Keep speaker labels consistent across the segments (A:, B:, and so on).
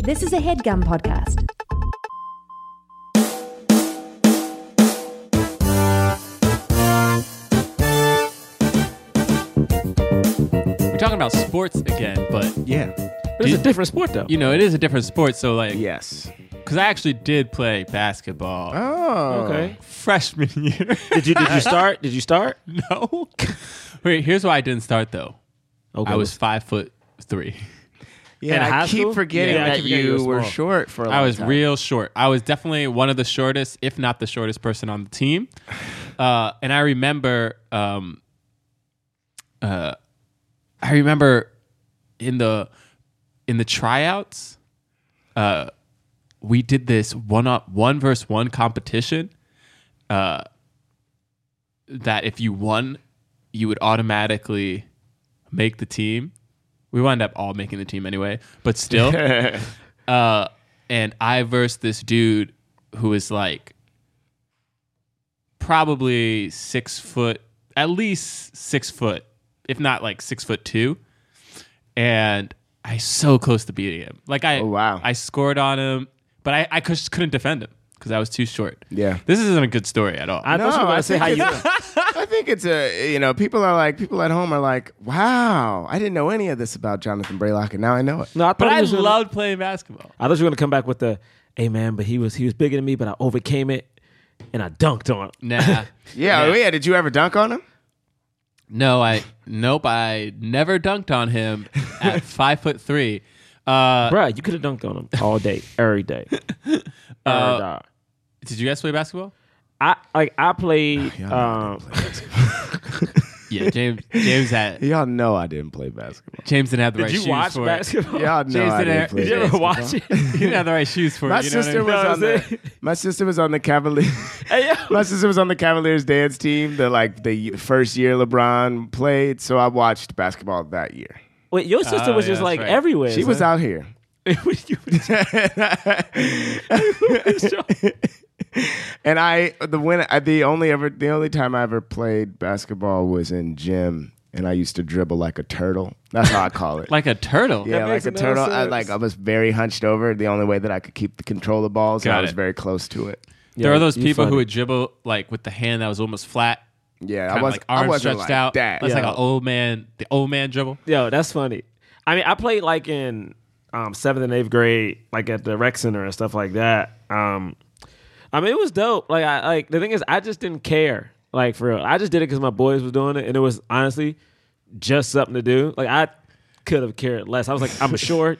A: This is a headgum podcast.
B: We're talking about sports again, but
C: Yeah.
D: It's
B: You-
D: a different sport though.
B: you know it is a different sport. So like,
C: Yes.
B: because I actually did play basketball
C: Oh.
D: okay.
B: freshman year.
D: Did you did you start? Did you start?
B: no. Wait, here's why I didn't start though.
D: Okay.
B: I was five foot three.
D: In
C: Yeah,
D: high
C: I keep
D: school?
C: forgetting
D: Yeah, I
C: that
D: keep
C: you,
D: forgetting you were
C: were
D: small.
C: short for a long
B: I was
C: time.
B: real short. I was definitely one of the shortest, if not the shortest person on the team. Uh, and I remember, um, uh, I remember in the in the tryouts, uh, we did this one up one versus one competition. Uh, that if you won, you would automatically make the team. We wound up all making the team anyway, but still. uh, and I versed this dude who is like probably six foot, at least six foot, if not like six foot two, and I so close to beating him. Like I,
C: Oh, wow.
B: I scored on him, but I I just couldn't defend him because I was too short.
C: Yeah.
B: this isn't a good story at all.
D: I thought you were
C: No, I
D: gonna say
C: think
D: how you.
C: it's- I think it's a you know people are like people at home are like wow I didn't know any of this about Jonathan Braylock and now I know it.
D: No, I thought
B: but
D: you
B: I
D: was gonna-
B: loved playing basketball.
D: I thought you were gonna come back with the, hey man, but he was he was bigger than me, but I overcame it, and I dunked on. him."
B: Nah.
C: Yeah,
B: Nah.
C: oh, yeah. Did you ever dunk on him?
B: No, I nope. I never dunked on him at five foot three. Uh,
D: Bruh, you could have dunked on him all day, every day.
B: Uh,
D: Every day.
B: did you guys play basketball?
D: I like I played. um,
B: Yeah, James. James had
C: Y'all know I didn't play basketball.
B: James didn't have the right
D: did
B: shoes
D: you watch
B: for
D: basketball?
C: Y'all know
B: James
C: I
B: didn't
C: didn't
B: have-
C: play.
D: Did you ever
C: basketball.
D: watch it?
B: it. He didn't have the right shoes for
C: My
B: it. You know
C: sister
B: what
C: was
D: No,
C: on the my sister was on the Cavaliers.
D: Hey, yo.
C: my sister was on the Cavaliers dance team. The like the first year LeBron played, so I watched basketball that year.
D: Wait, your sister
B: Oh,
D: was
B: yeah,
D: just
B: that's
D: like
B: right.
D: everywhere.
C: She was
D: son.
C: out here.
D: You was-
C: And I the when I, the only ever the only time I ever played basketball was in gym, and I used to dribble like a turtle. That's how I call it.
B: Like a turtle.
C: yeah,
D: that
C: like
D: makes
C: a
D: no
C: turtle. I
D: sense.
C: like I was very hunched over. The only way that I could keep the control of balls, and
B: Got
C: I was
B: it.
C: very close to it.
B: There
D: Yeah,
B: are those
D: you
B: people who
D: funny.
B: would dribble like with the hand that was almost flat,
C: Yeah,
B: kind
C: I
B: of
C: was
B: like arms
C: I wasn't
B: stretched
C: like
B: out.
C: That.
B: That's like
D: Yeah.
B: an old man, the old man dribble.
D: Yo, that's funny. I mean, I played like in um, seventh and eighth grade, like at the rec center and stuff like that. Um, I mean, it was dope. Like, I like the thing is, I just didn't care. Like for real, I just did it because my boys was doing it, and it was honestly just something to do. Like I could have cared less. I was like, I'm a short.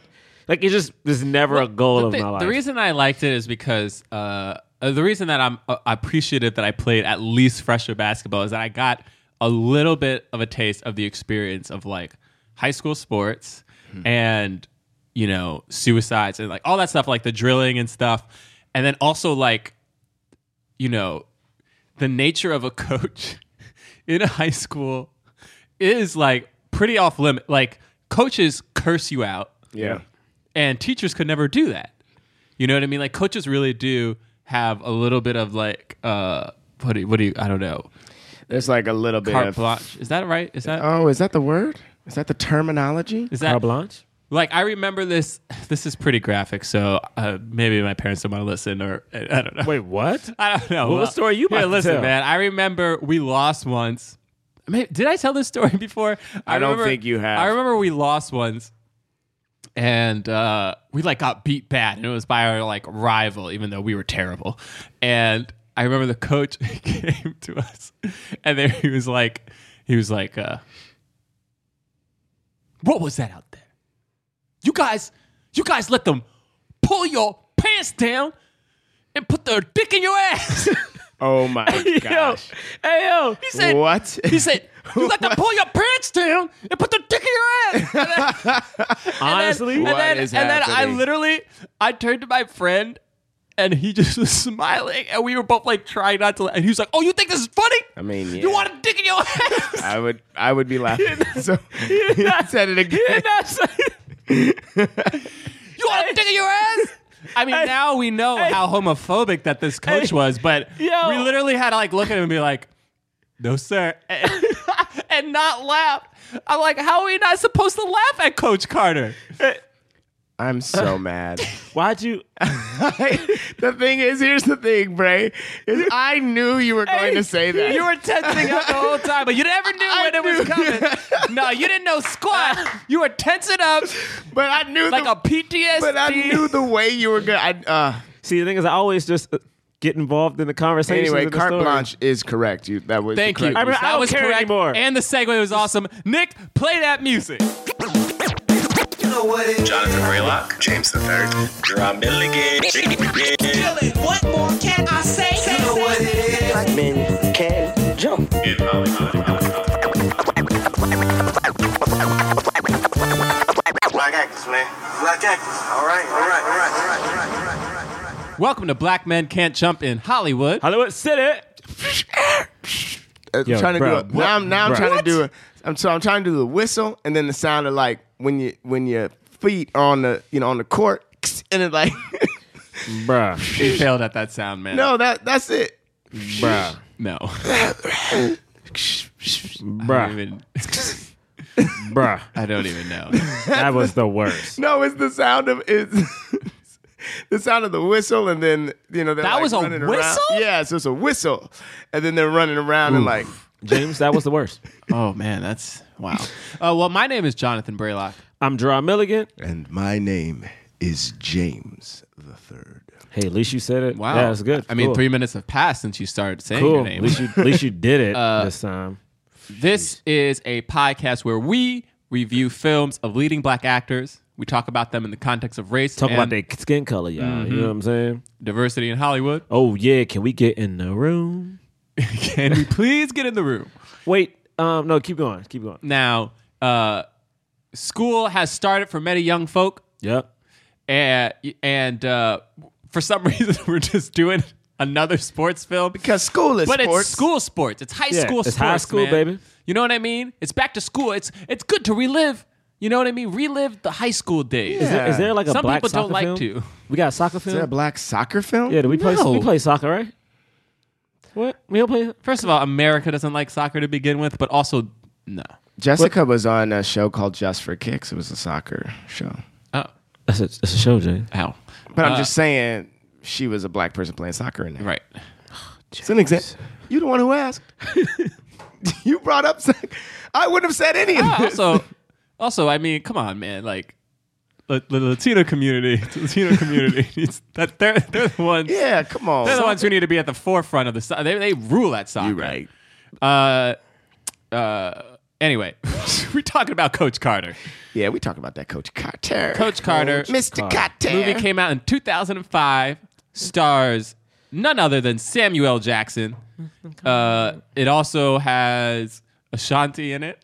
D: Like it just was never a goal
B: The
D: of
B: thi-
D: my life.
B: The reason I liked it is because uh, uh, the reason that I'm uh, appreciative that I played at least fresher basketball is that I got a little bit of a taste of the experience of like high school sports
D: Hmm.
B: and you know suicides and like all that stuff, like the drilling and stuff, and then also like you know the nature of a coach in a high school is like pretty off limit. Like coaches curse you out
C: Yeah.
B: and teachers could never do that. You know what I mean? Like coaches really do have a little bit of like uh what do you, what do you I don't know
C: There's like a little bit
B: carte
C: of
B: blanche. Is that right? Is that is
C: Oh, is that the word? Is that the terminology?
B: that
D: Uh, Carte blanche?
B: like I remember this? This is pretty graphic, so uh, maybe my parents don't want to listen, or I don't know.
D: Wait, what?
B: I don't know.
D: Well, what story you
B: Yeah,
D: about to
B: listen,
D: tell?
B: man. I remember we lost once. May- Did I tell this story before?
C: I don't think you have.
B: I remember we lost once, and uh, we like got beat bad, and it was by our like rival, even though we were terrible. And I remember the coach came to us, and then he was like, he was like, uh, "What was that out there? You guys, you guys let them pull your pants down." And put their dick in your ass.
C: Oh my gosh!
D: Yo, hey yo,
B: He said,
C: What?
B: He said, you got to pull your pants down and put the dick in your ass. And then-
D: honestly,
B: and,
C: What
B: then,
C: is
B: and then I
C: happening?
B: literally, I turned to my friend and he just was smiling and we were both like trying not to, la- and he was like, oh, you think this is funny?
C: I mean, yeah.
B: You want a dick in your ass?
C: I would I would be laughing. so he said it again.
D: that's
B: You want a dick in your ass? I mean, now we know how homophobic that this coach was, but
D: Yo.
B: we literally had to like look at him and be like, "No, sir," and, and not laugh. I'm like, "How are we not supposed to laugh at Coach Carter?"
C: I'm so mad.
D: Why'd you?
C: the thing is, here's the thing, Bray. Is I knew you were going to say that.
B: You were tensing up the whole time, but you never knew
C: I
B: when it was
C: knew.
B: coming. no, you didn't know squat. You were tensing up
C: but I knew
B: like
C: the,
B: a PTSD.
C: But I knew the way you were going. to Uh,
D: See, the thing is, I always just uh, get involved in the conversation.
C: anyway, carte blanche is correct. You that was the
B: Thank you.
C: correct
D: I mean,
C: response.
D: I
B: that
D: don't
B: was
D: care
B: correct.
D: anymore.
B: And the segue was awesome. Nick, play that music.
E: You know what it is.
F: Jonathan Raylock,
G: James the Third.
F: Drum Milligan.
H: What more can I say?
E: You know what it is. Black men can jump.
G: Black actors, man.
E: Black actors. All right, all right, all right, all right, all right, all right, all right. all right.
B: Welcome to Black Men Can't Jump in Hollywood.
D: Hollywood City.
C: Uh,
D: Yo,
C: trying to
D: bro,
C: do it.
D: what-
C: Now I'm now I'm
D: bro.
C: trying
D: What?
C: to do it. I'm so I'm trying to do the whistle and then the sound of like when you when your feet are on the you know on the court and it like
D: Bruh.
B: He failed at that sound, man.
C: no that that's it.
D: Bruh.
B: No. I, don't
D: Bruh.
B: even,
D: Bruh.
B: I don't even know.
D: That was the worst.
C: No, it's the sound of it's the sound of the whistle and then you know they're,
B: That
C: like,
B: was a
C: running
B: whistle?
C: Around. Yeah, so it's a whistle and then they're running around and like
D: James, that was the worst.
B: Oh, man, that's wow. Uh, well, my name is Jonathan Braylock.
D: I'm Draw Milligan.
C: and my name is James the Third.
D: Hey, at least you said it.
B: Wow.
D: Yeah, that's good.
B: I mean,
D: Cool.
B: three minutes have passed since you started saying
D: Cool.
B: your
D: At
B: name. Uh,
D: least you, at least you did it this time.
B: This is a podcast where we review films of leading black actors. We talk about them in the context of race,
D: Talk about
B: and Mm-hmm.
D: their skin color, y'all. You know what I'm saying?
B: diversity in Hollywood.
D: Oh yeah, can we get in the room?
B: Can we please get in the room?
D: Wait, um, no, keep going, keep going.
B: Now, uh, school has started for many young folk,
D: Yep.
B: and, and uh, for some reason, we're just doing another sports film.
C: Because school is
B: but
C: sports.
B: it's school sports. It's high
D: Yeah,
B: school sports.
D: it's high school,
B: man.
D: baby.
B: You know what I mean? It's back to school. It's it's good to relive. You know what I mean? Relive the high school days.
D: Is there, is there like a
B: Some
D: black
B: people don't
D: soccer
B: like
D: film?
B: to.
D: We got a soccer film.
C: Is that a black soccer film?
D: yeah, do we play?
B: No.
D: We play soccer, right? What? We don't play.
B: First of all, America doesn't like soccer to begin with, but also no.
C: Jessica was on a show called Just for Kicks. It was a soccer show.
B: Oh,
D: That's a, that's a show, Jay.
B: ow.
C: But I'm just saying she was a black person playing soccer in there.
B: Uh. Right.
C: It's an example. You the one who asked. you brought up soc- I wouldn't have said any of this.
B: Also, also, I mean, come on, man. Like the, the Latino community, the Latino community, needs that they're they're the ones.
C: yeah, come on.
B: They're the ones who need to be at the forefront of the. so- They they rule at soccer.
C: you right.
B: Uh, uh. Anyway, we're talking about Coach Carter.
C: Yeah, we talking about that Coach Carter.
B: Coach Carter.
C: Mr. Carter.
B: movie came out in 2005. Stars none other than Samuel L. Jackson. Uh, it also has Ashanti in it.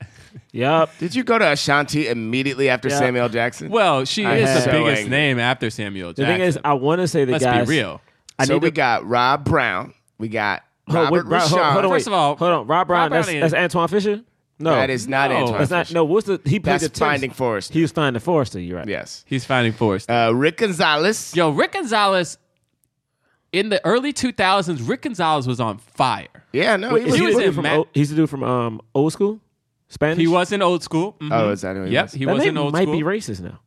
D: Yep.
C: Did you go to Ashanti immediately after
D: Yeah.
C: Samuel Jackson?
B: Well, she
C: I
B: is
C: had-
B: the
C: So
B: biggest
C: angry.
B: name after Samuel L.
D: The
B: Jackson.
D: thing is, I want to say the
B: Let's
D: guys.
B: be real.
C: so
D: need
C: we
D: to-
C: got Rob Brown. We got
D: Hold on,
C: Robert
D: wait, Rob- hold, hold on, wait.
B: First of all,
D: hold on. Rob Brown.
B: Brown
D: that's,
B: is-
D: that's Antoine Fisher. No,
C: That is not
B: No.
C: Antoine.
D: That's not.
C: Fisher.
D: No, what's the? He played
C: That's
D: the tennis.
C: Finding Forrester.
D: He was finding Forrester. You're right.
C: Yes.
B: He's finding Forrest.
C: Uh, Rick Gonzalez.
B: Yo, Rick Gonzalez. In the early 2000s, Rick Gonzalez was on fire.
C: Yeah, no,
D: Wait,
C: he was,
D: is
B: he
D: he,
B: was
D: the dude
B: in
D: from
B: Matt-
D: old, he's the dude from um old school Spanish.
B: He was in old school. Mhm.
C: Oh, is that who he
B: yep,
C: was?
B: he
D: That
B: was in
D: name
B: old
D: might
B: school.
D: be racist now.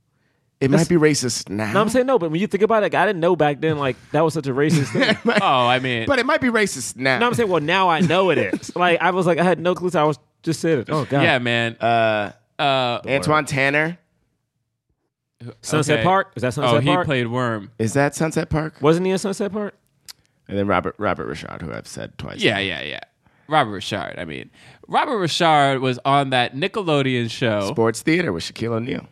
C: It might be racist now.
D: No, I'm saying no, but when you think about it, like, I didn't know back then like that was such a racist thing.
B: oh, I mean,
C: but it might be racist now.
D: no, I'm saying well now I know it is. Like I was like I had no clue. So I was just saying it. Oh God.
B: yeah, man.
C: uh,
B: Uh,
C: Antoine Tanner.
D: Sunset
B: okay.
D: Park is that Sunset
B: oh, he
D: Park?
B: played Worm.
C: Is that Sunset Park?
D: Wasn't he in Sunset Park?
C: And then Robert Robert Rashad, who I've said twice.
B: Yeah, yeah, yeah. Robert Richard. I mean, Robert Richard was on that Nickelodeon show.
C: Sports theater with Shaquille O'Neal.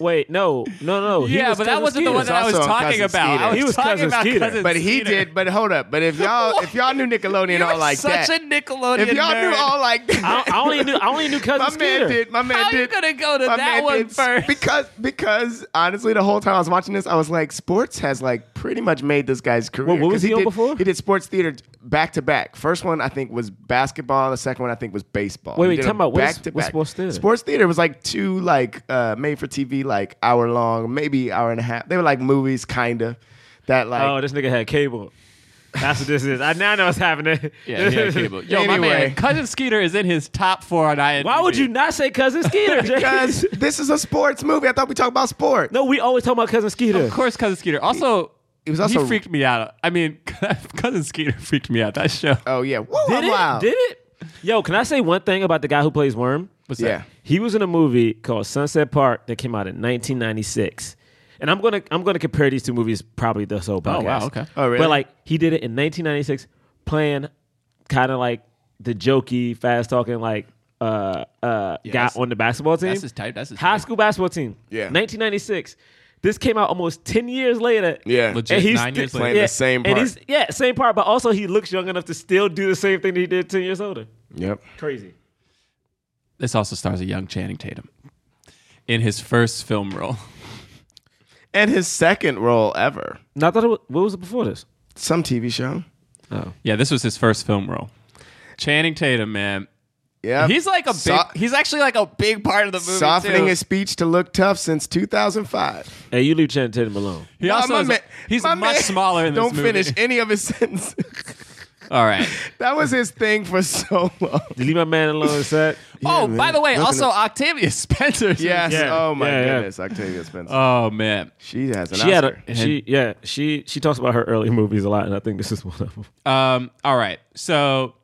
D: Wait, no, no, no. He
B: yeah,
D: was
B: but that
D: Cousin
B: wasn't the
D: Skeeter.
B: one that I was
C: also on
B: talking
C: Cousin
B: about.
C: Skeeter.
B: I was,
D: He was
B: talking
D: Cousin
B: about
D: Skeeter.
B: Cousin
C: But he
B: Skeeter.
C: did. But hold up. But if y'all if y'all knew Nickelodeon
B: You're
C: all like
B: such
C: that,
B: a Nickelodeon.
C: if y'all
B: nerd.
C: knew all like
D: I,
C: that,
D: I only knew I only knew cousin
C: my
D: Skeeter.
C: man did. My man
B: How you
C: did.
B: gonna go to
C: my
B: that
C: man
B: one
C: did-
B: first?
C: Because because honestly, the whole time I was watching this, I was like, sports has like pretty much made this guy's career.
D: Wait, what
C: 'Cause
D: was he on
C: did,
D: before?
C: He did sports theater back to back. First one I think was basketball. The second one I think was baseball.
D: Wait,
C: He
D: wait,
C: did
D: tell
C: them
D: me about what is-
C: back to
D: what's
C: back.
D: sports theater?
C: Sports theater was like two like uh, made for TV, like hour long, maybe hour and a half. They were like movies, kinda. That like
D: Oh, this nigga had cable. That's what this is. I now know what's happening.
B: Yeah, he had cable. Yo, my
C: Anyway.
B: man, cousin Skeeter is in his top four on IMDb.
D: Why would you not say cousin Skeeter? Jay?
C: Guys, this is a sports movie. I thought we talked about sport.
D: no, we always talk about cousin Skeeter.
B: Of course, cousin Skeeter. Also, he,
C: was also-
B: freaked me out. I mean, cousin Skeeter freaked me out. That show.
C: Oh yeah. Woo,
D: Did
C: I'm
D: it?
C: wild.
D: Did it? Yo, can I say one thing about the guy who plays Worm?
B: What's
C: Yeah.
B: that?
D: He was in a movie called Sunset Park that came out in 1996. And I'm gonna I'm gonna compare these two movies probably this whole podcast.
B: wow, okay.
C: Oh, really?
D: But like he did it in 1996, playing kind of like the jokey, fast talking like uh uh guy
B: that's-
D: on the basketball team.
B: That's his type. That's his
D: High
B: type.
D: school basketball team.
C: Yeah.
D: 1996. This came out almost 10 years later.
C: Yeah.
B: Legit.
D: And he's
B: nine years
D: sti-
B: later.
C: Playing the same
D: And
C: part.
D: he's, yeah, same part, but also he looks young enough to still do the same thing that he did 10 years older.
C: Yep.
D: Crazy.
B: This also stars a young Channing Tatum in his first film role.
C: And his second role ever.
D: Not that it was, what was it before this?
C: Some TV show.
B: Yeah, this was his first film role. Channing Tatum, man.
C: Yeah.
B: He's like a big.
C: So-
B: he's actually like a big part of the movie.
C: softening
B: too.
C: his speech to look tough since 2005.
D: Hey, you leave Channing Tatum alone.
B: He also
C: my
B: is-
C: man-
B: he's
C: my
B: much
C: man
B: smaller in this
C: Don't
B: movie.
C: finish any of his sentences.
B: All right.
C: that was his thing for so long.
D: You leave my man alone in set.
B: oh,
C: man.
B: by the way,
C: Looking
B: also Octavia Spencer.
C: Yes.
D: Yeah.
C: Oh my
D: Yeah, yeah.
C: goodness, Octavia Spencer.
B: Oh man.
C: she has an
D: She had
C: Oscar.
D: a, she yeah she she talks about her early movies a lot, and I think this is one of them.
B: Um, all right. So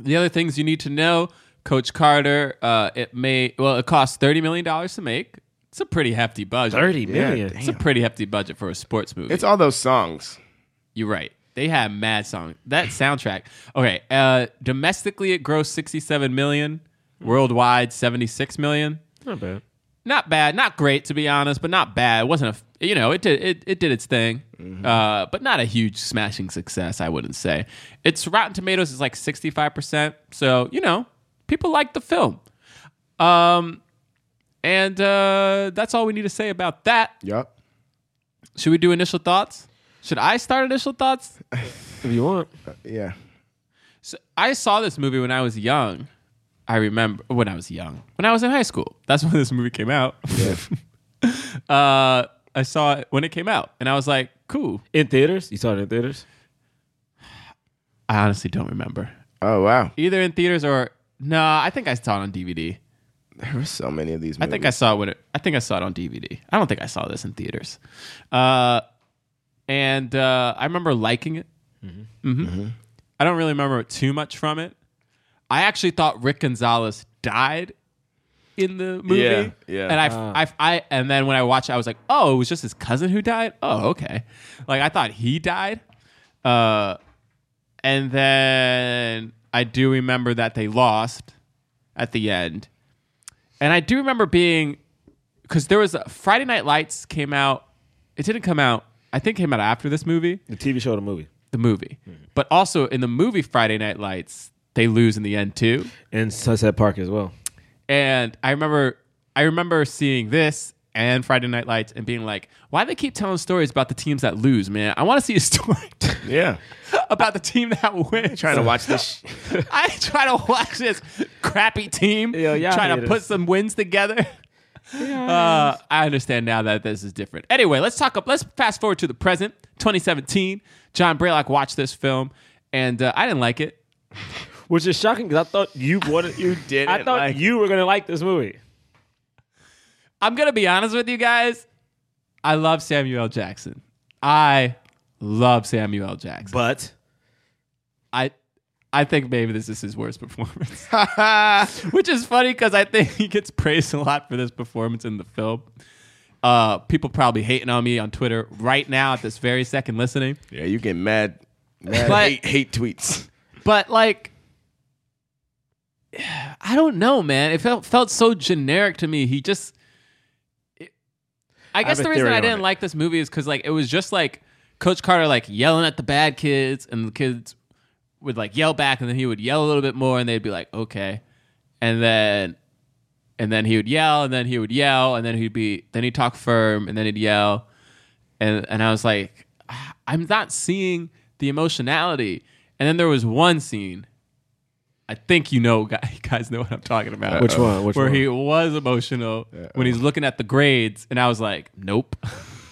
B: the other things you need to know, Coach Carter, uh, it may well it costs thirty million dollars to make. It's a pretty hefty budget.
D: Thirty
C: Yeah,
D: million.
B: It's a pretty hefty budget for a sports movie.
C: it's all those songs.
B: You're right. They had mad song. That soundtrack. Okay. Uh, domestically, it grossed sixty-seven million. Worldwide, seventy-six million.
D: Not bad.
B: Not bad. Not great, to be honest, but not bad. It wasn't a. You know, it did it, it did its thing, uh, but not a huge smashing success. I wouldn't say. Its Rotten Tomatoes is like sixty-five percent. So you know, people like the film. Um, and uh, that's all we need to say about that.
C: Yep.
B: Should we do initial thoughts? Should I start initial thoughts?
D: If you want,
C: Yeah.
B: So I saw this movie when I was young. I remember when I was young, when I was in high school. That's when this movie came out. uh, I saw it when it came out, and I was like, "Cool."
D: in theaters, you saw it in theaters.
B: I honestly don't remember
C: Oh wow.
B: either in theaters or no. I think I saw it on DVD.
C: There were so many of these.
B: I
C: Movies.
B: think I saw it when it, I think I saw it on DVD. I don't think I saw this in theaters. Uh, and uh, I remember liking it. Mhm. I don't really remember too much from it. I actually thought Rick Gonzalez died in the movie.
C: Yeah, yeah.
B: And I, I, I, and then when I watched, it, I was like, oh, it was just his cousin who died. Oh, okay. Like I thought he died. Uh, and then I do remember that they lost at the end. And I do remember being because there was a, Friday Night Lights came out. It didn't come out. I think it came out after this movie,
D: The TV show, or the movie,
B: the movie.
C: Mm-hmm.
B: But also in the movie Friday Night Lights, they lose in the end too.
D: and Sunset Park as well.
B: And I remember, I remember seeing this and Friday Night Lights and being like, "Why do they keep telling stories about the teams that lose, man? I want to see a story
C: Yeah.
B: about the team that wins."
C: Trying to watch this. sh-
B: I ain't trying to watch this crappy team
D: Yo, y'all
B: trying to
D: haters.
B: put some wins together. Uh, I understand now that this is different. Anyway, let's talk up. Let's fast forward to the present, 2017. John Braylock watched this film, and uh, I didn't like it.
D: Which is shocking because I thought you wanted you
C: didn't
D: I thought
C: like
D: you were gonna like this movie.
B: I'm gonna be honest with you guys. I love Samuel L. Jackson. I love Samuel L. Jackson.
D: But
B: I I think maybe this is his worst performance. Which is funny because I think he gets praised a lot for this performance in the film. Uh, people probably hating on me on Twitter right now at this very second listening.
C: yeah, you get mad. Mad
B: But-
C: hate, hate tweets.
B: But like I don't know, man. It felt felt so generic to me. He just it- I guess
D: have a
B: the reason
D: theory
B: I
D: on
B: didn't
D: it.
B: like this movie is cuz like it was just like Coach Carter like yelling at the bad kids and the kids would like yell back and then he would yell a little bit more and they'd be like, "Okay." And then and then he would yell and then he would yell and then he'd be then he'd talk firm and then he'd yell and and I was like, "Ah, I'm not seeing the emotionality. And then there was one scene. I think you know, guy- you guys know what I'm talking about.
D: Which one? Which
B: where
D: one?
B: he was emotional when he's looking at the grades, and I was like, nope.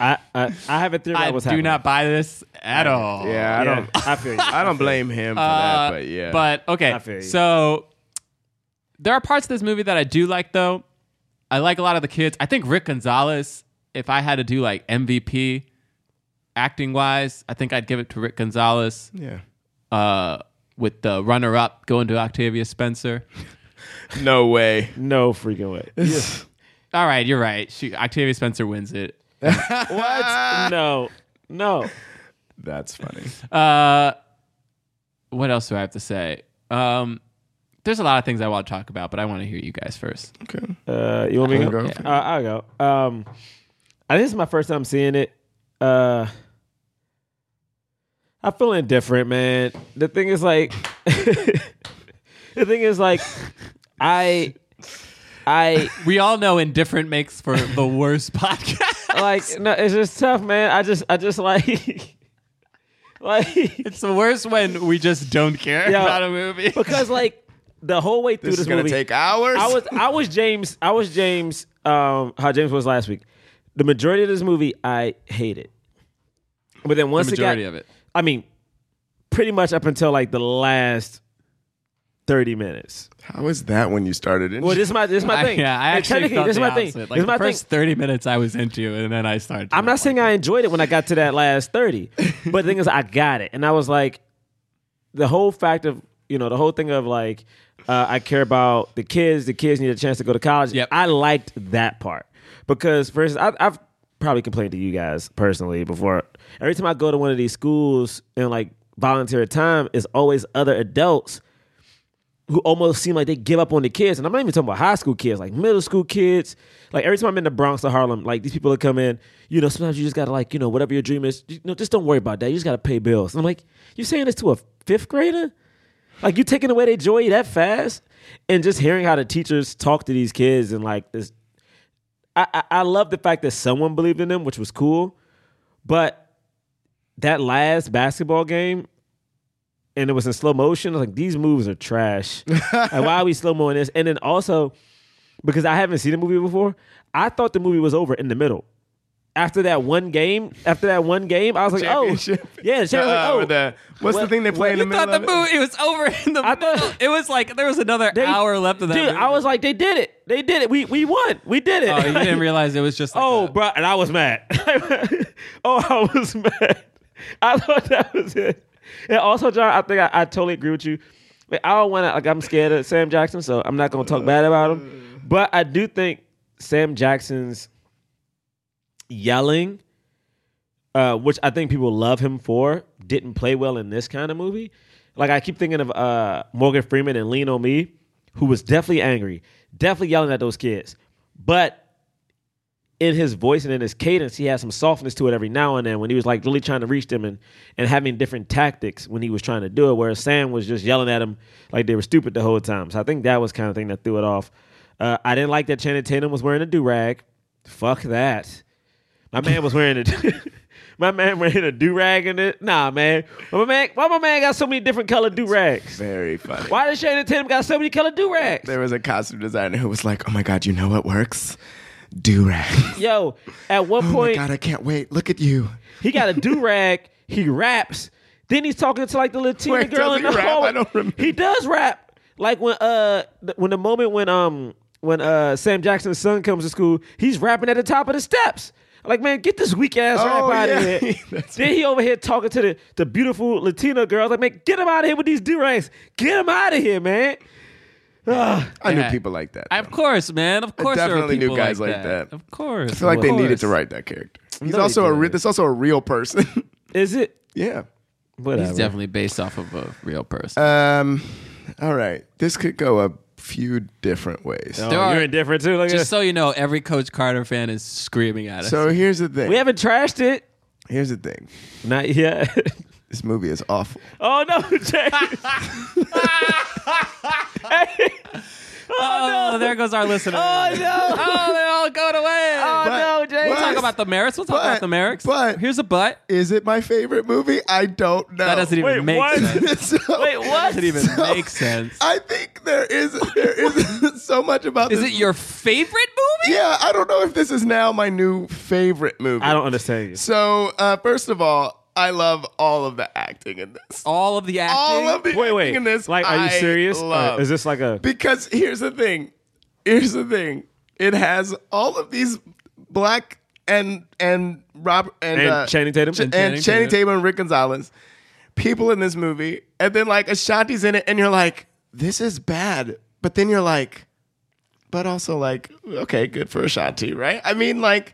D: I, I I have a theory
B: I
D: about
B: do
D: what's happening.
B: not buy this at all.
C: Yeah, I
D: I
C: don't.
D: I feel you.
C: I don't blame him for
B: Uh,
C: that, but yeah.
B: But
D: I
B: okay,
D: feel you.
B: so there are parts of this movie that I do like, though. I like a lot of the kids. I think Rick Gonzalez. If I had to do like MVP acting wise, I think I'd give it to Rick Gonzalez
C: yeah.
B: uh, with the runner up going to Octavia Spencer.
C: No way.
D: No freaking way.
B: All right, you're right. She, Octavia Spencer wins it.
D: what? No. No.
C: That's funny.
B: Uh, what else do I have to say? Um, there's a lot of things I want to talk about, but I want to hear you guys first.
C: Okay.
D: Uh, you want me to
C: I'll
D: go?
C: go.
D: Uh, I'll go. Um, I, this is my first time seeing it. Uh, I feel indifferent, man. The thing is, like, the thing is, like, I, I
B: We all know indifferent makes for the worst podcast.
D: like, no, it's just tough, man. I just, I just like, like,
B: It's the worst when we just don't care
D: Yeah.
B: about a movie.
D: because like the whole way through
C: This
D: this,
C: is gonna
D: movie,
C: take hours.
D: I was I was James. I was James. Um, how James was last week. The majority of this movie, I hated. But then
B: the
D: once
B: majority
D: it got,
B: of it.
D: I mean, pretty much up until like the last thirty minutes.
C: How was that when you started?
D: Well, this is my this is my
B: I-
D: thing.
B: yeah, I
D: And
B: actually
D: technically,
B: felt
D: this is
B: the
D: my thing.
B: opposite.
D: this
B: Like
D: is my
B: the
D: thing.
B: first thirty minutes, I was into, and then I started. to
D: I'm not saying I enjoyed it when I got to that last 30, but the thing is, I got it. And I was like, the whole fact of, you know, the whole thing of like, uh, I care about the kids, the kids need a chance to go to college.
B: Yep.
D: I liked that part because, for instance, I, I've probably complained to you guys personally before. Every time I go to one of these schools and like volunteer time, it's always other adults who almost seem like they give up on the kids. And I'm not even talking about high school kids, like middle school kids. Like every time I'm in the Bronx or Harlem, like these people that come in, you know, sometimes you just gotta like, you know, whatever your dream is, you know, just don't worry about that. You just gotta pay bills. And I'm like, you saying this to a fifth grader? Like you taking away their joy that fast? And just hearing how the teachers talk to these kids and like this I, I, I love the fact that someone believed in them, which was cool. But that last basketball game, and it was in slow motion. I was like, these moves are trash. like, why are we slow moing this? And then also, because I haven't seen the movie before, I thought the movie was over in the middle. After that one game, after that one game, I was like, oh,
C: Championship.
D: yeah, the championship.
C: Uh,
D: oh,
C: with the- what's
D: Well,
C: the thing they play in the
B: You
C: middle
B: thought the
C: of it?
B: movie it was over in the
D: I thought-
B: middle. It was like there was another
D: they-
B: hour left of that.
D: Dude,
B: movie.
D: I was like, they did it. They did it. We we won. We did it.
B: oh, you didn't realize it was just. Like
D: Oh,
B: a-
D: bro, and I was mad. oh, I was mad. I thought that was it. And also, John, I think I, I totally agree with you. Like, I don't want to. Like, I'm scared of Sam Jackson, so I'm not gonna talk bad about him. But I do think Sam Jackson's yelling, uh, which I think people love him for, didn't play well in this kind of movie. Like I keep thinking of uh, Morgan Freeman and Lean on Me, who was definitely angry, definitely yelling at those kids, but in his voice and in his cadence, he had some softness to it every now and then when he was like really trying to reach them and, and having different tactics when he was trying to do it, whereas Sam was just yelling at him like they were stupid the whole time. So I think that was kind of thing that threw it off. Uh, I didn't like that Channing Tatum was wearing a do rag. Fuck that. My man was wearing a my man wearing a do rag in it. Nah, man. Why my man, why my man got so many different colored do rags?
C: Very funny.
D: Why does Channing Tatum got so many colored do rags?
C: There was a costume designer who was like, "Oh my god, you know what works? Do rag.
D: Yo, at one
C: Oh my
D: point,
C: god, I can't wait. Look at you.
D: He got a do rag. he raps. Then he's talking to like the Latina
C: Wait,
D: girl
C: does
D: in
C: he
D: the
C: rap?
D: hallway.
C: I don't remember.
D: He does rap. Like when uh th- when the moment when um when uh Sam Jackson's son comes to school, he's rapping at the top of the steps. Like man, get this weak ass
C: Oh,
D: rap out
C: yeah.
D: of here.
C: That's
D: then he over here talking to the the beautiful Latina girl. Like man, get him out of here with these do rags. Get him out of here, man. Ugh.
C: I
B: Yeah.
C: knew people like that.
B: Of course, man. Of course, there were
C: definitely knew
B: people
C: guys like that.
B: Of course,
C: I feel like
B: of
C: they needed
B: course.
C: to write that character. He's
D: No, they
C: also a re-
D: didn't.
C: this also a real person.
D: Is it?
C: yeah.
D: Whatever.
B: It's definitely based off of a real person.
C: Um. All right. This could go a few different ways.
D: Oh,
B: There are-
D: you're indifferent too. Look at
B: Just
D: this.
B: so you know, every Coach Carter fan is screaming at us.
C: So here's the thing.
D: we haven't trashed it.
C: here's the thing.
D: Not yet.
C: This movie is
B: Oh,
C: awful.
D: Oh no, James!
B: Oh, there goes our listener. Oh
D: no.
B: Oh, they all going away.
D: Oh, no, Jay.
B: We'll talk about the merits. We'll talk
C: But-
B: about the merits.
C: but-
B: here's a but.
C: Is it my favorite movie? I don't know.
B: That doesn't even
D: Wait,
B: make
D: what?
B: sense.
C: So-
D: Wait, what?
B: Doesn't even make sense.
C: I think there is there is so much about
B: Is
C: this.
B: it your favorite movie?
C: Yeah, I don't know if this is now my new favorite movie.
D: I don't understand you.
C: So, uh, first of all, I love all of the acting in this.
B: All of the acting.
C: All of the
D: Wait,
C: acting
D: wait.
C: in this.
D: like, are you
C: I
D: serious? Or
C: love.
D: Is this like a?
C: because here's the thing. Here's the thing. It has all of these black and and Rob and,
D: And
C: uh,
D: Channing Tatum?
C: Ch- and
B: Channing
C: Channing,
B: Tatum.
C: Tatum and Rick Gonzalez, people in this movie, and then like Ashanti's in it, and you're like, this is bad, but then you're like, but also like, okay, good for Ashanti, right? I mean, like,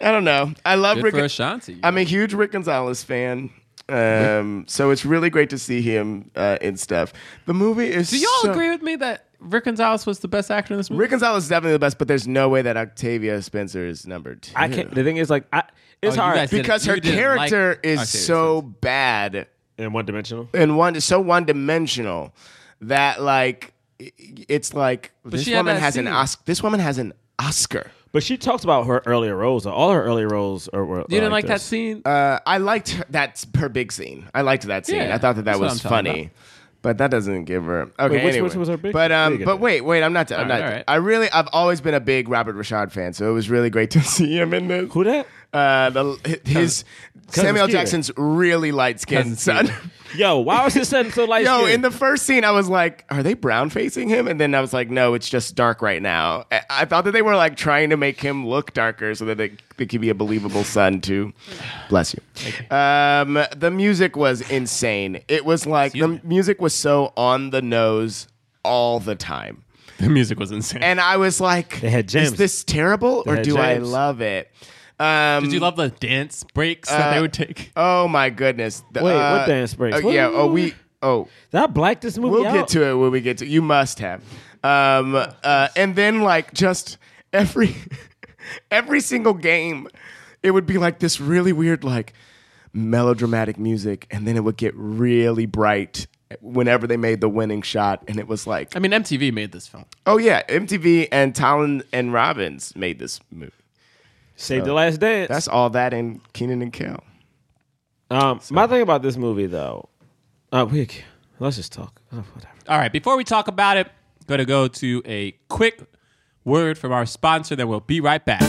C: I don't know. I love
B: Good
C: Rick.
B: for Ashanti.
C: I'm a huge Rick Gonzalez fan. Um, so it's really great to see him uh, in stuff. The movie is.
B: Do y'all
C: so-
B: agree with me that Rick Gonzalez was the best actor in this movie?
C: Rick Gonzalez is definitely the best, but there's no way that Octavia Spencer is number two.
D: I can't. The thing is, like, I, it's
B: Oh, you
D: hard
B: guys did-
C: because
B: you
C: her
B: didn't like
C: character is
B: Octavia
C: so bad
D: in one dimensional.
C: and one so one dimensional that like i- it's like this
B: she had
C: woman
B: that
C: has an
B: scene.
C: Oscar. This woman has an Oscar.
D: But she talked about her earlier roles. All her earlier roles are. were-
B: You didn't
D: like
B: like that
D: this.
B: scene?
C: Uh, I liked her, that's her big scene. I liked that scene.
B: Yeah,
C: I thought that that
B: that's what
C: was
B: I'm talking
C: funny.
B: about.
C: But that doesn't give her okay.
D: which-
C: anyway.
D: which was her big-
C: but um,
D: big
C: but
D: idea?
C: wait, wait. I'm not.
B: right,
C: I'm not.
B: all right.
C: I really, I've always been a big Robert Rashad fan, so it was really great to see him in this.
D: Who that?
C: Uh, the, his Samuel
D: Skeeter.
C: Jackson's really light skinned son.
D: Yo, why was his son so light?
C: Yo,
D: skinned?
C: in the first scene, I was like, "Are they brown facing him?" And then I was like, "No, it's just dark right now." I, I thought that they were like trying to make him look darker so that they, they could be a believable son too. Bless you. Um, the music was insane. It was like the music was so on the nose all the time.
B: the music was insane.
C: And I was like,
D: They had
C: "Is
D: jams.
C: this terrible or
D: had
C: do I
D: jams.
C: love it?" Um,
B: Did you love the dance breaks that they would take?
C: Oh my goodness! The-
D: Wait, what dance breaks?
C: Oh, yeah. Oh, we. Oh,
D: Did I black this movie
C: we'll
D: out?
C: get to it when we get to. You must have. Um. Uh. And then like just every every single game, it would be like this really weird like melodramatic music, and then it would get really bright whenever they made the winning shot, and it was like,
B: I mean, MTV made this film.
C: oh yeah, MTV and Talon and Robbins made this movie.
D: Save the last dance.
C: That's all that in Keenan and Kel.
D: um, my thing about this movie though. Uh, we let's just talk. Oh, whatever.
B: All right, before we talk about it, going to go to a quick word from our sponsor, then we'll be right back.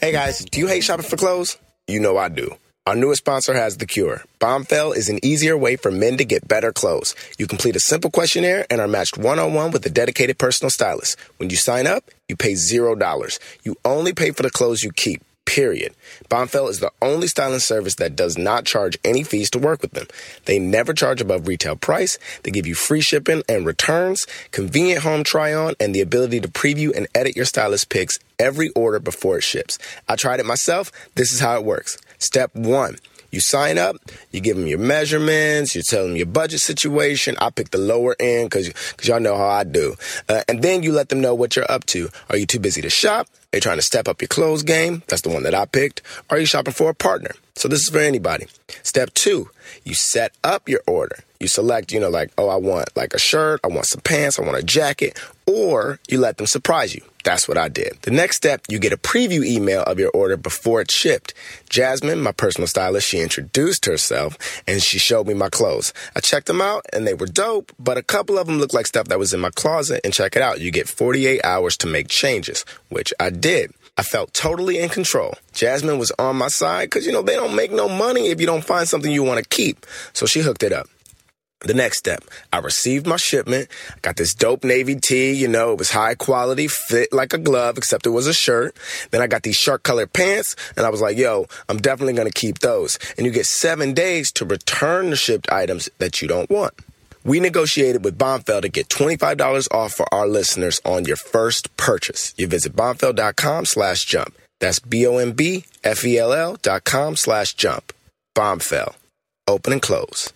I: Hey guys, do you hate shopping for clothes? You know I do. Our newest sponsor has the cure. Bombfell is an easier way for men to get better clothes. You complete a simple questionnaire and are matched one on one with a dedicated personal stylist. When you sign up, you pay zero dollars. You only pay for the clothes you keep. Period. Bombfell is the only styling service that does not charge any fees to work with them. They never charge above retail price. They give you free shipping and returns, convenient home try on, and the ability to preview and edit your stylist picks every order before it ships. I tried it myself. This is how it works. Step one. You sign up, you give them your measurements, you tell them your budget situation. I pick the lower end because cause y'all know how I do. Uh, and then you let them know what you're up to. Are you too busy to shop? Are you trying to step up your clothes game? That's the one that I picked. Are you shopping for a partner? So this is for anybody. Step two, you set up your order. You select, you know, like, oh, I want like a shirt, I want some pants, I want a jacket, or you let them surprise you. That's what I did. The next step, you get a preview email of your order before it's shipped. Jasmine, my personal stylist, she introduced herself and she showed me my clothes. I checked them out and they were dope, but a couple of them looked like stuff that was in my closet. And check it out, you get 48 hours to make changes, which I did. I felt totally in control. Jasmine was on my side because, you know, they don't make no money if you don't find something you want to keep. So she hooked it up. The next step, I received my shipment. I got this dope navy tee, you know, it was high quality, fit like a glove, except it was a shirt. Then I got these shark colored pants, and I was like, yo, I'm definitely gonna keep those. And you get seven days to return the shipped items that you don't want. We negotiated with Bonfell to get $25 off for our listeners on your first purchase. You visit bonfell.com slash jump. That's B-O-M-B-F-E-L-L E dot com slash jump. Bonfell. Open and close.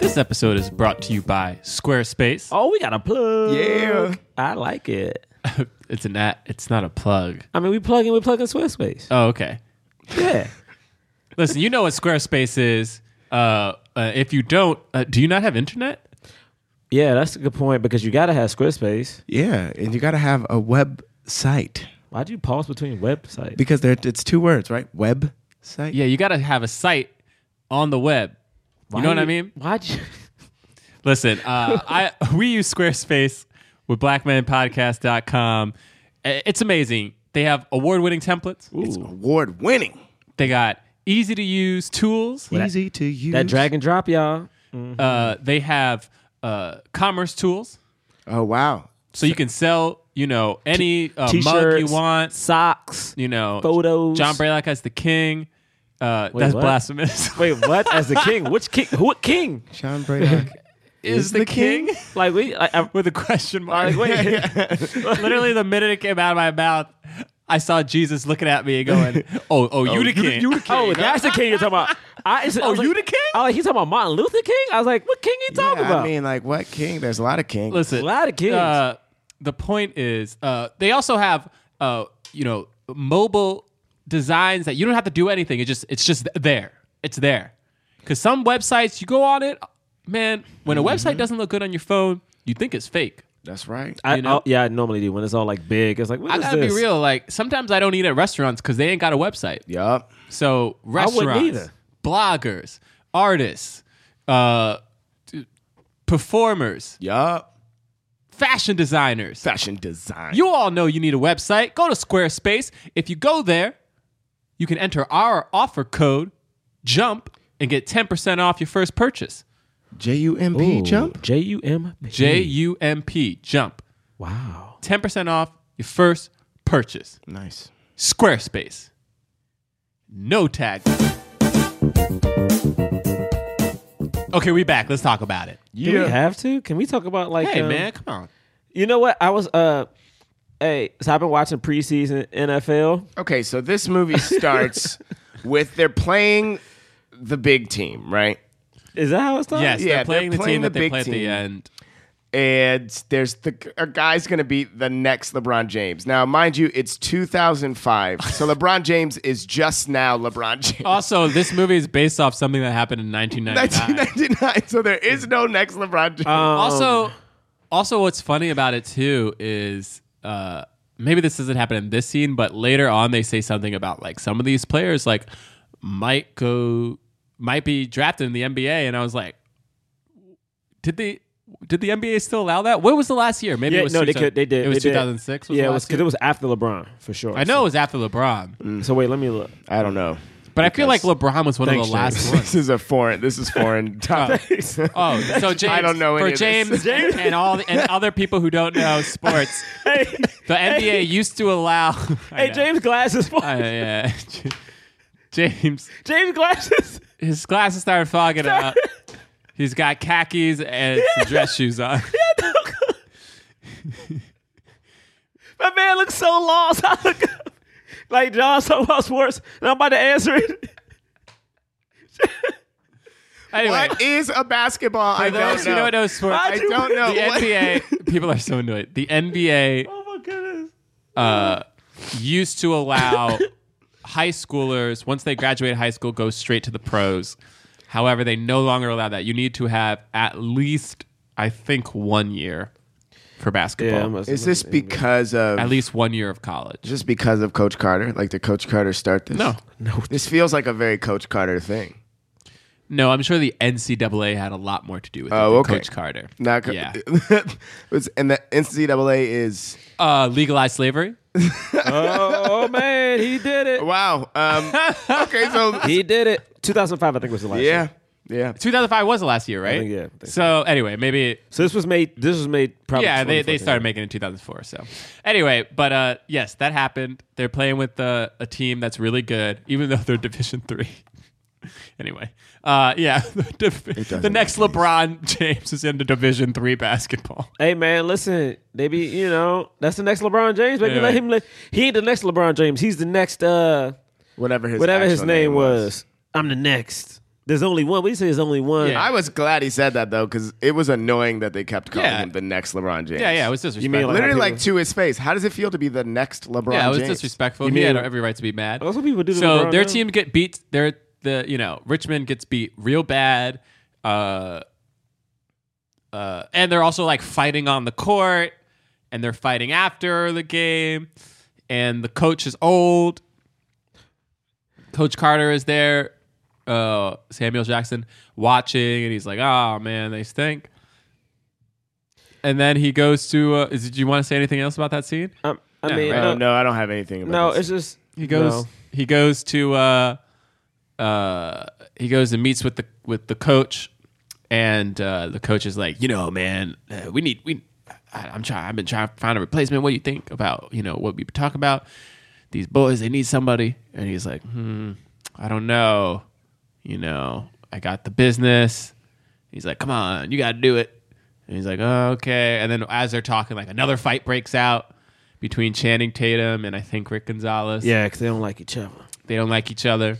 B: This episode is brought to you by Squarespace.
D: Oh, we got a plug.
C: Yeah.
D: I like it.
B: It's an at, it's not a plug.
D: I mean, we plug in. We plug in Squarespace.
B: Oh, okay.
D: Yeah.
B: Listen, you know what Squarespace is. Uh, uh, if you don't, uh, do you not have internet?
D: Yeah, that's a good point because you got to have Squarespace.
C: Yeah, and you got to have a website
D: Why'd you pause between websites?
C: because there it's two words, right? Website.
B: Yeah, you got to have a site on the web. you know what I
D: Why-
B: mean?
D: Why'd you?
B: Listen, uh, I we use Squarespace with blackmanpodcast.com. I- It's amazing. They have award-winning templates.
C: It's award winning.
B: They got easy to use tools.
C: Easy to use.
D: That drag and drop, y'all.
B: Uh, they have uh, commerce tools,
C: Oh wow.
B: so you can sell, you know, any uh, mug
D: T-shirts,
B: you want.
D: socks.
B: You know,
D: Photos.
B: John Braylock as the king. Uh, that's
D: what?
B: blasphemous.
D: Wait, what? As the king? Which king? What king?
C: Sean Braylock.
B: is the king?
D: Like we? Like, I,
B: With a question mark.
D: like wait.
B: Literally, the minute it came out of my mouth, I saw Jesus looking at me and going, "Oh, oh, you the king? You the king?
D: Oh, that's the king you're talking about. I, it's, I
B: Oh,
D: was
B: you
D: like-
B: the king?
D: I was like, he's talking about Martin Luther King. I was like, what king you talking about?
C: I mean, like what king? There's a lot of kings.
B: Listen,
D: A lot of kings.
B: Uh, the point is, uh, they also have, uh, you know, mobile designs that you don't have to do anything. It just, it's just there. It's there. Because some websites, you go on it, man. When a website doesn't look good on your phone, you think it's fake.
C: That's right.
D: I,
B: you know?
D: I- yeah, I normally do when it's all like big. It's like what
B: I
D: is
B: gotta
D: this?
B: be real. Like sometimes I don't eat at restaurants because they ain't got a website.
C: yup.
B: So
D: wouldn't
B: restaurants,
D: either.
B: bloggers, artists, uh, t- performers,
C: Yup.
B: fashion designers.
C: Fashion design.
B: You all know you need a website. Go to Squarespace. If you go there, you can enter our offer code JUMP and get 10% off your first purchase.
D: Hmm.
C: J U M P
D: Ooh,
C: jump.
D: J U M P.
B: J U M P, JUMP.
D: Wow.
B: 10% off your first purchase.
C: Nice.
B: Squarespace. No tag. Okay, we back. Let's talk about it.
D: Do we have to? Can we talk about like?
B: Hey,
D: um,
B: man, come on.
D: You know what? I was uh, hey, so I've been watching preseason NFL.
C: Okay, so this movie starts with they're playing the big team, right?
D: Is that how it's done?
B: Yes,
C: yeah,
B: they're playing
C: they're
B: the
C: playing
B: team that
C: the
B: they
C: big
B: play at the
C: team.
B: end.
C: and there's the a guy's going to be the next LeBron James. Now, mind you, it's 2005, so LeBron James is just now LeBron James.
B: Also, this movie is based off something that happened in 1999.
C: 1999, so there is no next LeBron James.
B: Um,
D: Um,
B: also, also, what's funny about it too is uh, maybe this doesn't happen in this scene, but later on they say something about like some of these players like might go might be drafted in the NBA, and I was like, did the did the NBA still allow that? When was the last year? Maybe
D: Yeah,
B: it was
D: no, they
B: 2000
D: could. They did.
B: It was
D: they did.
B: 2006. Was
D: yeah,
B: the
D: it
B: last
D: was because
B: year?
D: it was after LeBron for sure.
B: I know it was after LeBron, but
D: So, so wait, let me look.
C: I don't know.
B: I feel like LeBron was one of the last ones.
C: This is a foreign. This is foreign topics.
B: Oh, so James,
C: I don't know
B: for
C: any of this.
B: James, and all the, and other people who don't know sports.
D: Hey,
B: The NBA used to allow. I
D: hey,
B: know.
D: James Glasses.
B: I- yeah. James,
D: James Glasses.
B: his glasses started fogging
D: Uh,
B: up. He's got khakis and some dress shoes on.
D: My man looks so lost. I look up, like John's talking about sports, and I'm about to answer it.
B: Anyway,
C: What is a basketball? I
B: for
C: don't
B: those who
C: know.
B: don't know sports,
C: I don't know.
B: the
C: What-
B: NBA people are so annoyed. The NBA
D: Oh my goodness.
B: uh, used to allow high schoolers once they graduate high school go straight to the pros. However, they no longer allow that. You need to have at least, I think, one year for basketball.
C: Is this because of
B: at least one year of college.
C: just because of Coach Carter? Like did Coach Carter start this?
B: No,
C: This feels like a very Coach Carter thing.
B: no, I'm sure the NCAA had a lot more to do with it
C: Oh,
B: than
C: okay.
B: Coach Carter.
C: Not co-
B: yeah,
C: It's- and the NCAA is
B: uh, legalized slavery.
D: Oh, man, he did it.
C: wow. Um, okay, so
D: He did it. 2005, I think was the last.
C: yeah,
D: year.
C: yeah.
B: 2005 was the last year, right?
D: think, yeah, I think
B: so anyway, maybe
D: So this was made. This was made. Probably
B: yeah, they, they
D: 2014.
B: started making it in 2004. So, anyway, but uh, yes, that happened. They're playing with uh, a team that's really good, even though they're Division Three. anyway, uh, yeah, the, div- the next LeBron James is into Division Three basketball.
D: Hey man, listen, they be you know that's the next LeBron James. Maybe let
B: Anyway.
D: him. Let, he ain't the next LeBron James. He's the next. uh
C: Whatever his
D: Whatever his
C: actual
D: name was. I'm the next. There's only one. We say there's only one.
B: Yeah.
C: I was glad he said that though, because it was annoying that they kept calling
B: Yeah.
C: him the next LeBron James.
B: Yeah, yeah, it was disrespectful.
D: mean like-
C: literally like to his face. How does it feel to be the next LeBron?
B: yeah, it was
C: James?
B: disrespectful.
D: You
B: he had
D: mean-
B: every right to be mad.
D: That's what people do to
B: So
D: LeBron
B: their
D: now.
B: team get beat. Their the you know Richmond gets beat real bad. uh, uh, and they're also like fighting on the court, and they're fighting after the game, and the coach is old. Coach Carter is there, uh, Samuel Jackson watching, and he's like, "Oh man, they stink." And then he goes to. Uh, is, did you want to say anything else about that scene?
D: Um, I
B: No,
D: mean,
B: right.
D: no,
C: Oh, no, I don't have anything about
D: no,
C: this.
D: it's just
B: He goes.
D: no.
B: He goes to. Uh, uh, he goes and meets with the with the coach, and uh, the coach is like, you know, man, uh, we need we. I, I'm trying. I've been trying to find a replacement. What do you think about you know what we talk about? These boys, they need somebody, and he's like, hmm, I don't know. You know, I got the business. He's like, come on, you got to do it. And he's like, oh, okay. And then as they're talking, like another fight breaks out between Channing Tatum and I think Rick Gonzalez
D: yeah, because they don't like each other.
B: they don't like each other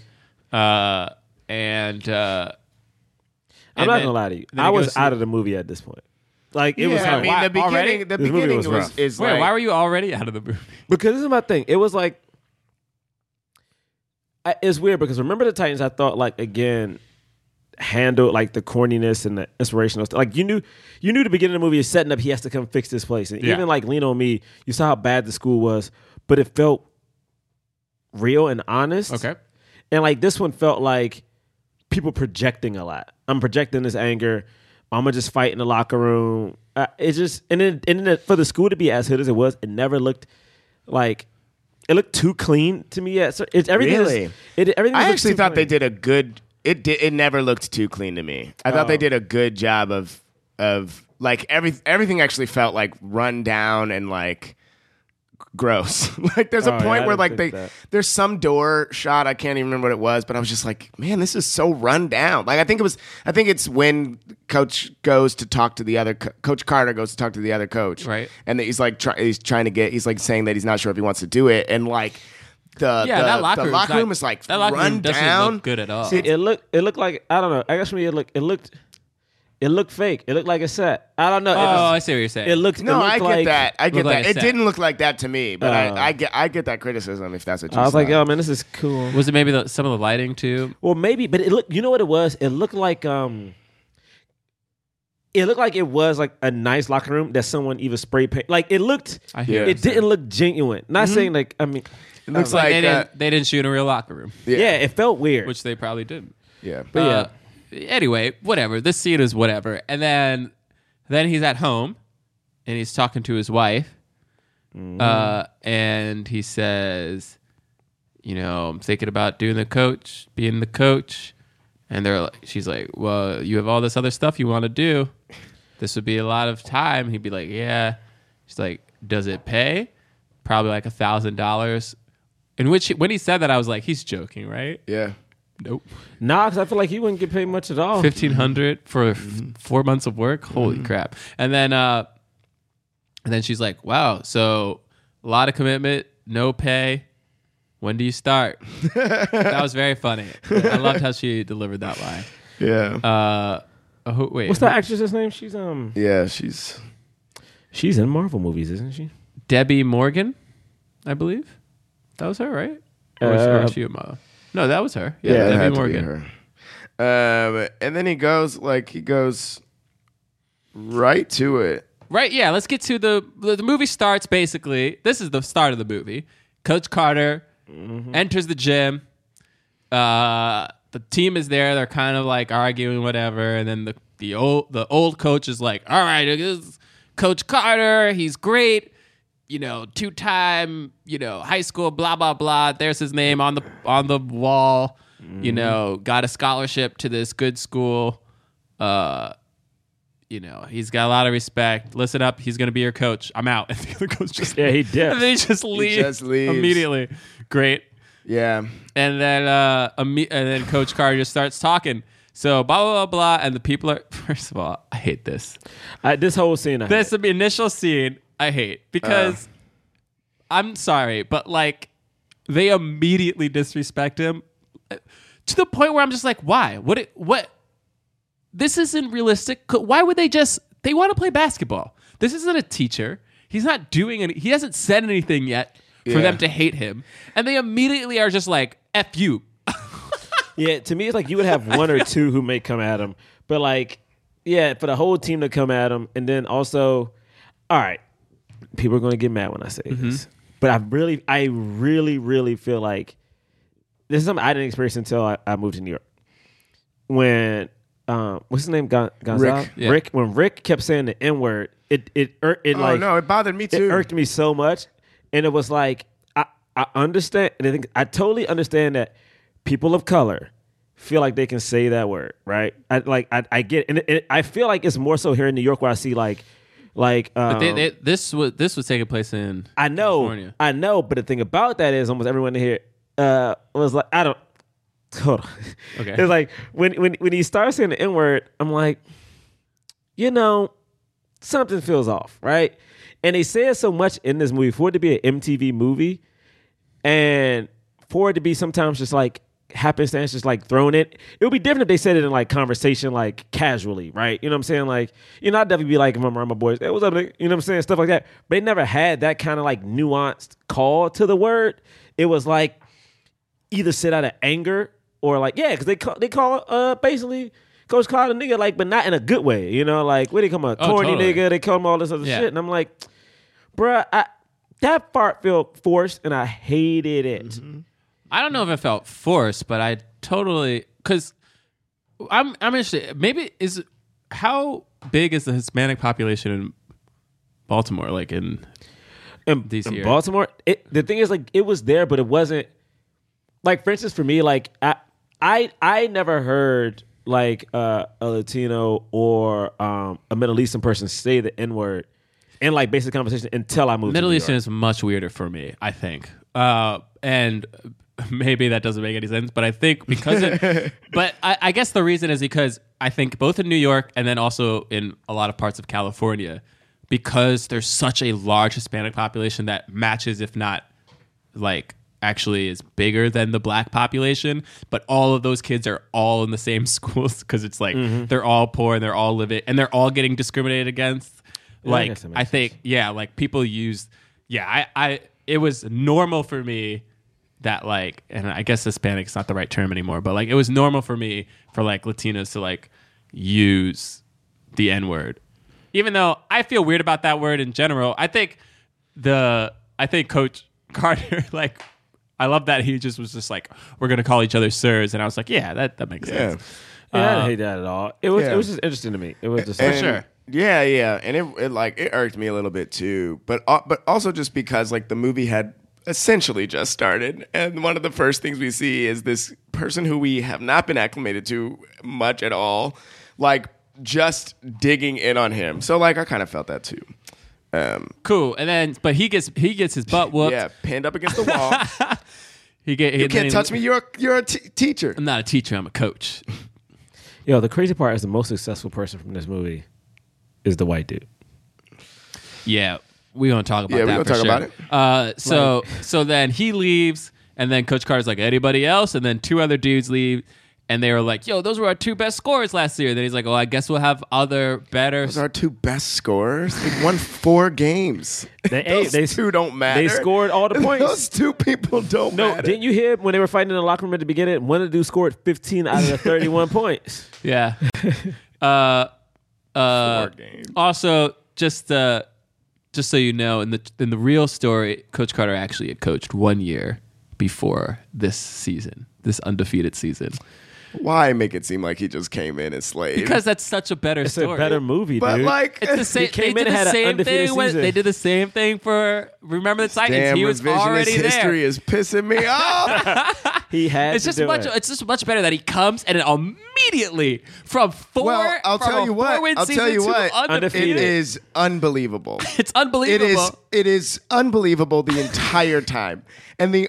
B: uh and uh
D: I'm
B: and
D: not
B: then-
D: gonna lie to you.
B: then
D: I
B: he
D: was
B: goes to-
D: out of the movie at this point. Like it was
C: Yeah, I
D: hard.
C: mean, the beginning,
B: already?
C: the
D: This movie
C: beginning
D: was
C: was,
D: rough.
C: is
B: wait
C: like,
B: why were you already out of the movie
D: because this is my thing. It was like I- it's weird because remember the Titans. I thought like again handled like the corniness and the inspirational stuff. Like you knew you knew the beginning of the movie is setting up. He has to come fix this place, and
B: Yeah.
D: even like Lean on Me, you saw how bad the school was, but it felt real and honest.
B: okay
D: And like this one felt like people projecting a lot. I'm projecting this anger. I'm gonna just fight in the locker room. Uh, it just and then and then for the school to be as hood as it was, it never looked like it looked too clean to me yet. So it's everything. is-
C: Really?
D: it everything.
C: I
D: looks
C: actually
D: too
C: thought they
D: clean.
C: did a good. It did. It never looked too clean to me. I thought
D: Oh.
C: they did a good job of of like every everything actually felt like run down and like gross. like there's a
D: Oh, yeah,
C: point
D: I
C: where
D: didn't
C: like they
D: think that.
C: there's some door shot I can't even remember what it was, but I was just like, man, this is so run down. Like I think it was. I think it's when coach goes to talk to the other co- coach Carter goes to talk to the other coach,
B: Right.
C: And he's like try, he's trying to get he's like saying that he's not sure if he wants to do it, and like. The,
B: Yeah,
C: the,
B: that locker
C: the
B: room's
C: locker
B: not-
C: room is like
B: that locker room
C: run
B: doesn't
C: down.
B: look good at all.
C: See,
D: It looked. It looked like I don't know. I guess for me, it looked. It looked. It looked fake. It looked like a set. I don't know.
B: oh
D: it,
B: i
D: just-
B: see what you're saying
D: it looked. it
C: no,
D: looked
C: I get
D: like-
C: that. I get
B: looked like
C: that.
B: a
C: it
B: set.
C: didn't look like that to me, but
D: Oh.
C: I, I get I get that criticism if that's what you
D: I was like,
C: saw.
D: yo, man, this is cool.
B: was it maybe the, some of the lighting too
D: Well, maybe, but it looked. You know what it was? It looked like um. It looked like it was like a nice locker room that someone even spray paint. Like it looked.
B: I hear Mm-hmm. what
D: It
B: you're saying.
D: didn't look genuine. Not saying like I mean.
C: it looks
B: like,
C: like,
B: they,
C: uh,
B: didn't, they didn't shoot in a real locker room
D: Yeah. it felt weird.
B: which they probably didn't
C: yeah.
B: Uh, anyway, whatever. This scene is whatever. And then then he's at home and he's talking to his wife. Uh, and he says, you know, I'm thinking about doing the coach, being the coach. And they're like, she's like, well, you have all this other stuff you want to do. This would be a lot of time. He'd be like, yeah. She's like, does it pay? Probably like a thousand dollars. In which, when he said that, I was like, he's joking, right?
C: yeah.
B: Nope. uh,
D: nah, because I feel like he wouldn't get paid much at all.
B: fifteen hundred for f- four months of work. Holy crap! And then, uh, and then she's like, "Wow, so a lot of commitment, no pay. When do you start?" that was very funny. I loved how she delivered that line.
C: Yeah.
B: Oh, who- wait,
D: What's that actress's name? She's um.
C: yeah, she's
D: She's in Marvel movies, isn't she?
B: Debbie Morgan, I believe. That was her, right? Or was, or was
D: Uh,
B: she a model? No, that was her. Yeah,
C: it had
B: Debbie
C: to be
B: Morgan.
C: her. Um, and then he goes like he goes right to it.
B: Right, yeah, let's get to the the the movie starts basically. This is the start of the movie. Coach Carter Mm-hmm. enters the gym. Uh the team is there, they're kind of like arguing whatever and then the the old the old coach is like, "All right, it is Coach Carter, he's great. You know, two-time, you know, high school blah blah blah. There's his name on the on the wall. You know, got a scholarship to this good school. Uh you know, he's got a lot of respect. Listen up, he's gonna be your coach. I'm out. And the other coach just
D: Yeah, he
B: and then
D: did.
B: he just leaves,
C: just leaves.
B: immediately. Great.
C: Yeah.
B: And then uh, imme- and then Coach Carter just starts talking. So blah blah blah, blah and the people are. First of all, I hate this.
D: I, this whole scene. I
B: This the initial scene I hate because I'm sorry, but like they immediately disrespect him uh, to the point where I'm just like, why? What? It, what? This isn't realistic. Co- Why would they just? They want to play basketball. This isn't a teacher. He's not doing any. He hasn't said anything yet for
C: Yeah.
B: them to hate him, and they immediately are just like, "F you."
D: Yeah, to me, it's like you would have one or two who may come at him, But like, yeah, for the whole team to come at him, and then also, all right, people are going to get mad when I say this, but I really, I really, really feel like this is something I didn't experience until I, I moved to New York. When um, what's his name? Gon- Gonzalo?
C: Rick.
B: Yeah.
D: Rick. When Rick kept saying the N word, it it ir- it
C: Oh
D: like
C: no, it bothered me too.
D: it irked me so much, and it was like I I understand, and I think I totally understand that people of color feel like they can say that word, right? I like I, I get, it. and it, it- I feel like it's more so here in New York where I see like like um,
B: They- they- this was this was taking place in
D: I know,
B: California.
D: I know, but the thing about that is almost everyone here uh, was like, I don't. Hold on.
B: Okay.
D: It's like when when when he starts saying the N word, I'm like, you know, something feels off, right? And they said so much in this movie for it to be an MTV movie, and for it to be sometimes just like happenstance, just like thrown in. It would be different if they said it in like conversation, like casually, right? You know what I'm saying? Like, you know, I'd definitely be like, if I'm around my boys, hey, what's up? nigga?" You know what I'm saying? Stuff like that. But they never had that kind of like nuanced call to the word. It was like either sit out of anger or like, yeah, because they call, they call uh basically. Coach Cloud a nigga, like, but not in a good way, you know. Like, what they come a
B: Oh,
D: corny
B: totally.
D: nigga, they call him all this other
B: Yeah.
D: shit, and I'm like, bruh, I, that part felt forced and I hated it.
B: Mm-hmm. I don't know if it felt forced, but I totally because I'm I'm interested. Maybe is how big is the Hispanic population in Baltimore? Like in
D: And,
B: This
D: and
B: year.
D: Baltimore, it, the thing is, like, it was there, but it wasn't. Like, for instance, for me, like, I, I, I never heard like uh, a Latino or um, a Middle Eastern person say the N word in like basic conversation until I moved.
B: Middle
D: to New
B: Eastern
D: York.
B: is much weirder for me, I think. Uh, and maybe that doesn't make any sense, but I think because it, but I, I guess the reason is because I think both in New York and then also in a lot of parts of California, because there's such a large Hispanic population that matches, if not like actually is bigger than the black population but all of those kids are all in the same schools because it's like
D: Mm-hmm.
B: they're all poor and they're all living and they're all getting discriminated against like
D: guess that makes
B: i think yeah like people use yeah i i it was normal for me that like and i guess hispanic is not the right term anymore but like it was normal for me for like latinos to like use the n word even though i feel weird about that word in general i think the I think Coach Carter like I love that he just was just like we're gonna call each other sirs, and I was like, yeah, that that makes
C: Yeah.
B: sense.
D: Yeah, I didn't hate that at all. It was,
C: Yeah.
D: it was just interesting to me. It was just
C: And-
D: like,
C: Yeah, yeah, and it, it like it irked me a little bit too, but uh, but also just because like the movie had essentially just started, and one of the first things we see is this person who we have not been acclimated to much at all, like just digging in on him. So like I kind of felt that too.
B: Cool, and then but he gets he gets his butt whooped.
C: Yeah, pinned up against the wall.
B: He get
C: you can't touch me. You're a, you're a t- teacher.
B: I'm not a teacher. I'm a coach.
D: yo, the crazy part is the most successful person from this movie is the white dude.
B: Yeah, we gonna talk about
C: Yeah, we
B: that.
C: gonna talk about it.
B: about it. Uh, so so then he leaves, and then Coach Carter's like, anybody else? And then two other dudes leave. And they were like, "Yo, those were our two best scores last year." Then he's like, "Oh, I guess we'll have other better."
C: Those are our two best scorers. They won four games.
D: They-
C: Those
D: they-
C: two don't matter.
D: they scored all the points.
C: Those two people don't
D: No,
C: matter.
D: didn't you hear when they were fighting in the locker room at the beginning? One of the dudes scored 15 out of the 31 points.
B: Yeah. uh, uh,
C: games.
B: also, just uh, just so you know, in the in the real story, Coach Carter actually had coached one year before this season, this undefeated season,
C: Why make it seem like he just came in and slayed?
B: because that's such a better
D: It's
B: story.
D: a better movie,
C: but
D: dude.
C: like
B: It's the same. They
D: came
B: did
D: in and
B: the
D: had an
B: same
D: undefeated
B: thing. When,
D: season.
B: they did the same thing for remember the Titans.
C: damn
B: he was
C: revisionist
B: already
C: history
B: there.
C: is pissing me off.
D: he had
B: It's
D: to
B: just
D: do
B: much.
D: it.
B: It's just much better that he comes and it immediately from four.
C: well, I'll
B: from
C: tell
B: a
C: you what.
B: four-win
C: I'll
B: season
C: tell you
B: to
C: what.
B: Undefeated.
C: It is unbelievable.
B: It's unbelievable.
C: It is it is unbelievable the entire time. And the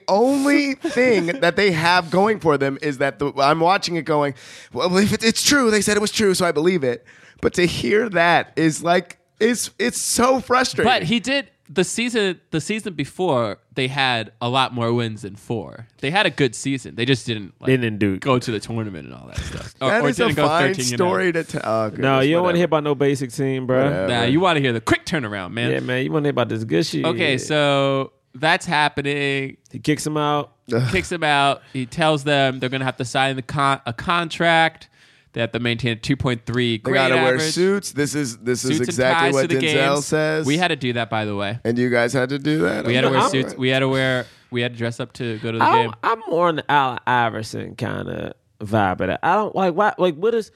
C: only thing that they have going for them is that the, I'm watching it going, well, if it, it's true, they said it was true, so I believe it. But to hear that is like it's it's so frustrating.
B: But he did the season the season before they had a lot more wins than four. They had a good season. They just didn't like,
D: They didn't do it.
B: go to the tournament and all that stuff. Or,
C: that
B: or
C: is
B: didn't
C: a
B: go
C: fine
B: 13 and
C: story
B: out.
C: to tell. Oh, goodness,
D: No, you don't want to
C: whatever.
D: hear about no basic team, bro.
B: Nah, you want to hear the quick turnaround, man.
D: Yeah, man, you want to hear about this good shit.
B: Okay, so that's happening.
D: he kicks him out.
B: He kicks him out. He tells them they're gonna have to sign the con- a contract. They have to maintain a 2.3 grade
C: They gotta
B: average.
C: wear suits. This is this
B: Suits
C: is
B: and
C: exactly
B: ties
C: what
B: to the
C: Denzel
B: games.
C: says.
B: We had to do that, by the way.
C: and you guys had to do that.
B: We had to
C: I'm
B: wear
C: not-
B: suits. We had to wear. We had to dress up to go to the
D: I'm,
B: game.
D: I'm more on the Allen Iverson kind of vibe of that. I don't like why like what is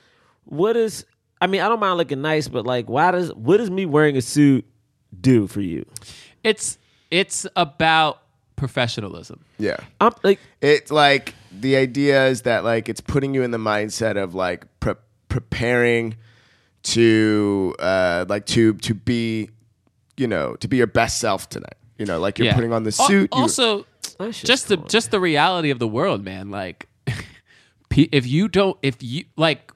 D: what is I mean I don't mind looking nice, but like why does what does me wearing a suit do for you?
B: It's it's about professionalism.
C: Yeah.
D: I'm like
C: It's like the idea is that like it's putting you in the mindset of like pre- preparing to uh like to to be you know to be your best self tonight. You know, like you're
B: yeah.
C: putting on the
B: Al-
C: suit. you-
B: Also,
D: That's just
B: just the just the reality of the world, man. Like, pe- if you don't, if you like,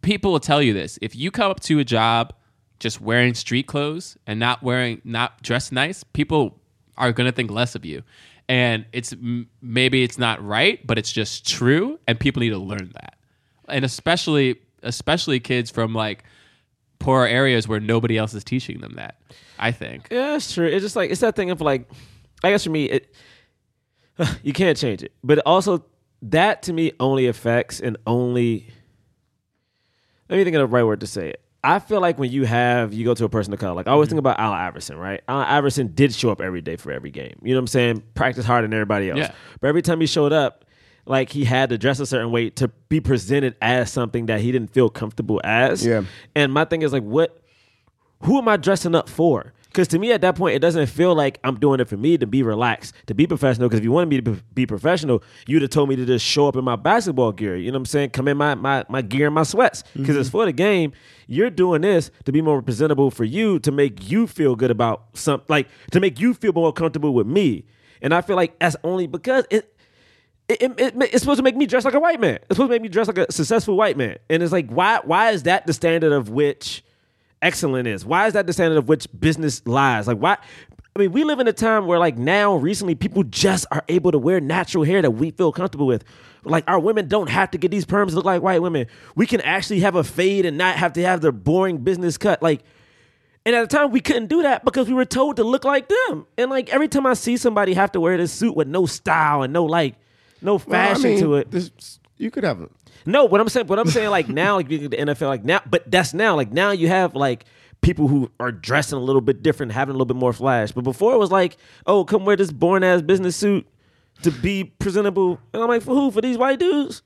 B: people will tell you this. If you come up to a job just wearing street clothes and not wearing not dressed nice, people are gonna think less of you. And it's m- maybe it's not right, but it's just true, and people need to learn that. And especially especially kids from like poorer areas where nobody else is teaching them that. I think.
D: Yeah, it's true. It's just like it's that thing of like, I guess for me, it you can't change it, but also that to me only affects and only. Let me think of the right word to say it. I feel like when you have you go to a person of color, like I always think about Allen Iverson, right? Allen Iverson did show up every day for every game. You know what I'm saying? Practice harder than everybody else.
B: Yeah.
D: But every time he showed up, like he had to dress a certain way to be presented as something that he didn't feel comfortable as.
C: Yeah.
D: And my thing is like, what who am I dressing up for? Because to me at that point, it doesn't feel like I'm doing it for me to be relaxed, to be professional. Because if you wanted me to be- be professional, you'd have told me to just show up in my basketball gear. You know what I'm saying? Come in my my, my gear and my sweats. Because it's for the game. You're doing this to be more presentable for you, to make you feel good about some, like to make you feel more comfortable with me. And I feel like that's only because it it, it, it, it's supposed to make me dress like a white man. It's supposed to make me dress like a successful white man. And it's like, why why is that the standard of which excellent is? Why is that the standard of which business lies? Like why I mean, we live in a time where like now recently people just are able to wear natural hair that we feel comfortable with. Like our women don't have to get these perms to look like white women. We can actually have a fade and not have to have the boring business cut. Like and at the time, we couldn't do that because we were told to look like them. And like every time I see somebody have to wear this suit with no style and no like, no
C: Well, I
D: fashion
C: mean,
D: to it.
C: this- you could have.
D: No, what I'm saying, what I'm saying, like now, like you get the NFL, like now, but that's now, like now you have like people who are dressing a little bit different, having a little bit more flash. But before it was like, oh, come wear this born ass business suit to be presentable. And I'm like, for who? For these white dudes?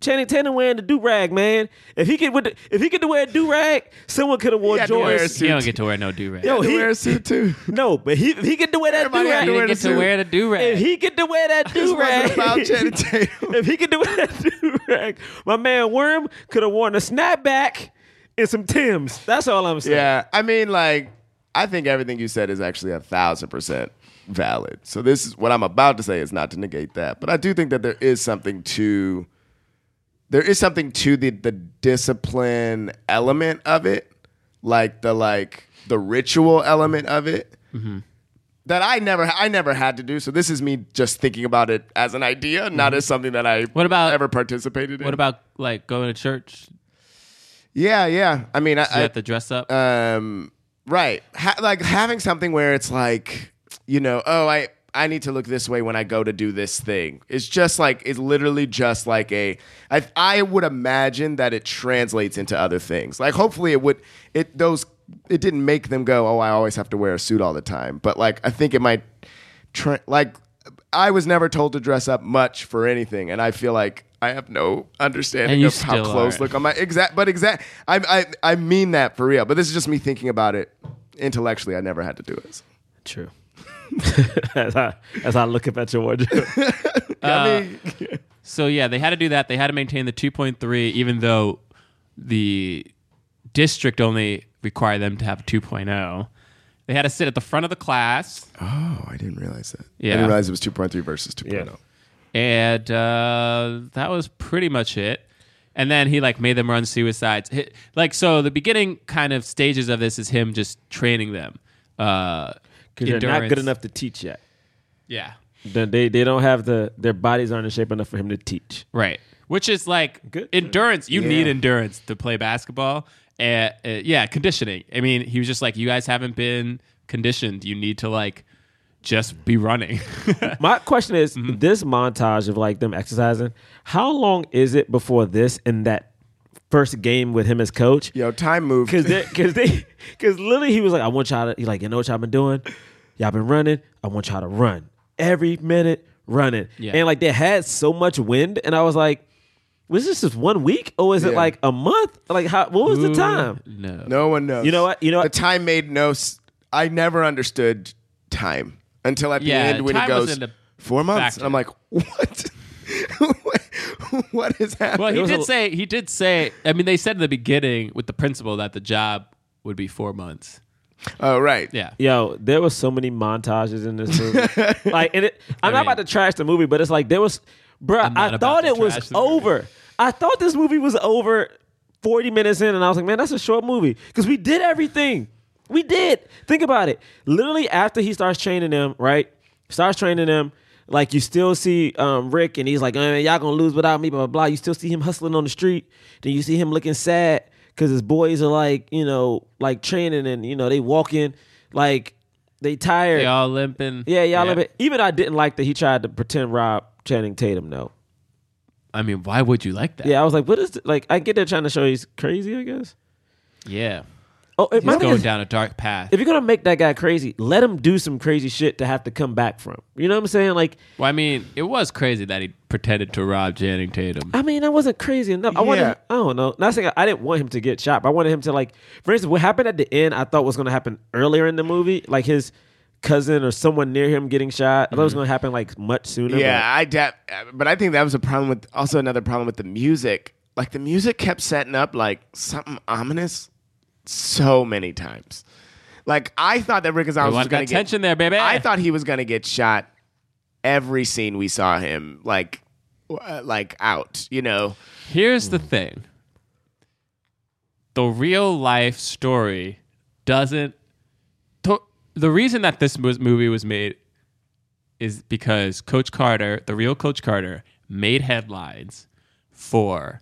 D: Channing Tatum wearing the do rag, man. If he could, with the, if he could wear a do rag, someone could have wore
C: had to wear a
D: Jordans.
C: suit.
B: You don't get to wear no do rag.
D: Yo,
C: to
D: he-
C: wear a suit too.
D: No, but he if he get to wear that
C: Everybody had
D: do
C: to wear
D: rag.
B: You
C: the
B: get to
C: suit.
B: wear the do
D: If
B: rag.
D: he get to wear that
C: This
D: do
C: wasn't about Channing
D: rag.
C: Tatum.
D: if he could do that do rag, my man Worm could have worn a snapback and some Tims. That's all I'm saying.
C: Yeah, I mean, like, I think everything you said is actually a thousand percent valid. So this is what I'm about to say is not to negate that, but I do think that there is something to there is something to the the discipline element of it, like the like the ritual element of it.
B: Mm-hmm.
C: That I never, I never had to do. So this is me just thinking about it as an idea, not as something that I
B: Mm-hmm. What about-
C: ever participated in.
B: What about like going to church?
C: Yeah, yeah. I mean, I,
B: You
C: I-
B: have to dress up.
C: um right ha- like having something where it's like you know oh i i need to look this way when i go to do this thing it's just like it's literally just like a i i would imagine that it translates into other things like hopefully it would it those it didn't make them go oh i always have to wear a suit all the time but like i think it might tra- like i was never told to dress up much for anything and i feel like i have no
B: And
C: understanding
B: you
C: of how
B: still
C: clothes
B: aren't.
C: look on my exact but exact I, I i mean that for real but this is just me thinking about it intellectually i never had to do it
D: True. as I as I look up at your wardrobe.
C: I mean,
B: So yeah, they had to do that. They had to maintain the 2.3, even though the district only required them to have a 2.0. They had to sit at the front of the class,
C: oh i didn't realize that i
B: Yeah.
C: didn't realize it was 2.3 versus oh. 2.0
B: and uh, that was pretty much it. And then he like made them run suicides. Hi- Like so, the beginning kind of stages of this is him just training them. Because
D: Because you're not good enough to teach yet.
B: Yeah,
D: They, they they don't have the their bodies aren't in shape enough for him to teach.
B: Right. Which is like
D: Good.
B: endurance. You need endurance to play basketball. Uh, uh, yeah, conditioning. I mean, he was just like, you guys haven't been conditioned. You need to like just be running.
D: My question is
C: Mm-hmm.
D: this montage of like them exercising, how long is it before this and that first game with him as coach.
C: Yo, time moved.
D: Cause they, cause they, cause literally he was like, I want y'all to, he like, you know what y'all been doing? Y'all been running. I want y'all to run every minute, running.
B: Yeah.
D: And like they had so much wind, and I was like, was this just one week or is it
C: Yeah.
D: like a month? Like, how? What was the time?
B: No.
C: no one knows.
D: You know what? You know
C: the
D: what?
C: time made no. S- I never understood time until at
B: Yeah,
C: the end when it
B: time was
C: goes
B: in the
C: four months.
B: factor.
C: And I'm like, what? what is happening?
B: Well, he
D: was
B: did
D: a-
B: say he did say. I mean, they said in the beginning with the principal that the job would be four months.
C: oh, right.
B: Yeah.
D: Yo, there was so many montages in this movie. like, and it, I'm not
B: mean-
D: about to trash the movie, but it's like there was, bruh,
B: I'm not
D: I
B: about
D: thought
B: to
D: it was
B: trash the movie.
D: over. I thought this movie was over 40 minutes in, and I was like, man, that's a short movie because we did everything. We did. Think about it. Literally after he starts training them, right? Starts training them. Like you still see um, Rick, and he's like, "Uh, "Y'all gonna lose without me." Blah blah blah. You still see him hustling on the street. Then you see him looking sad because his boys are like, you know, like training, and you know they walking like they tired.
B: They all limping.
D: yeah, y'all. a bit- Even I didn't like that he tried to pretend Rob Channing Tatum. though.
B: I mean, why would you like that?
D: Yeah, I was like, what is th- like? I get they're trying to show he's crazy. I guess.
B: Yeah.
D: Oh, it
B: He's
D: might be
B: going
D: is,
B: down a dark path.
D: if you're gonna make that guy crazy, let him do some crazy shit to have to come back from. You know what I'm saying? Like,
B: well, I mean, it was crazy that he pretended to rob Channing Tatum.
D: I mean, I wasn't crazy enough. I
C: Yeah.
D: wanted, I don't know. Not saying I, I didn't want him to get shot, but I wanted him to like. For instance, what happened at the end, I thought was gonna happen earlier in the movie, like his cousin or someone near him getting shot. I thought it
B: Mm-hmm.
D: was gonna happen like much sooner.
C: Yeah, I de- but I think that was a problem with also another problem with the music. Like the music kept setting up like something ominous so many times. Like I thought that Rick Gonzalez
B: We
C: was
B: want
C: going
B: that
C: to get
B: tension there, baby.
C: I thought he was going to get shot every scene we saw him like w- uh, like out, you know.
B: Here's the thing the real life story doesn't. To, the reason that this mo- movie was made is because Coach Carter, the real Coach Carter, made headlines for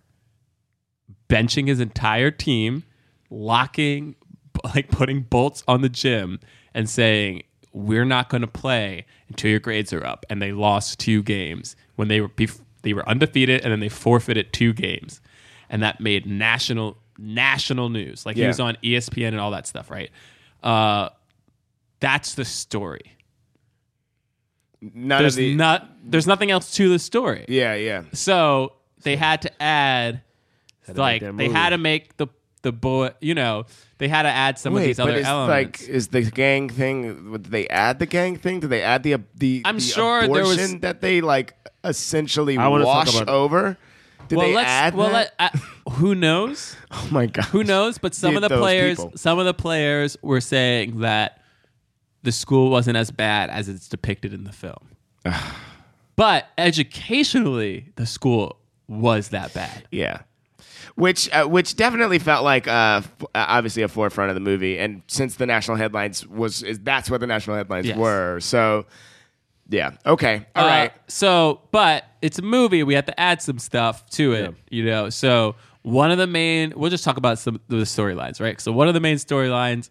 B: benching his entire team, locking, like putting bolts on the gym, and saying, "We're not going to play until your grades are up." And they lost two games when they were bef- they were undefeated, and then they forfeited two games, and that made national national news. Like he
C: Yeah.
B: was on E ESPN and all that stuff, right? Uh, that's the story.
C: None
B: There's
C: of the
B: not. There's nothing else to the story.
C: Yeah, yeah.
B: So they had to add,
D: to
B: like
D: make that
B: they
D: move.
B: had to make the the boy. You know, they had to add some of
C: Wait,
B: these
C: but
B: other
C: is
B: elements.
C: like is the gang thing? Did they add the gang thing? Did they add the the?
B: I'm
C: the
B: sure there was-
C: abortion that they like essentially
D: I wanna talk
C: wash
D: about it.
C: over. Did
B: well,
C: they
B: let's.
C: add
B: well,
C: that?
B: let, I- who knows?
C: oh my god,
B: Who knows? But some
C: Did
B: of the
C: those
B: players,
C: people.
B: some of the players were saying that the school wasn't as bad as it's depicted in the film. but educationally, the school was that bad.
C: Yeah. Which, uh, which definitely felt like uh, f- uh, obviously a forefront of the movie, and since the national headlines was is, that's what the national headlines
B: Yes.
C: were. So, yeah, okay, all
B: Uh,
C: right.
B: So, but it's a movie. We have to add some stuff to it, you know. So, one of the main, we'll just talk about some of the storylines, right? So, one of the main storylines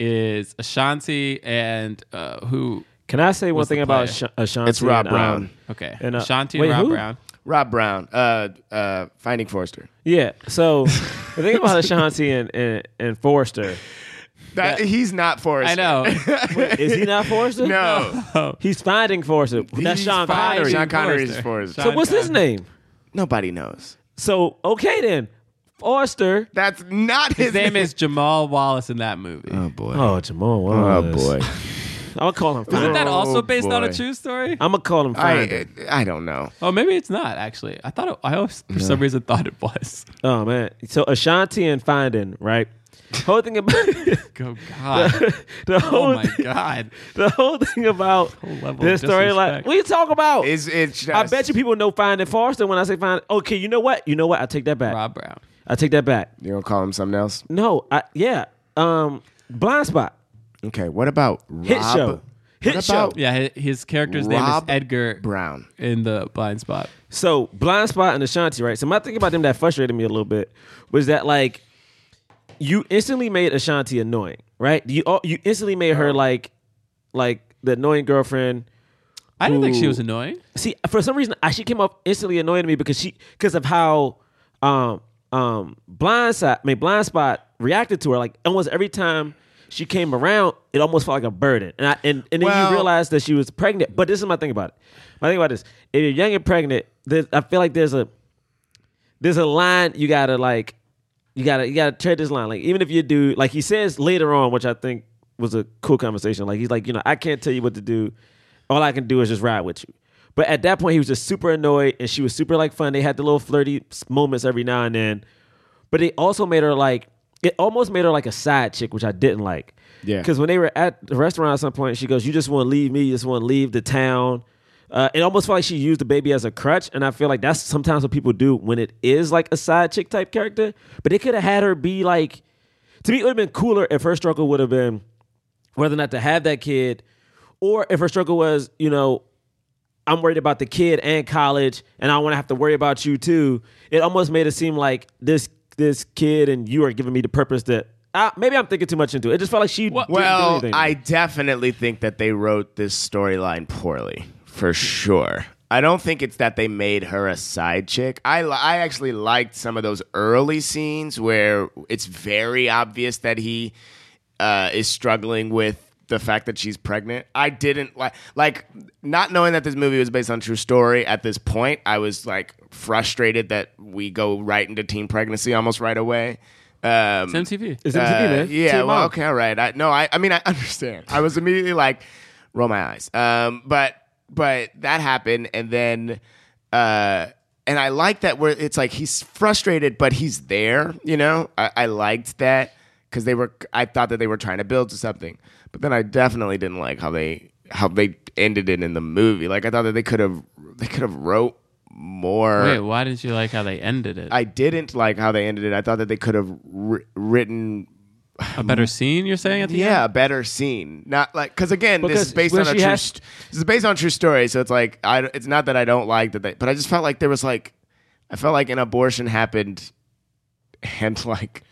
B: is Ashanti and uh, who?
D: Can I say one
B: What's the
D: thing about
B: player?
D: Asha- Ashanti?
C: It's Rob
D: and,
C: Brown.
D: um,
B: Okay,
D: And, uh,
B: Ashanti
D: wait,
B: and Rob
D: who?
B: Brown.
C: Rob Brown, uh, uh, Finding Forrester.
D: Yeah. So the thing about Ashanti and, and, and Forrester
C: That, he's not Forrester.
B: I know.
D: is he not Forrester?
C: No,
D: He's finding Forrester. That's
C: He's
D: Sean Connery.
C: finding- Sean Connery is Forrester.
D: So what's his name?
C: nobody knows.
D: So okay then, Forrester.
C: That's not his,
B: His name is Jamal Wallace in that movie.
C: boy.
D: Oh Jamal
C: Oh, boy.
D: I'm gonna call him.
B: Isn't
D: Finder.
B: that
C: Oh,
B: also based on a
C: boy.
B: true story?
D: I'm gonna call him. Finder.
C: I I don't know.
B: oh, maybe it's not actually. I thought it, I always, for some reason thought it was.
D: oh man. So Ashanti and Finding, right? Whole thing about
B: Oh God!
D: the whole
B: oh my
D: thing-
B: God!
D: the whole thing about
B: level of
D: this story. Like
B: disrespect.
D: what you talk about?
C: Is it's just,
D: I bet you people know Finding Forrester when I say Finding. Okay, you know what? You know what? I take that back.
B: Rob Brown.
D: I take that back.
C: you gonna call him something else.
D: No, I yeah. Um, blind spot.
C: Okay, what about Rob,
D: Hit show. Hit
C: what
D: show.
C: about
B: Yeah, hi- his character's
C: Rob
B: name is Edgar
C: Brown?
B: in the blind spot.
D: So blind spot and Ashanti, right? So my thing about them that frustrated me a little bit was that like you instantly made Ashanti annoying, right? You all you instantly made her like like the annoying girlfriend.
B: I didn't think she
D: Who-
B: was annoying.
D: See, for some reason, I, she came up instantly annoying to me because she because of how um um, blind side, I mean, blind spot reacted to her like almost every time she came around, it almost felt like a burden. And I, and, and then
C: Well-
D: you realize that she was pregnant. But this is my thing about it. My thing about this: if you're young and pregnant, there's, I feel like there's a there's a line you gotta like you gotta you gotta tread this line. Like even if you do, like he says later on, which I think was a cool conversation. Like he's like, you know, I can't tell you what to do. All I can do is just ride with you. But at that point, he was just super annoyed, and she was super like fun. They had the little flirty s- moments every now and then, but it also made her like it almost made her like a side chick, which I didn't like.
C: Yeah.
D: because when they were at the restaurant at some point, she goes, "You just want to leave me. You just want to leave the town." Uh, it almost felt like she used the baby as a crutch, and I feel like that's sometimes what people do when it is like a side chick type character. But they could have had her be like, to me, it would have been cooler if her struggle would have been whether or not to have that kid, or if her struggle was, you know, I'm worried about the kid and college, and I want to have to worry about you too. It almost made it seem like this this kid and you are giving me the purpose that uh, maybe I'm thinking too much into it. It just felt like she didn't do
C: Well,
D: anything.
C: I definitely think that they wrote this storyline poorly, for sure. I don't think it's that they made her a side chick. I, li- I actually liked some of those early scenes where it's very obvious that he uh, is struggling with the fact that she's pregnant. I didn't like like not knowing that this movie was based on true story at this point. I was like frustrated that we go right into teen pregnancy almost right away.
B: It's
C: Um,
B: MTV.
D: It's MTV,
C: uh,
D: man. It's
C: Yeah,
D: your
C: well,
D: mom.
C: okay, all right. I no, I I mean I understand. I was immediately like, roll my eyes. Um, but but that happened and then uh and I like that where it's like he's frustrated, but he's there, you know? I, I liked that because they were I thought that they were trying to build to something. But then I definitely didn't like how they how they ended it in the movie. Like I thought that they could have they could have wrote more
B: Wait, why didn't you like how they ended it?
C: I didn't like how they ended it. I thought that they could have wri- written
B: a better scene, you're saying at the
C: yeah,
B: end?
C: a better scene. Not like because again, this is
D: Because
C: based
D: when
C: on a
D: she
C: true.
D: has-
C: st- this is based on a true story, so it's like I. It's not that I don't like that, they, but I just felt like there was like, I felt like an abortion happened, and like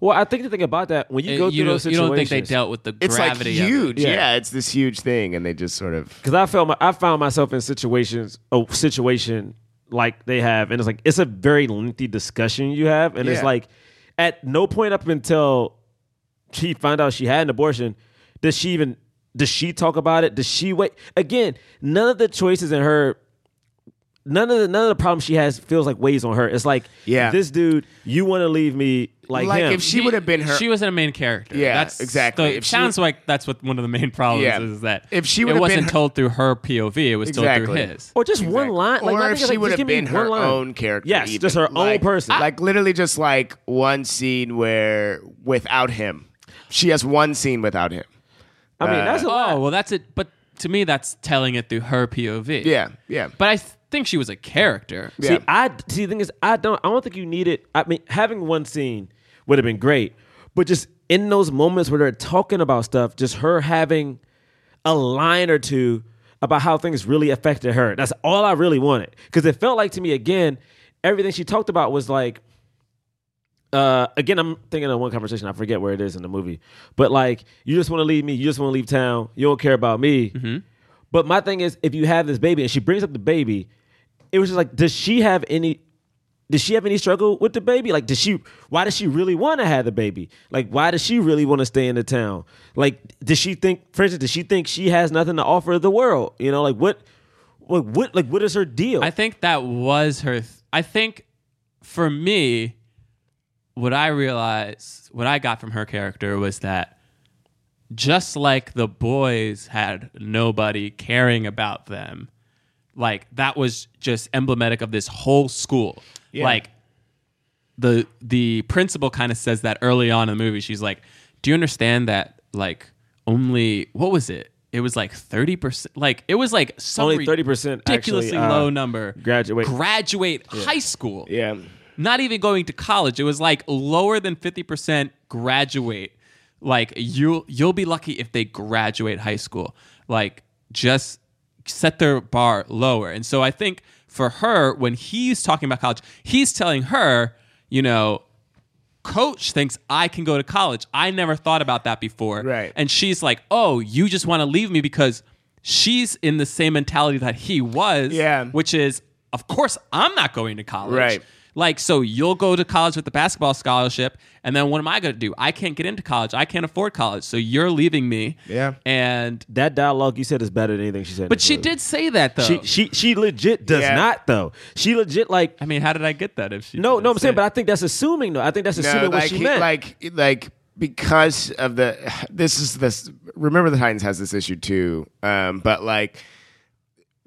D: well, I think the thing about that when you
B: It-
D: go through
B: Eh, you,
D: those
B: don't, you
D: situations,
B: don't think they dealt with the
C: it's like
B: gravity of it.
C: huge.
D: Yeah.
C: Yeah. it's this huge thing, and they just sort of.
D: because I felt my, I found myself in situations a situation like they have, and it's like it's a very lengthy discussion you have, and it's
C: Yeah.
D: like at no point up until she found out she had an abortion, does she even does she talk about it? Does she wait again? None of the choices in her. None of the none of the problems she has feels like weighs on her. It's like,
C: Yeah.
D: this dude, you want to leave me like,
C: Like
D: him.
C: if she would have been her-
B: She wasn't a main character.
C: Yeah,
B: that's
C: exactly.
B: the-
C: If she
B: sounds
C: would-
B: like that's what one of the main problems
C: Yeah.
B: is, is that
C: If she
B: it
C: would've
B: wasn't
C: been her-
B: told through her POV, it was told
C: Exactly.
B: through his.
D: or just one
C: Exactly.
D: line, like, my
C: or
D: thing
C: if
D: is,
C: she
D: like,
C: would
D: just
C: have
D: give me
C: been
D: one
C: her
D: line.
C: own character.
D: Yes,
C: even.
D: just her
C: Like- ah,
D: own person.
C: Like literally, just like one scene where without him, she has one scene without him.
D: I mean,
C: uh,
D: that's a lot.
B: Oh, well, that's it. But to me, that's telling it through her POV.
C: Yeah, yeah.
B: But I think she was a character.
C: Yeah.
D: See, I see. The thing is, I don't. I don't think you need it. I mean, having one scene would have been great, but just in those moments where they're talking about stuff, just her having a line or two about how things really affected her. That's all I really wanted because it felt like to me again, everything she talked about was like. Uh, again, I'm thinking of one conversation. I forget where it is in the movie, but like, you just want to leave me. You just want to leave town. You don't care about me. But my thing is, if you have this baby and she brings up the baby, it was just like, does she have any? Does she have any struggle with the baby? Like, does she? Why does she really want to have the baby? Like, why does she really want to stay in the town? Like, does she think? For instance, does she think she has nothing to offer the world? You know, like what? What? What? Like, what is her deal?
B: I think that was her. Th- I think for me, what I realized, what I got from her character was that just like the boys had nobody caring about them, like that was just emblematic of this whole school. Like the the principal kind of says that early on in the movie. She's like, "Do you understand that like only what was it? It was like thirty percent. Like it was like some
D: Only 30% actually,
B: ridiculously
D: uh,
B: low number
D: graduate.
B: graduate high school.
C: Yeah.
B: not even going to college. It was like lower than fifty percent graduate. Like you'll you'll be lucky if they graduate high school. Like just set their bar lower. And so I think for her, when he's talking about college, he's telling her, you know, coach thinks I can go to college. I never thought about that before.
C: Right.
B: And she's like, oh, you just want to leave me because she's in the same mentality that he was.
C: Yeah.
B: Which is, of course, I'm not going to college.
C: Right.
B: Like, so you'll go to college with the basketball scholarship, and then what am I going to do? I can't get into college. I can't afford college. So you're leaving me.
C: Yeah.
B: And,
D: That dialogue you said is better than anything she said. in
B: but
D: this
B: she
D: movie.
B: did say that, though.
D: She she she legit does
C: Yeah.
D: not though. She legit like
B: I mean, how did I get that if she.
D: no
B: didn't
D: no. I'm
B: say
D: saying,
B: it?
D: but I think that's assuming though. I think that's assuming what
C: like,
D: she
C: he-
D: meant.
C: like like because of the this is this remember the Titans has this issue too. Um, but like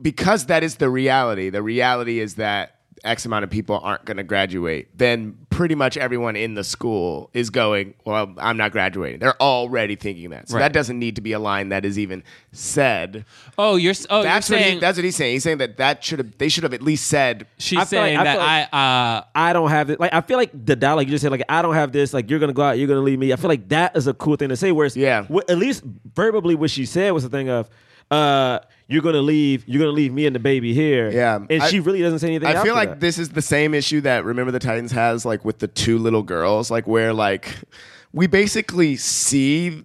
C: because that is the reality. The reality is that X amount of people aren't going to graduate. Then pretty much everyone in the school is going. Well, I'm not graduating. They're already thinking that. So
B: Right.
C: that doesn't need to be a line that is even said.
B: Oh, you're. s- Oh,
C: that's
B: you're
C: what
B: saying.
C: he, that's what he's saying. He's saying that that should have they should have at least said.
B: She's
D: I feel like-
B: saying
D: I
B: that
D: feel like-
B: I. Uh,
D: I don't have it. Like I feel like the dialogue you just said, like I don't have this. Like you're gonna go out, you're gonna leave me. I feel like that is a cool thing to say. Whereas,
C: Yeah.
D: wh- at least verbally, what she said was a thing of, uh, you're gonna leave, you're gonna leave me and the baby here.
C: Yeah.
D: and
C: I-
D: she really doesn't say anything.
C: I
D: after
C: feel like
D: that.
C: this is the same issue that Remember the Titans has, like with the two little girls, like where like we basically see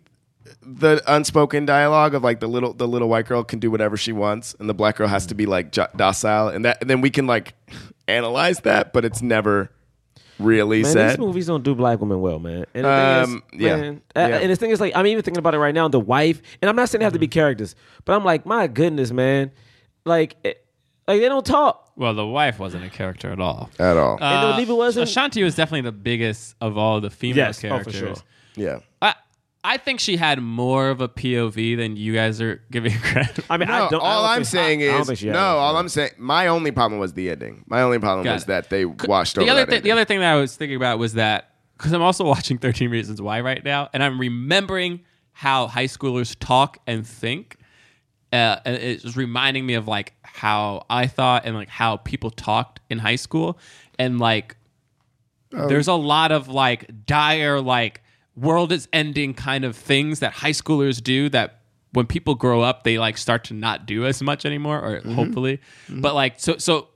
C: the unspoken dialogue of like the little the little white girl can do whatever she wants, and the black girl has to be like jo- docile, and that and then we can like analyze that, but it's never really
D: Man,
C: said.
D: these movies don't do black women well, man. And the
C: Um,
D: thing is,
C: yeah.
D: man, uh,
C: Yeah.
D: and the thing is, like, I'm even thinking about it right now. The wife, and I'm not saying they have to be characters, but I'm like, my goodness, man, like, it, like they don't talk.
B: well, the wife wasn't a character at all.
C: at all.
D: And
B: Uh,
D: the Oliva wasn't.
B: Ashanti was definitely the biggest of all the female
D: Yes, oh, for
B: characters.
D: sure.
C: yeah.
B: I I think she had more of a POV than you guys are giving credit.
D: I mean, I
C: No,
D: don't, I
C: all
D: don't
C: I'm
D: think-
C: saying
D: I- I don't
C: is
D: think she had
C: no.
D: it.
C: All I'm saying, my only problem was the ending. My only problem
B: Got
C: was
B: it.
C: that they washed
B: the
C: over
B: other
C: that
B: thi- the
C: ending.
B: other thing that I was thinking about was that because I'm also watching 13 Reasons Why right now, and I'm remembering how high schoolers talk and think. Uh, and it's just reminding me of like how I thought and like how people talked in high school, and like there's a lot of like dire like world is ending kind of things that high schoolers do that when people grow up they like start to not do as much anymore or hopefully but like so so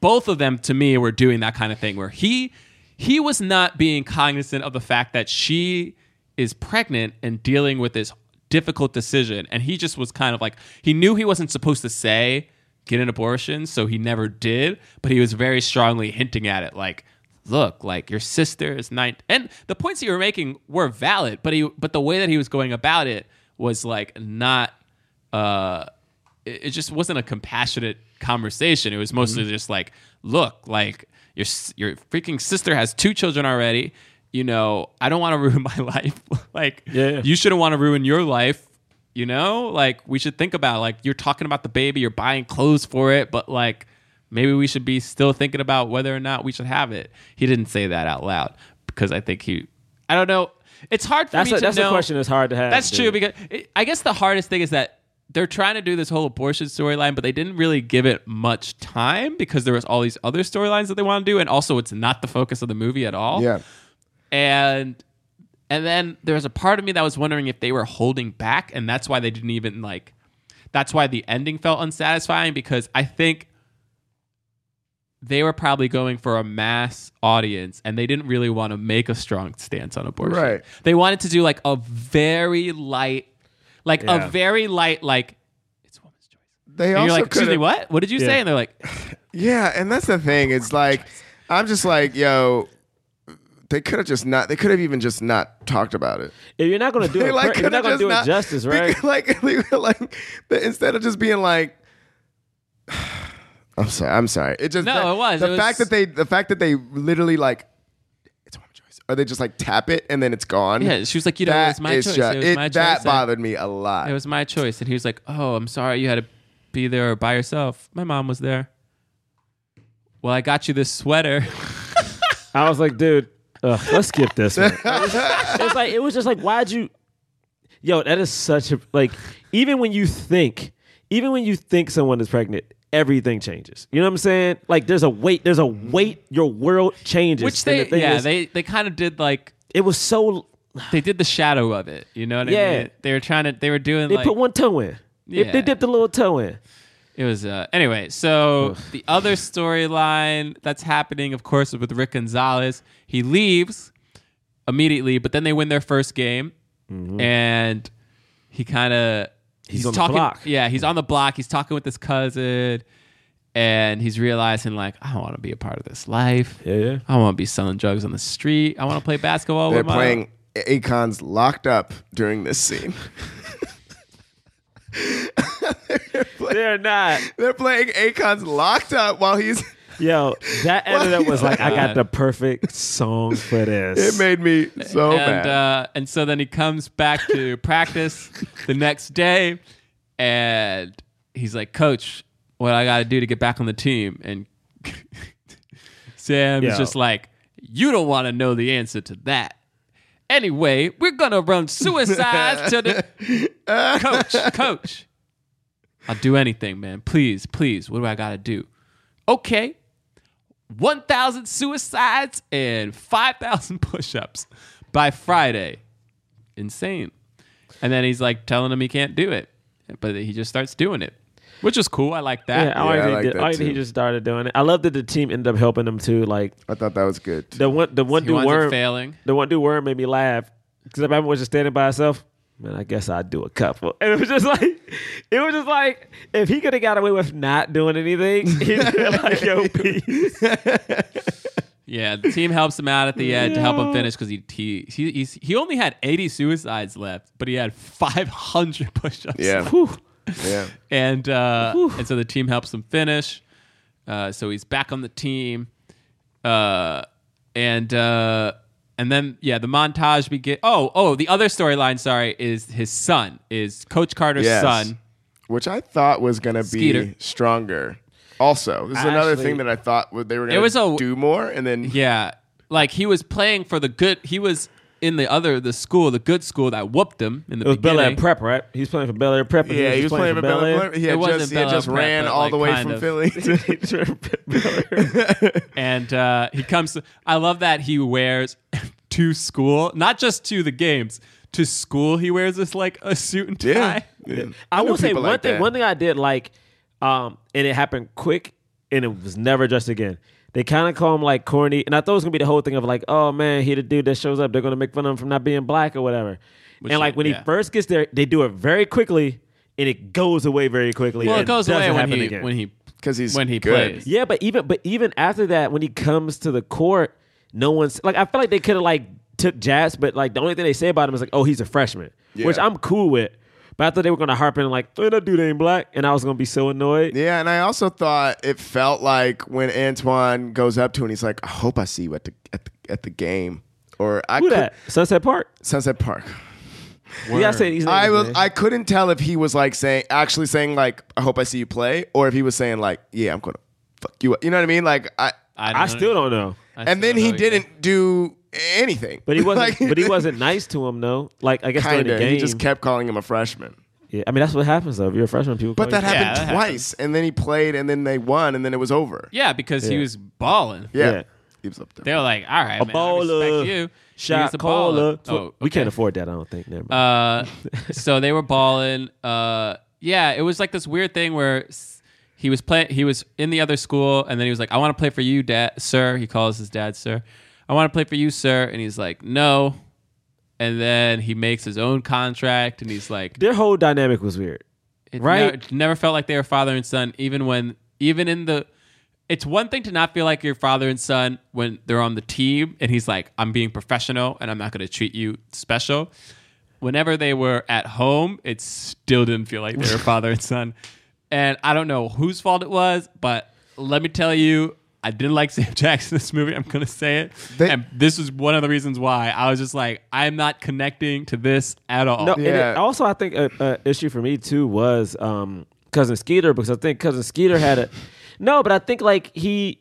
B: both of them to me were doing that kind of thing where he he was not being cognizant of the fact that she is pregnant and dealing with this difficult decision and he just was kind of like he knew he wasn't supposed to say get an abortion so he never did but he was very strongly hinting at it like look like your sister is nine and the points that you were making were valid but he but the way that he was going about it was like not uh it it just wasn't a compassionate conversation. It was mostly
D: Mm-hmm.
B: just like, look, like your s- your freaking sister has two children already. You know, I don't want to ruin my life. like,
D: Yeah.
B: you shouldn't want to ruin your life. You know, like we should think about like you're talking about the baby, you're buying clothes for it, but like maybe we should be still thinking about whether or not we should have it. He didn't say that out loud because I think he, I don't know. It's hard for
D: That's
B: me
D: a,
B: to
D: that's
B: know.
D: a question that's hard to have.
B: That's true
D: dude.
B: because it, I guess the hardest thing is that they're trying to do this whole abortion storyline, but they didn't really give it much time because there was all these other storylines that they want to do, and also it's not the focus of the movie at all.
C: yeah.
B: and and then there was a part of me that was wondering if they were holding back, and that's why they didn't even like. That's why the ending felt unsatisfying because I think they were probably going for a mass audience and they didn't really want to make a strong stance on abortion.
C: Right.
B: They wanted to do like a very light, like
D: Yeah.
B: a very light, like it's woman's choice.
C: They
B: And
C: also
B: you're like, excuse me,
C: could've-
B: what? What did you say? And they're like,
C: Yeah, and that's the thing. It's like I'm just like, yo, they could have just not. They could have even just not talked about it.
D: If you're not gonna do
C: They
D: it,
C: like
D: you're not
C: coulda
D: gonna
C: just
D: do it justice, right?
C: because, Like, they were like the, instead of just being like. I'm sorry. I'm sorry. It just
B: No,
C: the,
B: it was.
C: the
B: It
C: fact
B: was-
C: that they the fact that they literally like it's one choice or they just like tap it and then it's gone.
B: Yeah, she was like, you know, it
C: That
B: was my
C: is
B: choice.
C: ju-
B: It was
C: it-
B: my
C: that
B: choice. I-
C: bothered me a lot.
B: it was my choice. And he was like, oh, I'm sorry you had to be there by yourself. My mom was there. Well, I got you this sweater.
D: I was like, dude, ugh, let's skip this one. it was like it was just like, why'd you? Yo, that is such a like. Even when you think, even when you think someone is pregnant, everything changes. You know what I'm saying? Like, there's a weight. There's a weight. Your world changes.
B: Which
D: And the
B: they,
D: thing
B: yeah,
D: is,
B: they, they kind of did like,
D: It was so.
B: they did the shadow of it. You know what I
D: Yeah.
B: mean? They were trying to, they were doing
D: They
B: like,
D: put one toe in. They-
B: Yeah.
D: They dipped a little toe in.
B: it was, uh, anyway. So the other storyline that's happening, of course, is with Rick Gonzalez. He leaves immediately, but then they win their first game. And he kind of,
D: Mm-hmm. He's on the
B: talking,
D: block.
B: Yeah, he's on the block. He's talking with his cousin. and he's realizing like I don't want to be a part of this life.
D: Yeah, yeah.
B: I want to be selling drugs on the street. I want to play basketball
C: They're
B: with my
C: playing Akon's locked up during this scene.
D: They're not.
C: They're playing Akon's locked up while he's.
D: Yo, that ended up was like, I got
B: God.
D: the perfect song for this.
C: It made me so
B: and
C: mad.
B: uh, and so then he comes back to practice the next day, and he's like, "Coach, what I got to do to get back on the team?" And Sam's
D: Yo.
B: just like, "You don't want to know the answer to that." Anyway, we're gonna run suicides to the coach. Coach, I'll do anything, man. Please, please. What do I gotta do? Okay, 1,000 suicides and 5,000 push ups by Friday. Insane. And then he's like telling him he can't do it, but he just starts doing it, which is cool. I like that.
D: yeah, I like,
C: Yeah, I
D: that he
C: like
D: did-
C: that
D: I like that he
C: too.
D: just started doing it. I love that the team ended up helping him too. Like
C: I thought that was good.
D: the one, the one
B: he
D: dude
B: winds up
D: worm,
B: failing.
D: the one dude worm made me laugh because I remember was just standing by himself. Man, I guess I'd do a couple. And it was just like, it was just like, if he could have got away with not doing anything, he'd been like, yo, peace.
B: Yeah, the team helps him out at the end to help him finish because he, he, he, he's, he only had 80 suicides left, but he had 500 push ups.
C: yeah,
D: Whew.
C: yeah.
B: and uh, and so the team helps him finish. Uh, so he's back on the team, uh, and uh, and then yeah, the montage begin. Oh, oh, the other storyline. Sorry, is his son is Coach Carter's
C: Yes.
B: son.
C: Which I thought was going to be
B: Skeeter.
C: stronger. Also, this is another
D: Actually-
C: thing that I thought would- they were
B: It
C: going
B: was
C: to
B: a-
C: do more, and then
B: Yeah, like he was playing for the good. He was in the other the school, the good school that whooped him in the
D: It was Bel Air
B: beginning.
D: Prep, right? He was playing for Bel Air Prep. and
C: yeah, he was
D: just
C: playing for Bel Air. He
B: It
C: had
B: wasn't
C: just, he
B: Bel
C: had
B: Air
C: just
B: Prep,
C: ran
B: but,
C: all
B: like,
C: the way
B: kind
C: from
B: of.
C: Philly. to-
B: and uh, he comes. I love that he wears to school, not just to the games. To school, he wears this like a suit and tie.
C: yeah, yeah.
D: I,
C: know
D: will say
C: people
D: one
C: like
D: thing.
C: that.
D: One thing I did like, um, and it happened quick, and it was never addressed again. They kind of call him like corny, and I thought it was gonna be the whole thing of like, oh man, he the dude that shows up. They're gonna make fun of him for not being black or whatever. and like when
B: yeah.
D: he first gets there, they do it very quickly, and it goes away very quickly.
B: Well,
D: and
B: it goes
D: doesn't
B: away when
D: happen
B: he
D: again.
B: when he
C: 'Cause he's
B: when he
C: good.
B: plays.
D: Yeah, but even but even after that, when he comes to the court, no one's like I feel like they could have like took jazz, but like the only thing they say about him is like, oh, he's a freshman, which
C: Yeah.
D: I'm cool with. But I thought they were gonna harp in like, oh, that dude ain't black, and I was gonna be so annoyed.
C: Yeah, and I also thought it felt like when Antoine goes up to him, he's like, "I hope I see you at the at the, at the game." Or I
D: Who
C: could-
D: that? Sunset Park.
C: Sunset Park.
D: You gotta say these names,
C: I was
D: man.
C: I couldn't tell if he was like saying actually saying like I hope I see you play or if he was saying like yeah I'm gonna fuck you up you know what I mean like I,
B: don't
D: I
B: know.
D: still don't know.
B: still
C: and then
B: don't
C: he
B: know either.
C: didn't do anything
D: But he wasn't.
C: Like,
D: but he wasn't nice to him though. Like I guess during the
C: kinda
D: game,
C: he just kept calling him a freshman
D: Yeah, I mean that's what happens though. If you're a freshman, people.
C: but
D: call
C: that
D: you-
C: happened
B: that
C: twice and then he played and then they won and then it was over
B: Yeah, because he
D: Yeah.
B: was balling.
C: yeah,
D: Yeah.
C: he was up there
B: They were like, "All right,
D: A
B: man, I
D: baller,
B: respect you." He was
D: shot
B: a
D: caller.
B: baller. Oh,
D: We
B: okay.
D: can't afford that. I don't think. Never. mind.
B: Uh, so they were balling. Uh, yeah, it was like this weird thing where s- he was playing. He was in the other school, and then he was like, "I want to play for you, dad, sir." He calls his dad, sir. I want to play for you, sir, and he's like, "No." And then he makes his own contract, and he's like,
D: Their whole dynamic was weird.
B: It
D: Right?
B: Never, it never felt like they were father and son, even when, even in the. It's one thing to not feel like you're father and son when they're on the team, and he's like, "I'm being professional, and I'm not going to treat you special." Whenever they were at home, it still didn't feel like they were father and son, and I don't know whose fault it was, but let me tell you, I didn't like Sam Jackson in this movie. I'm going to say it,
C: They-
B: and this was one of the reasons why I was just like, I'm not connecting to this at all.
D: No, and it-
C: Yeah.
D: also I think a, a issue for me too was um, cousin Skeeter because I think cousin Skeeter had a no, but I think like he,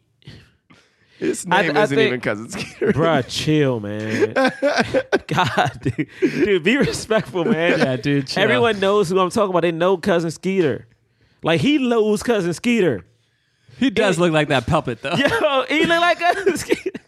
C: his
D: I-
C: name
D: I
C: isn't
D: think-
C: even Cousins Skeeter
D: bruh, chill, man. God, dude, dude, be respectful, man.
B: Yeah, dude, chill.
D: Everyone knows who I'm talking about. They know cousin Skeeter. Like he knows cousin Skeeter.
B: he does look like that puppet though.
D: Yo, he Oh, look like a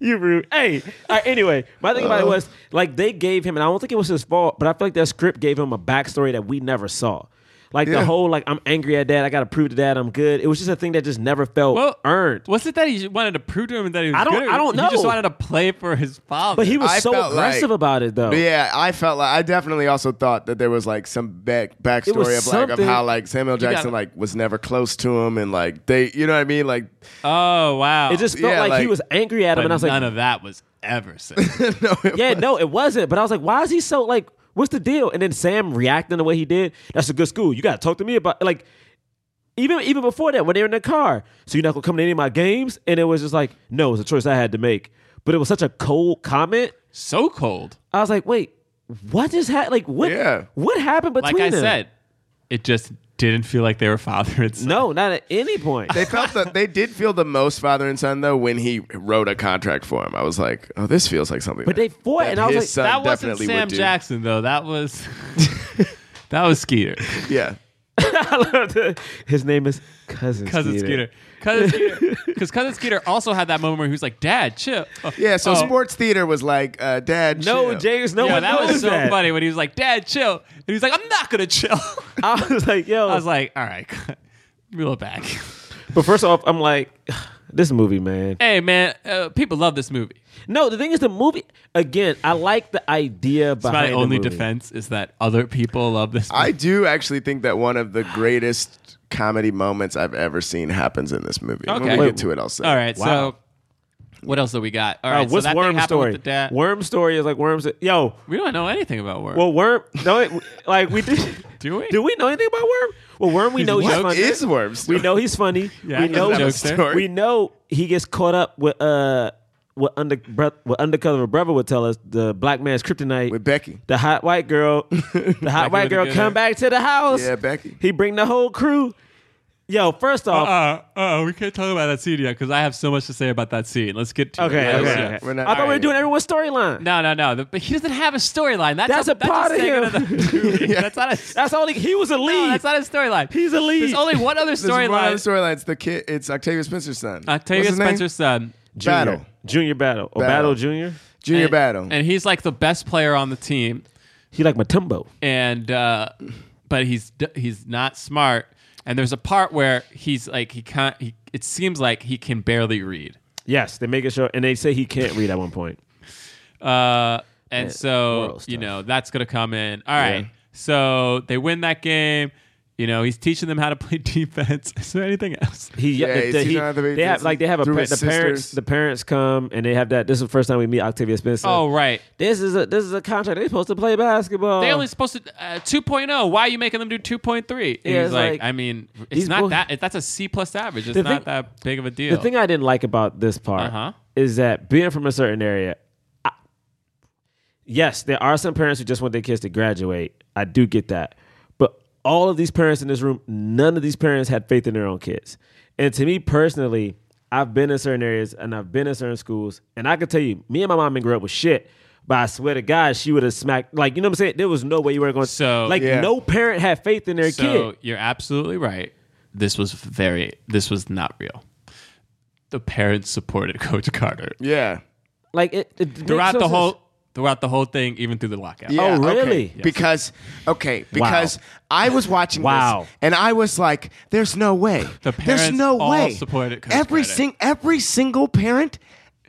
D: You rude. Hey, all right, anyway, my thing about
C: Uh-huh.
D: it was like they gave him, and I don't think it was his fault, but I feel like that script gave him a backstory that we never saw. Like
C: Yeah.
D: the whole like I'm angry at dad. I got to prove to dad I'm good. It was just a thing that just never felt
B: Well,
D: earned.
B: Was it that he wanted to prove to him that he was
D: I don't-
B: good? or
D: I don't
B: He just
D: know.
B: wanted to play for his father.
D: But he was
C: I
D: so
C: felt like-
D: aggressive about it though.
C: But yeah, I felt like I definitely also thought that there was like some back backstory of like of
D: something-
C: how like Samuel
B: gotta-
C: Jackson like was never close to him and like they you know what I mean like
B: Oh wow!
D: It just felt
C: Yeah,
D: like, he
C: like-
D: was angry at him,
B: But
D: and I was
B: none
D: like,
B: of that was ever said.
C: no it
D: yeah, no, it wasn't. But I was like, why is he so like? What's the deal? And then Sam reacting the way he did. That's a good school. You got to talk to me about like. Even even before that, when they were in the car, so you're not gonna come to any of my games, and it was just like, no, it was a choice I had to make. But it was such a cold comment.
B: so cold.
D: I was like, wait, what just happened? Like, what?
C: Yeah.
D: What happened between
B: Like I
D: them?
B: said, it just didn't feel like they were father and son.
D: no, not at any point.
C: they felt that they did feel the most father and son though when he wrote a contract for him. I was like, oh, this feels like something.
D: But they fought, and I was like,
B: that wasn't Sam Jackson though. That was that was Skeeter.
C: Yeah,
D: I loved it. His name is cousin.
B: Cousin Skeeter. Cousin Skeeter. Because cousin Skeeter also had that moment where he was like, "Dad, chill."
C: yeah. So
B: Oh.
C: sports theater was like, uh, Dad,
D: No,
C: chill.
D: James. No
B: Yo,
D: one
B: that
D: knows
B: was so
D: that.
B: funny when he was like, "Dad, chill," and he was like, "I'm not gonna chill."
D: I was like, yo.
B: I was like, "All right, reel it back."
D: but first off, I'm like, this movie, man.
B: Hey, man, uh, people love this movie.
D: No, the thing is, the movie. Again, I like the idea
B: It's
D: behind
B: my only
D: the movie.
B: defense is that other people love this. Movie.
C: I do actually think that one of the greatest comedy moments I've ever seen happens in this movie.
B: Okay.
C: When we
B: Wait,
C: get to it, I'll say.
B: All right,
D: Wow.
B: so what else do we got? All
D: Uh,
B: right,
D: what's
B: so that thing
D: Worm's
B: happened
D: story?
B: With the dad.
D: Worm's story is like Worm's. Yo,
B: we don't know anything about Worm.
D: well, Worm. No, it, like we did.
B: Do we?
D: Do we know anything about Worm? Well, Worm, we know he's
C: What
D: funny.
C: is worms?
D: We know he's funny.
B: Yeah,
D: we
B: he's
D: know
B: a jokester.
C: Story.
D: We know he gets caught up with uh what under what undercover brother would tell us the black man's kryptonite.
C: with Becky.
D: the hot white girl, the hot
B: with
D: white
B: the
D: girl
B: good
D: come
B: hair.
D: back to the house.
C: Yeah, Becky.
D: He bring the whole crew. Yo, first off,
B: Uh, uh, we can't talk about that scene yet because I have so much to say about that scene. Let's get to
D: okay,
B: it.
D: okay,
B: Yeah.
D: okay.
C: We're not-
D: I thought we were
C: alright.
D: doing everyone's storyline.
B: No, no, no. The- but he doesn't have a storyline. That's,
D: That's a part of
B: segment
D: him.
B: the movie. That's not a.
D: That's all he, he was a lead.
B: no, that's not his storyline.
D: He's a lead.
B: There's only one other
C: There's one other
B: storyline. Uh,
C: storyline. It's the kid. It's Octavia Spencer's son. What's
B: Octavia
C: his name?
B: Spencer's son,
D: Junior.
C: Battle.
D: Junior battle. Or battle,
C: Battle.
D: junior.
C: Junior
B: and-
C: Battle.
B: and he's like the best player on the team,
D: He like Matumbo.
B: and uh, but he's d- he's not smart. And there's a part where he's like he can't. He, it seems like he can barely read.
D: Yes, they make it sure and they say he can't read at one point.
B: Uh, and
D: moral
B: so
D: stuff.
B: you know that's gonna come in. All right. So they win that game. You know he's teaching them how to play defense. Is there anything else?
D: He,
C: Yeah,
D: the-
C: he's
D: the-
C: teaching
D: he-
C: how to be-
D: they have like they have a
C: through
D: pa-
C: his
D: the parents
C: sisters.
D: the parents come and they have that. This is the first time we meet Octavia Spencer.
B: Oh right.
D: this is a this is a contract. They're supposed to play basketball.
B: They only supposed to uh, 2.0. Why are you making them do 2.3? And
D: Yeah,
B: he's
D: it's
B: like,
D: like-
B: I mean, it's
D: These
B: not
D: boy-
B: that. It, that's a C plus average. It's
D: The
B: not
D: thing-
B: that big of a deal.
D: The thing I didn't like about this part
B: Uh-huh.
D: is that being from a certain area, I, yes, there are some parents who just want their kids to graduate. I do get that. But all of these parents in this room, none of these parents had faith in their own kids. And to me personally, I've been in certain areas and I've been in certain schools. And I can tell you, me and my mom didn't grow up with shit. But I swear to God, she would have smacked. Like, you know what I'm saying? There was no way you weren't going to.
B: So-
D: like,
C: Yeah.
D: no parent had faith in their
B: so
D: kid.
B: you're absolutely right. This was very. This was not real. The parents supported Coach Carter
C: yeah.
D: Like, it, it makes
B: throughout
D: no
B: the
D: sense.
B: whole throughout the whole thing, even through the lockout.
C: Yeah,
D: Oh,
C: okay.
D: really? Yes.
C: Because okay, because I was watching
D: Wow.
C: this and I was like, "There's no way.
B: The
C: There's
B: parents
C: no
B: all
C: way."
B: supported Coach
C: every
B: Carter.
C: sing every single parent,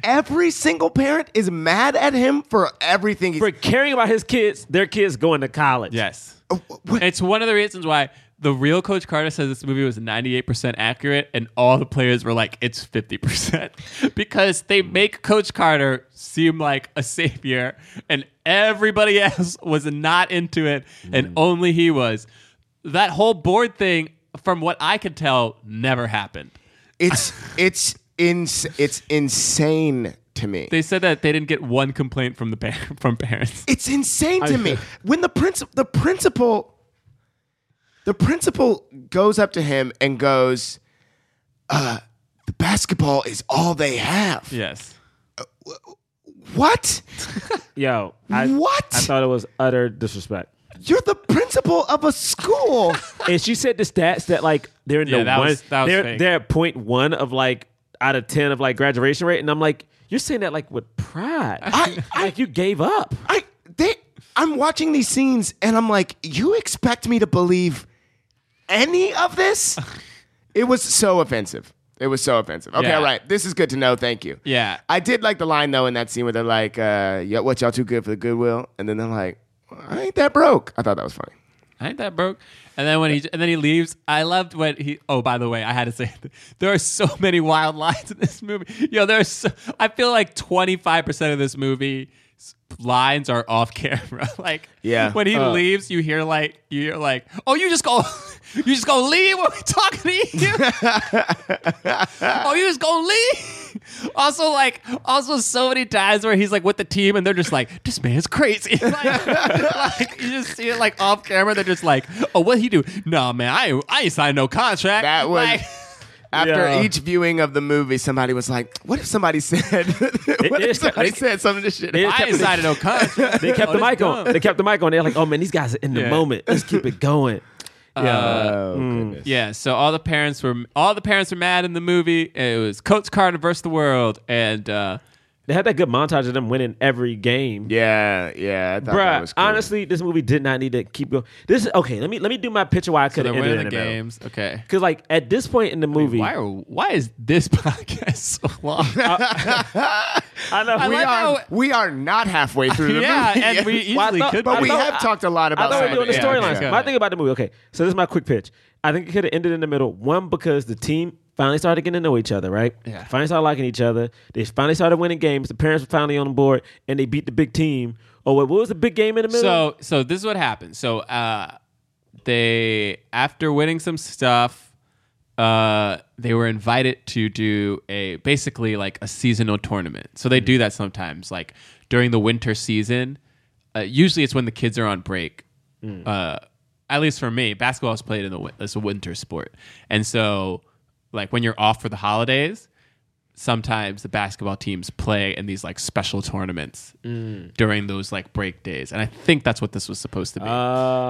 C: every single parent is mad at him for everything. he's-
D: for caring about his kids, their kids going to college.
B: Yes.
C: what-
B: It's one of the reasons why the real Coach Carter says this movie was 98% accurate, and all the players were like, it's 50%. because they make Coach Carter seem like a savior, and everybody else was not into it, and only he was. That whole board thing, from what I could tell, never happened.
C: it's it's ins- it's insane to me.
B: They said that they didn't get one complaint from the par- from parents.
C: It's insane to me. When the principal, the principal, the principal goes up to him and goes, uh, "The basketball is all they have."
B: Yes.
C: What?
D: Yo, I,
C: What?
D: I thought it was utter disrespect.
C: You're the principal of a school.
D: And she said the stats that like they're in
B: Yeah,
D: the
B: that
D: one,
B: was- that was
D: they're
B: fake.
D: they're at point one of like out of ten of like graduation rate, and I'm like, you're saying that like with pride,
C: I- I-
D: like you gave up.
C: I they I'm watching these scenes and I'm like, you expect me to believe any of this? It was so offensive. It was so offensive. Okay,
B: Yeah.
C: all right. This is good to know. Thank you.
B: Yeah.
C: I did like the line though in that scene where they're like, uh, "Yo, what y'all too good for the goodwill?" And then they're like, "I ain't that broke." I thought that was funny.
B: I ain't that broke. And then when he and then he leaves, I loved when he. Oh, by the way, I had to say there are so many wild lines in this movie. Yo, there's so, I feel like twenty five percent of this movie lines are off camera. Like
C: Yeah.
B: when he
C: Uh.
B: leaves, you hear like you hear like oh you just go you just gonna leave when we talking to you. oh you just gonna leave. Also like also so many times where he's like with the team and they're just like this man's crazy. like, like, you just see it like off camera. They're just like oh what he do? Nah man I ain't, I ain't signed no contract.
C: That was-
B: Like,
C: After
D: Yeah.
C: each viewing of the movie, somebody was like, "What if somebody said? what if
D: is-
C: somebody
D: it-
C: said some of this shit?"
D: it-
C: about
B: I ain't signed no contract.
D: They kept
B: Oh,
D: the
B: this
D: mic on.
B: dumb.
D: They kept the mic on. They're like, oh man, these guys are in the
B: Yeah.
D: moment. Let's keep it going. Yeah.
C: Oh,
D: Mm.
C: goodness.
B: Uh, Yeah, so all the parents were all the parents were mad in the movie. It was Coach Carter versus the world, and uh,
D: they had that good montage of them winning every game.
C: yeah, yeah. I thought that
D: Bruh,
C: was cool.
D: honestly, this movie did not need to keep going. This is okay. Let me let me do my picture why I
B: so
D: could
B: they're
D: have
B: winning the
D: ended game.
B: games. Okay,
D: Because like at this point in the movie,
B: why are why is this podcast so long?
D: I know
C: we
B: like
C: are
B: how-
C: we are not halfway through the
B: yeah,
C: movie.
B: and we easily
D: Well, I thought-
B: could,
C: but
D: I
B: be.
C: we
D: thought-
C: have talked a lot
D: I
C: about.
D: thought we were
C: some
D: doing
C: of
D: the
C: it. Yeah,
D: storylines.
C: okay.
D: My thing about the movie, okay. So this is my quick pitch. I think it could have ended in the middle. One because the team finally started getting to know each other, right?
B: Yeah.
D: Finally started liking each other. They finally started winning games. The parents were finally on board, and they beat the big team. Oh, wait, what was the big game in the middle?
B: So so this is what happened. So uh, they after winning some stuff, uh, they were invited to do a basically like a seasonal tournament. So they do that sometimes, like during the winter season. Uh, usually it's when the kids are on break. Uh, at least for me, basketball is played in the win- it's a winter sport, and so like when you're off for the holidays. Sometimes the basketball teams play in these like special tournaments during those like break days. And I think that's what this was supposed to be.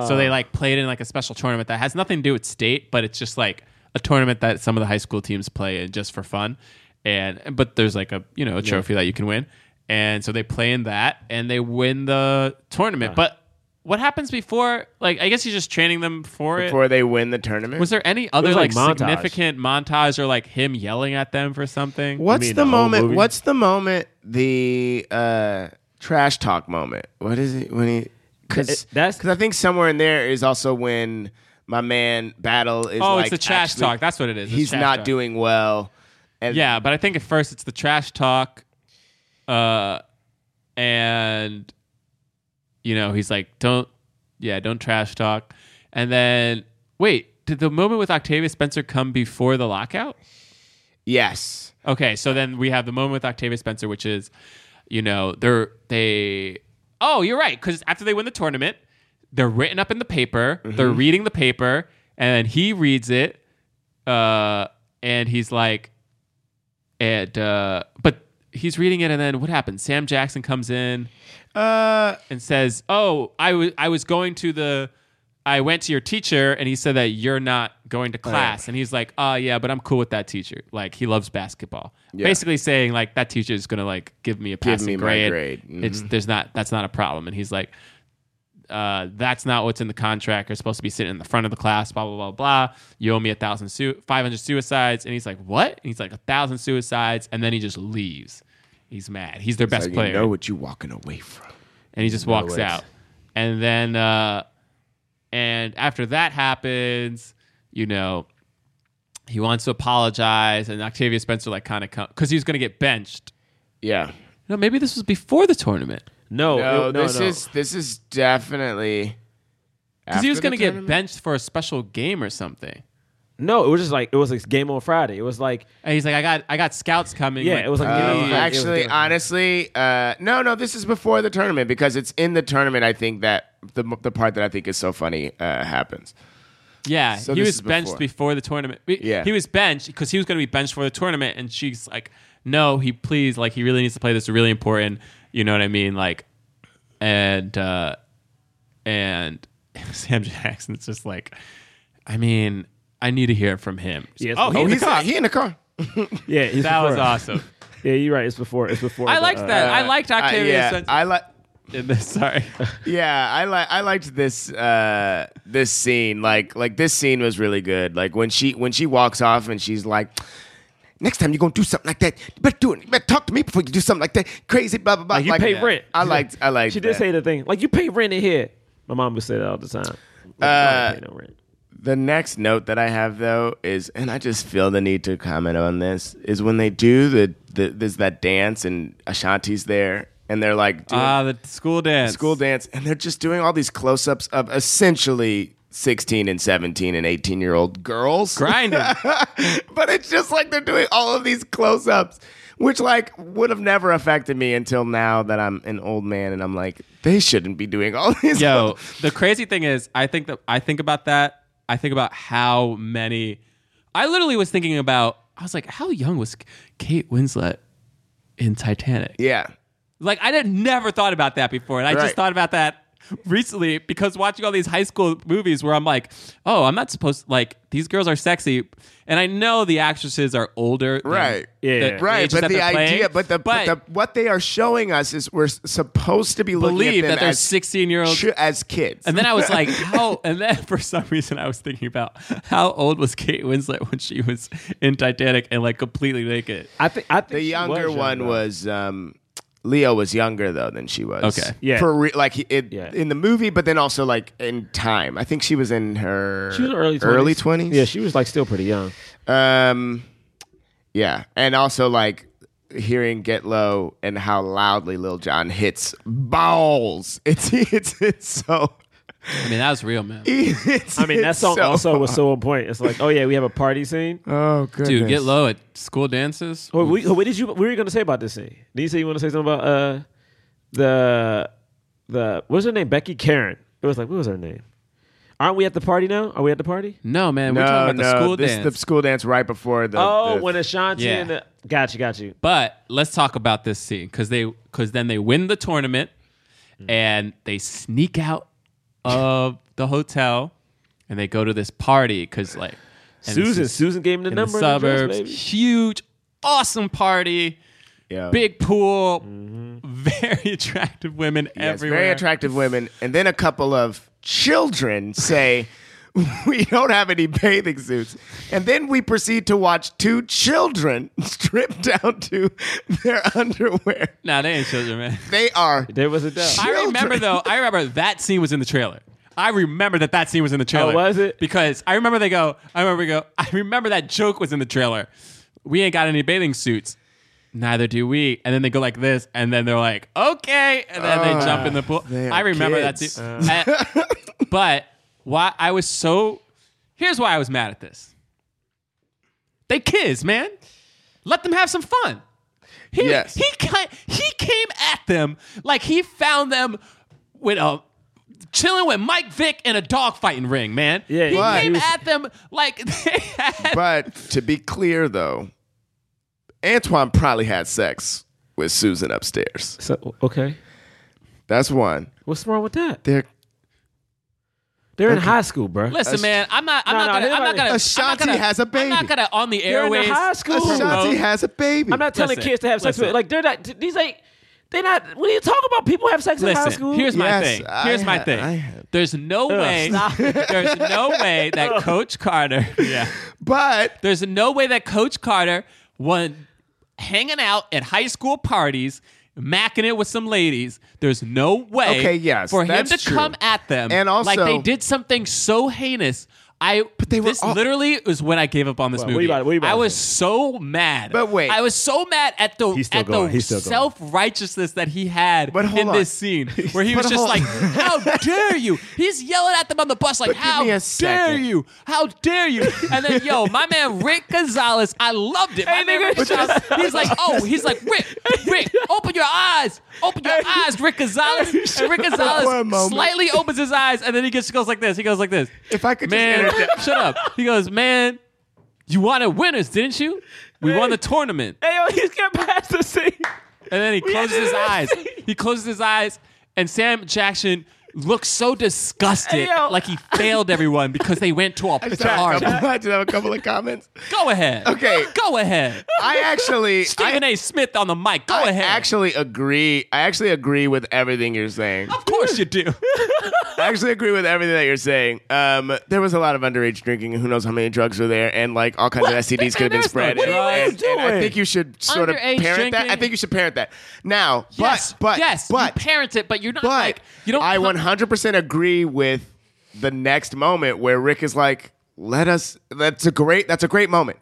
B: So they like played in like a special tournament that has nothing to do with state, but it's just like a tournament that some of the high school teams play in just for fun. And but there's like a you know a trophy that you can win. And so they play in that and they win the tournament. But what happens before? Like I guess he's just training them for it.
C: Before they win the tournament,
B: was there any other
D: was,
B: like,
D: like, montage.
B: significant montage or like him yelling at them for something?
C: What's
D: mean
C: the,
D: the whole
C: moment?
D: movie?
C: What's the moment? The uh, trash talk moment. What is it when he? Because
D: Th- that's-
C: I think somewhere in there is also when my man Battle is.
B: Oh,
C: like
B: it's the trash
C: actually-
B: talk. That's what it is. It's
C: He's
B: trash
C: not
B: talk.
C: doing well. And
B: Yeah, but I think at first it's the trash talk, uh, and you know he's like, "Don't, yeah, don't trash talk." And then wait, did the moment with Octavia Spencer come before the lockout?
C: Yes.
B: Okay, so then we have the moment with Octavia Spencer, which is, you know, they're they. Oh, you're right. Because after they win the tournament, they're written up in the paper. They're
C: Mm-hmm.
B: reading the paper, and he reads it, uh, and he's like, and uh, but he's reading it, and then what happens? Sam Jackson comes in
C: Uh,
B: and says, "Oh, I was I was going to the." I went to your teacher and he said that you're not going
C: Oh,
B: to class. And he's like, oh, yeah, but I'm cool with that teacher. Like, he loves basketball. Basically saying, like, that teacher is going to, like, give me a passing
C: me my
B: grade.
C: grade. Mm-hmm.
B: It's, there's not, that's not a problem. And he's like, uh, that's not what's in the contract. You're supposed to be sitting in the front of the class, blah, blah, blah, blah. You owe me a thousand, su- 500 suicides. And he's like, what? And he's like, a thousand suicides. And then he just leaves. He's mad. He's their best
C: so
B: player
C: you know what you're walking away from.
B: and he just walks out. And then, uh, and after that happens, you know, he wants to apologize, and Octavia Spencer like kind of come because he was going to get benched.
C: Yeah.
B: No, maybe this was before the tournament
D: no,
C: No,
D: it- no,
C: this
D: no.
C: is this is definitely
B: because he was
C: after
B: going
C: the
B: to get
C: tournament?
B: benched for a special game or something.
D: no. It was just like it was like game on Friday. It was like
B: And he's like, I got, I got scouts coming. uh,
D: yeah, it was like game on
C: Um,
D: Friday. It was
C: actually,
D: game on
C: honestly, uh, no, no. This is before the tournament because it's in the tournament. I think that the the part that I think is so funny uh, happens.
B: Yeah,
C: So
B: he
C: this
B: was
C: is
B: benched before.
C: before.
B: the tournament. We-
C: Yeah.
B: he was benched because he was going to be benched for the tournament, and she's like, "No, he please, like, he really needs to play. This is really important. You know what I mean? Like, and uh and Sam Jackson's just like, I mean, I need to hear from him.
D: Yes.
B: oh, he
D: Oh,
B: in the
C: he's
B: car.
C: he in the car.
D: Friday. Yeah, it's
B: that was
D: before.
B: awesome.
D: Yeah, you're right. It's before. It's before.
B: I
D: the,
B: liked
D: uh,
B: that. I liked
C: Uh,
B: Octavia.
C: yeah,
B: Spencer.
C: I like.
B: in this. Sorry.
C: Yeah, I like I liked this uh, this scene. Like like this scene was really good. Like when she when she walks off and she's like, "Next time you're gonna do something like that. You better do it. You better talk to me before you do something like that. Crazy blah blah blah."
D: Like, you pay rent.
C: I liked I liked.
D: She did
C: that.
D: say the thing like you pay rent in here. My mom would say that all the time. Like, I don't pay no rent.
C: The next note that I have though is, and I just feel the need to comment on this, is when they do the, the there's that dance and Ashanti's there, and they're like doing
B: Ah, the school dance.
C: school dance, and they're just doing all these close ups of essentially. 16 and 17 and 18 year old girls.
B: Grinding.
C: but it's just like they're doing all of these close ups, which like would have never affected me until now that I'm an old man and I'm like, they shouldn't be doing all these.
B: Yo, the crazy thing is, I think that I think about that. I think about how many. I literally was thinking about. I was like, how young was Kate Winslet in Titanic?
C: yeah.
B: Like, I had never thought about that before, and I
C: Right.
B: just thought about that recently because watching all these high school movies where I'm like, oh, I'm not supposed like these girls are sexy, and I know the actresses are older, than
C: Right.
D: Yeah,
B: the
D: yeah.
C: Right,
B: ages
C: but
B: that
C: the
B: they're
C: idea,
B: playing,
C: but the but, the what they are showing us is we're s- supposed to be looking at
B: believe
C: them
B: that they're
C: as
B: 16 year olds
C: ch- as kids.
B: And then I was like, how? And then for some reason, I was thinking about how old was Kate Winslet when she was in Titanic and like completely naked.
D: I think I think
C: the
D: she was
C: younger
D: young,
C: one
D: though.
C: was um, Leo was younger though than she was.
B: Okay.
D: Yeah.
C: For re- like he- it,
D: Yeah.
C: in the movie, but then also like in time. I think she was in her
D: she was early 20s.
C: early twenties.
D: Yeah, she was like still pretty young.
C: Um, yeah, and also like hearing "Get Low" and how loudly Lil Jon hits balls. It's it's it's so.
B: I mean, that was real, man.
C: It's,
D: I mean, that
C: it's
D: song
C: so-
D: also was so on point. It's like, oh yeah, we have a party scene.
C: Oh goodness.
B: Dude, get low at school dances.
D: Well, we, what did you? What were you going to say about this scene? Did you say you want to say something about uh, the the what's her name? Becky Karen. It was like, what was her name? Aren't we at the party now? Are we at the party?
B: No, man, we're talking about the school
C: this
B: dance.
C: is the school dance right before the.
D: Oh,
C: the-
D: when Ashanti
B: Yeah.
D: and the, got you, got you.
B: but let's talk about this scene because they because then they win the tournament Mm. and they sneak out of the hotel and they go to this party because like and this
D: Susan,
B: is
D: Susan gave him the
B: in the
D: number. and the address,
B: suburbs,
D: baby.
B: huge, awesome party.
C: yeah.
B: big pool, very attractive women
C: Mm-hmm. Yes,
B: everywhere.
C: very attractive women, and then a couple of children say. We don't have any bathing suits. And then we proceed to watch two children strip down to their underwear.
B: Nah, they ain't children, man.
C: They are
D: There was a doubt.
B: I remember
C: Children.
B: though. I remember that scene was in the trailer. I remember that that scene was in
C: Oh,
B: the trailer.
D: was it?
B: Because I remember they go. I remember we go. I remember that joke was in the trailer. We ain't got any bathing suits. Neither do we. And then they go like this, and then they're like, okay, and then they jump in the pool.
C: Ah, they are
B: I remember
C: kids.
B: that too. And- but why I was so. Here's why I was mad at this. They kids, man. Let them have some fun. He,
C: Yes.
B: he ki- he came at them like he found them with a chilling with Mike Vick in a dog fighting ring, man.
D: Yeah,
B: he
D: but-
B: came
D: he was-
B: at them like they had
C: But to be clear, though, Antoine probably had sex with Susan upstairs.
D: So, okay,
C: That's one.
D: what's wrong with that?
C: They're
D: They're in high school, bro.
B: Listen, man, I'm not. I'm
D: No,
B: not.
D: no,
B: gonna, I'm not
D: everybody-
B: gonna.
C: Ashanti
B: I'm not gonna,
C: has a
B: I'm not
C: baby.
B: gonna on the
D: They're in the
B: airways.
D: high school.
C: Ashanti
B: promote-
C: has a baby.
D: I'm not telling
B: Listen,
D: kids to have sex
B: listen.
D: with. Like they're not. t- These like they're not. What are you talking about? People have sex in high school.
B: Listen, here's my
C: Yes,
B: thing.
C: I
B: Here's my
C: ha-
B: thing.
C: I have-
B: There's no way. There's no way that Coach Carter. Yeah.
C: But
B: There's no way that Coach Carter was hanging out at high school parties, macking it with some ladies. There's no way
C: Okay, yes,
B: for him
C: that's
B: to
C: true.
B: come at them
C: And
B: like
C: also-
B: they did something so heinous. I but
C: they were
B: this
C: all-
B: literally was when I gave up on this
D: Well, what
B: movie.
D: you about- what you about
B: I
D: to
B: was
D: say?
B: so mad.
C: But wait.
B: I was so mad at the
D: He's still
B: at
D: going.
B: the
D: He's still going.
B: self righteousness that he had
C: But hold
B: in
C: on.
B: this scene where he was
C: But
B: just
C: hold-
B: like, "How dare you!" He's yelling at them on the bus like,
C: But give
B: "How
C: me a
B: dare
C: second.
B: you!" you. How dare you? And then, yo, my man Rick Gonzalez, I loved it. My man Rick Gonzalez, he's like, oh, he's like, Rick, Rick, open your eyes. Open your eyes, Rick Gonzalez. And Rick
C: For a
B: Gonzalez
C: moment.
B: slightly opens his eyes, and then he just goes like this. He goes like this.
C: if I could
B: Man,
C: just interject.
B: shut up. He goes, man, you wanted winners, didn't you? We won the tournament.
D: Hey, yo, he's getting past the scene.
B: And then he closes his
D: did that
B: eyes.
D: scene.
B: He closes his eyes, and Sam Jackson looked so disgusted,
D: Hey, yo.
B: like he failed everyone because they went to a
C: I just, have a
B: party.
C: couple, I just have a couple of comments.
B: Go ahead.
C: Okay.
B: Go ahead.
C: I actually, I,
B: Stephen A. Smith on the mic. Go
C: I
B: ahead.
C: actually agree. I actually agree with everything you're saying.
B: of course you do.
C: I actually agree with everything that you're saying. Um, there was a lot of underage drinking, and who knows how many drugs were there, and like all kinds
D: What?
C: of STDs could have
D: There
C: been
D: was no
C: spread.
D: drugs. What are you
C: and, and I
D: doing?
C: think you should sort of
B: Underage
C: parent that. I
B: drinking.
C: think you should parent that now.
B: yes.
C: but but
B: yes.
C: but
B: you parent it, but you're not
C: but
B: like you don't.
C: I
B: come-
C: 100% agree with the next moment where Rick is like, "Let us." That's a great. That's a great moment.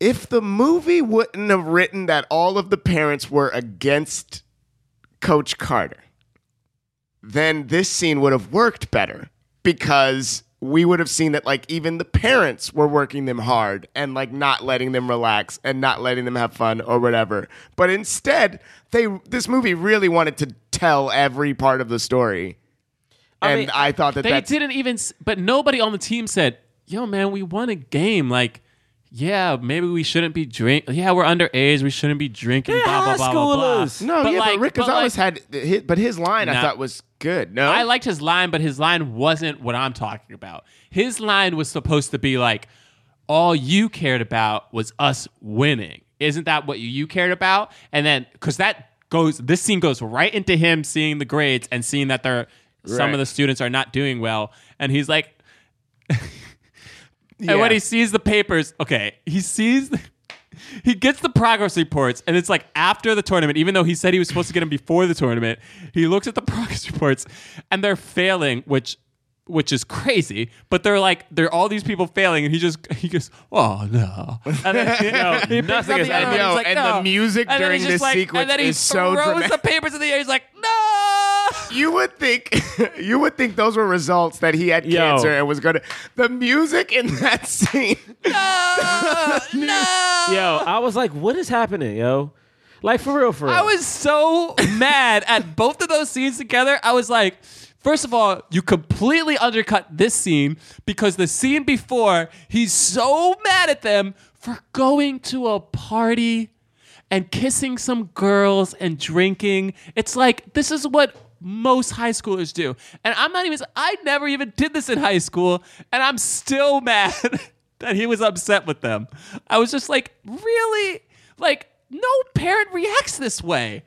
C: If the movie wouldn't have written that all of the parents were against Coach Carter, then this scene would have worked better because we would have seen that like even the parents were working them hard and like not letting them relax and not letting them have fun or whatever. But instead, they this movie really wanted to tell every part of the story.
D: I
C: and
D: mean,
C: I thought that
B: They
C: that's
B: didn't even. s- But nobody on the team said, "Yo, man, we won a game." Like. Yeah, maybe we shouldn't be drink. Yeah, we're underage. We shouldn't be drinking.
D: They're
B: blah, blah, blah,
D: high
B: blah, blah.
D: schoolers.
C: No, yeah, but Rick
B: but
C: Gonzalez
B: like-
C: had his, but his line I
B: Nah.
C: thought was good. No.
B: I liked his line, but his line wasn't what I'm talking about. His line was supposed to be like, all you cared about was us winning. Isn't that what you, you cared about? And then, because that goes, this scene goes right into him seeing the grades and seeing that they're, some
C: Right.
B: of the students are not doing well. And he's like,
C: Yeah.
B: and when he sees the papers, okay, he sees, he gets the progress reports, and it's like after the tournament, even though he said he was supposed to get them before the tournament, he looks at the progress reports, and they're failing, which. Which is crazy, but they're like there are all these people failing, and he just he goes, oh no, and then, you know, he picks
D: Nothing
B: up
D: is
B: the other
D: happening.
B: one, he's
C: Yo,
B: like,
C: and the
B: "No."
C: music
B: And then
C: during
B: he's just
C: this
B: like-
C: sequence
B: and then he
C: is so
B: throws the
C: dramatic.
B: papers in the air. He's like, no,
C: You would think you would think those were results that he had
D: Yo.
C: cancer and was gonna the music in that scene.
B: no, no.
D: Yo, I was like, what is happening, yo? Like for real, for real.
B: I was so mad at both of those scenes together. I was like, first of all, you completely undercut this scene because the scene before, he's so mad at them for going to a party and kissing some girls and drinking. It's like, this is what most high schoolers do. And I'm not even, I never even did this in high school, and I'm still mad that he was upset with them. I was just like, really? Like, no parent reacts this way.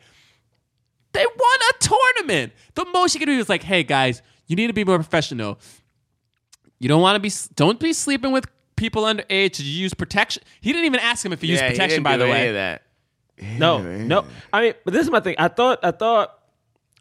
B: They won a tournament. The most you can do is like, hey guys, you need to be more professional. You don't want to be, don't be sleeping with people underage. Did you use protection? He didn't even ask him if he used protection, by the way.
C: that.
D: no, no. I mean, but this is my thing. I thought, I thought,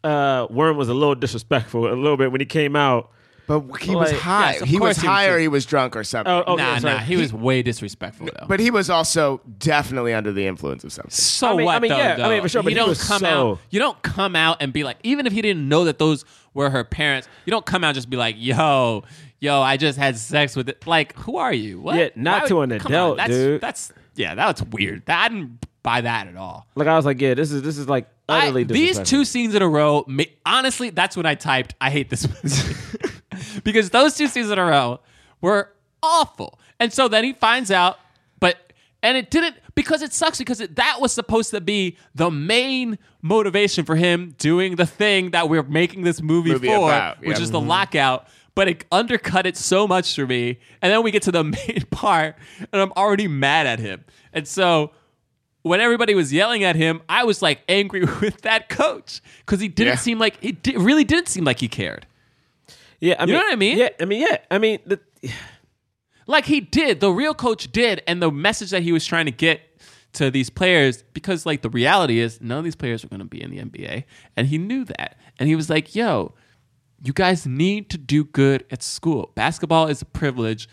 D: uh, Worm was a little disrespectful a little bit when he came out.
C: But he was
D: Like,
C: high.
B: yes, of
C: he was
B: course he was
C: high or
B: sick.
C: he was drunk or something.
D: Oh, okay,
B: nah,
D: sorry.
B: nah, he was way disrespectful though.
C: But he was also definitely under the influence of something.
B: so
D: I mean-
B: what
D: I mean,
B: though?
D: yeah, I
B: though?
D: mean, for sure,
B: You
D: but he
B: don't
D: was
B: come
D: so-
B: out. You don't come out and be like, even if he didn't know that those were her parents, you don't come out and just be like, yo, yo, I just had sex with it. Like, who are you? What?
D: Yeah, not
B: Why
D: to
B: would-
D: an
B: come
D: adult,
B: on, that's,
D: dude.
B: That's yeah, that's weird. That, I didn't buy that at all.
D: Like I was like, yeah, this is this is like utterly
B: I- these
D: disrespectful.
B: two scenes in a row. ma- Honestly, that's when I typed. I hate this movie because those two scenes in a row were awful. And so then he finds out, but and it didn't because it sucks because it, that was supposed to be the main motivation for him doing the thing that we're making this movie,
C: Movie
B: for,
C: about,
B: which
C: yeah. Mm-hmm.
B: is the lockout. But it undercut it so much for me, and then we get to the main part, and I'm already mad at him. And so when everybody was yelling at him, I was like angry with that coach because he didn't
C: Yeah.
B: seem like he di- really didn't seem like he cared.
D: yeah, I mean,
B: know what I mean?
D: Yeah, I mean, yeah, I mean, the,
B: Like he did, the real coach did, and the message that he was trying to get to these players because like the reality is none of these players were going to be in the NBA, and he knew that, and he was like, "Yo, you guys need to do good at school. Basketball is a privilege."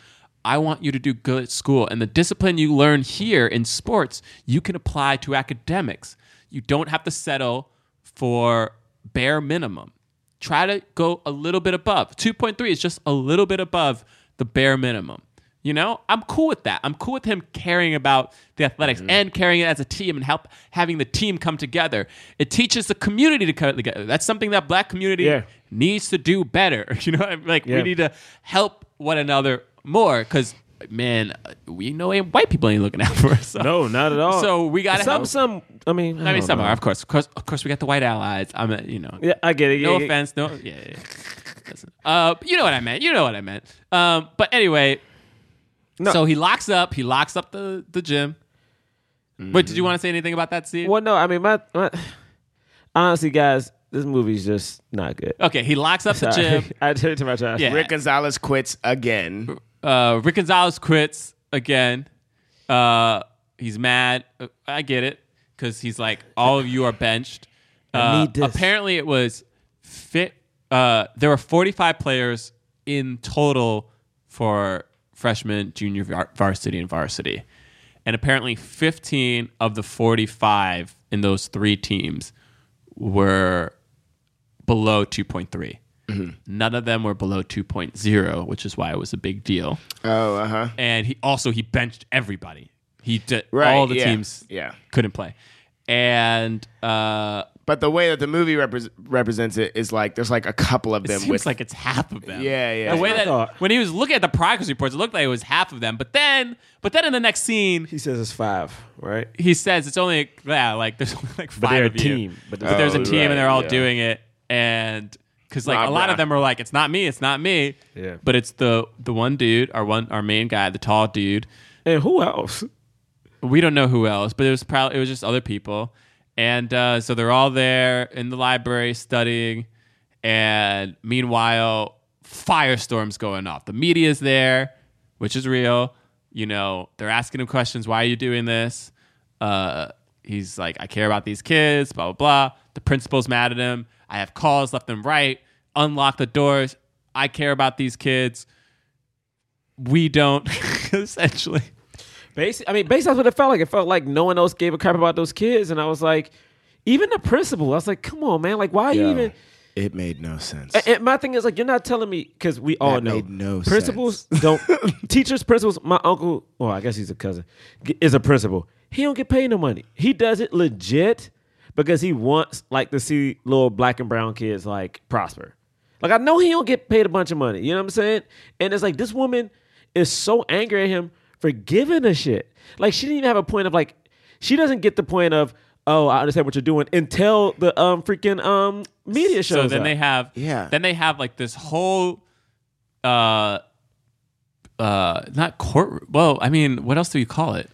B: I want you to do good at school. And the discipline you learn here in sports, you can apply to academics. You don't have to settle for bare minimum. try to go a little bit above. 2.3 is just a little bit above the bare minimum. You know, I'm cool with that. I'm cool with him caring about the athletics and carrying it as a team and help having the team come together. It teaches the community to come together. That's something that black community
D: Yeah.
B: needs to do better. You know, what I mean? like
D: Yeah.
B: we need to help one another more because man, we know ain't white people ain't looking out for us. So.
D: No, not at all.
B: So we gotta
D: some.
B: help.
D: Some. I mean.
B: I mean,
D: don't
B: some
D: know.
B: are, of course, of course, of course. We got the white allies. I'm, a, you know,
D: Yeah, I get it.
B: no
D: yeah,
B: offense, no, yeah, yeah, yeah. Listen, Uh, you know what I meant. You know what I meant. Um, but anyway,
D: No.
B: so he locks up. He locks up the the gym. Wait,
D: Mm-hmm.
B: did you want to say anything about that scene?
D: Well, no. I mean, my, my honestly, guys, this movie's just not good.
B: Okay, he locks up Oh, the
D: Sorry.
B: gym.
D: I did it to my trash.
B: Yeah.
C: Rick Gonzalez quits
D: Mm.
C: again.
B: uh, Rick Gonzalez quits again. Uh, he's mad. Uh, I get it because he's like, all of you are benched. Uh,
D: need this.
B: Apparently, it was fit. Uh, there were 45 players in total for freshman, junior var- varsity, and varsity. And apparently, 15 of the 45 in those three teams were below 2.3.
C: Mm-hmm.
B: None of them were below 2.0, which is why it was a big deal.
C: Oh, uh huh.
B: And he also he benched everybody. He did
C: Right,
B: all the
C: yeah,
B: teams
C: yeah.
B: couldn't play. And uh
C: But the way that the movie repres represents it is like there's like a couple of
B: it
C: them
B: seems
C: with
B: like it's half of them.
C: Yeah, yeah.
B: The way
D: That's what I
B: that
D: thought.
B: when he was looking at the progress reports, it looked like it was half of them. But then but then in the next scene
D: He says it's five, right?
B: he says it's only yeah, like there's only like five
D: they're a
B: of you.
D: team. But
B: but there's a
C: Oh,
B: team
C: right,
B: and they're all
C: yeah.
B: doing it and because like
C: Rah,
B: a lot
C: rah.
B: of them are like it's not me it's not me
D: Yeah.
B: but it's the the one dude our one our main guy the tall dude
D: And who else?
B: we don't know who else but it was probably it was just other people and uh, so they're all there in the library studying and meanwhile firestorms going off the media's there which is real you know they're asking him questions why are you doing this uh, he's like, I care about these kids, blah, blah, blah. The principal's mad at him. I have calls left and right. Unlock the doors. I care about these kids. We don't, essentially.
D: Basically, I mean, basically, that's what it felt like. It felt like no one else gave a crap about those kids, and I was like, even the principal. I was like, come on, man. Like, why are you even?
C: it made no sense.
D: And- And my thing is like, you're not telling me because we all know
C: made no
D: principals don't teachers principals. My uncle, well, I guess he's a cousin, g- is a principal. He don't get paid no money. He does it legit because he wants like to see little black and brown kids like prosper. Like I know he don't get paid a bunch of money. You know what I'm saying? And it's like this woman is so angry at him for giving a shit. Like she didn't even have a point of like she doesn't get the point of. Oh, I understand what you're doing. Until the um freaking um media shows
B: So then
D: up.
B: they have,
C: Yeah.
B: Then they have like this whole, uh, uh, not court. Well, I mean, what else do you call it?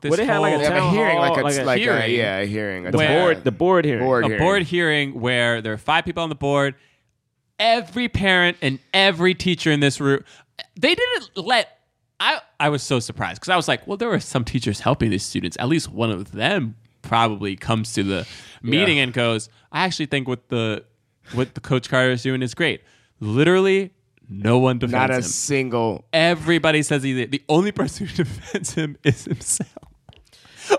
B: This
D: Well, they had, like, a
C: They have a
D: town
C: hearing,
D: hall,
C: like a,
D: like a
C: like a-
B: hearing.
C: yeah, a hearing.
D: the board the board hearing.
C: board
B: a
C: hearing.
B: board hearing where there are five people on the board. Every parent and every teacher in this room, they didn't let. I I was so surprised because I was like, well, there were some teachers helping these students. At least one of them probably comes to the meeting and goes, I actually think what the what the coach Carter is doing is great. Literally, no one defends
C: Not a
B: him.
C: single.
B: Everybody says he's the only person who defends him is himself,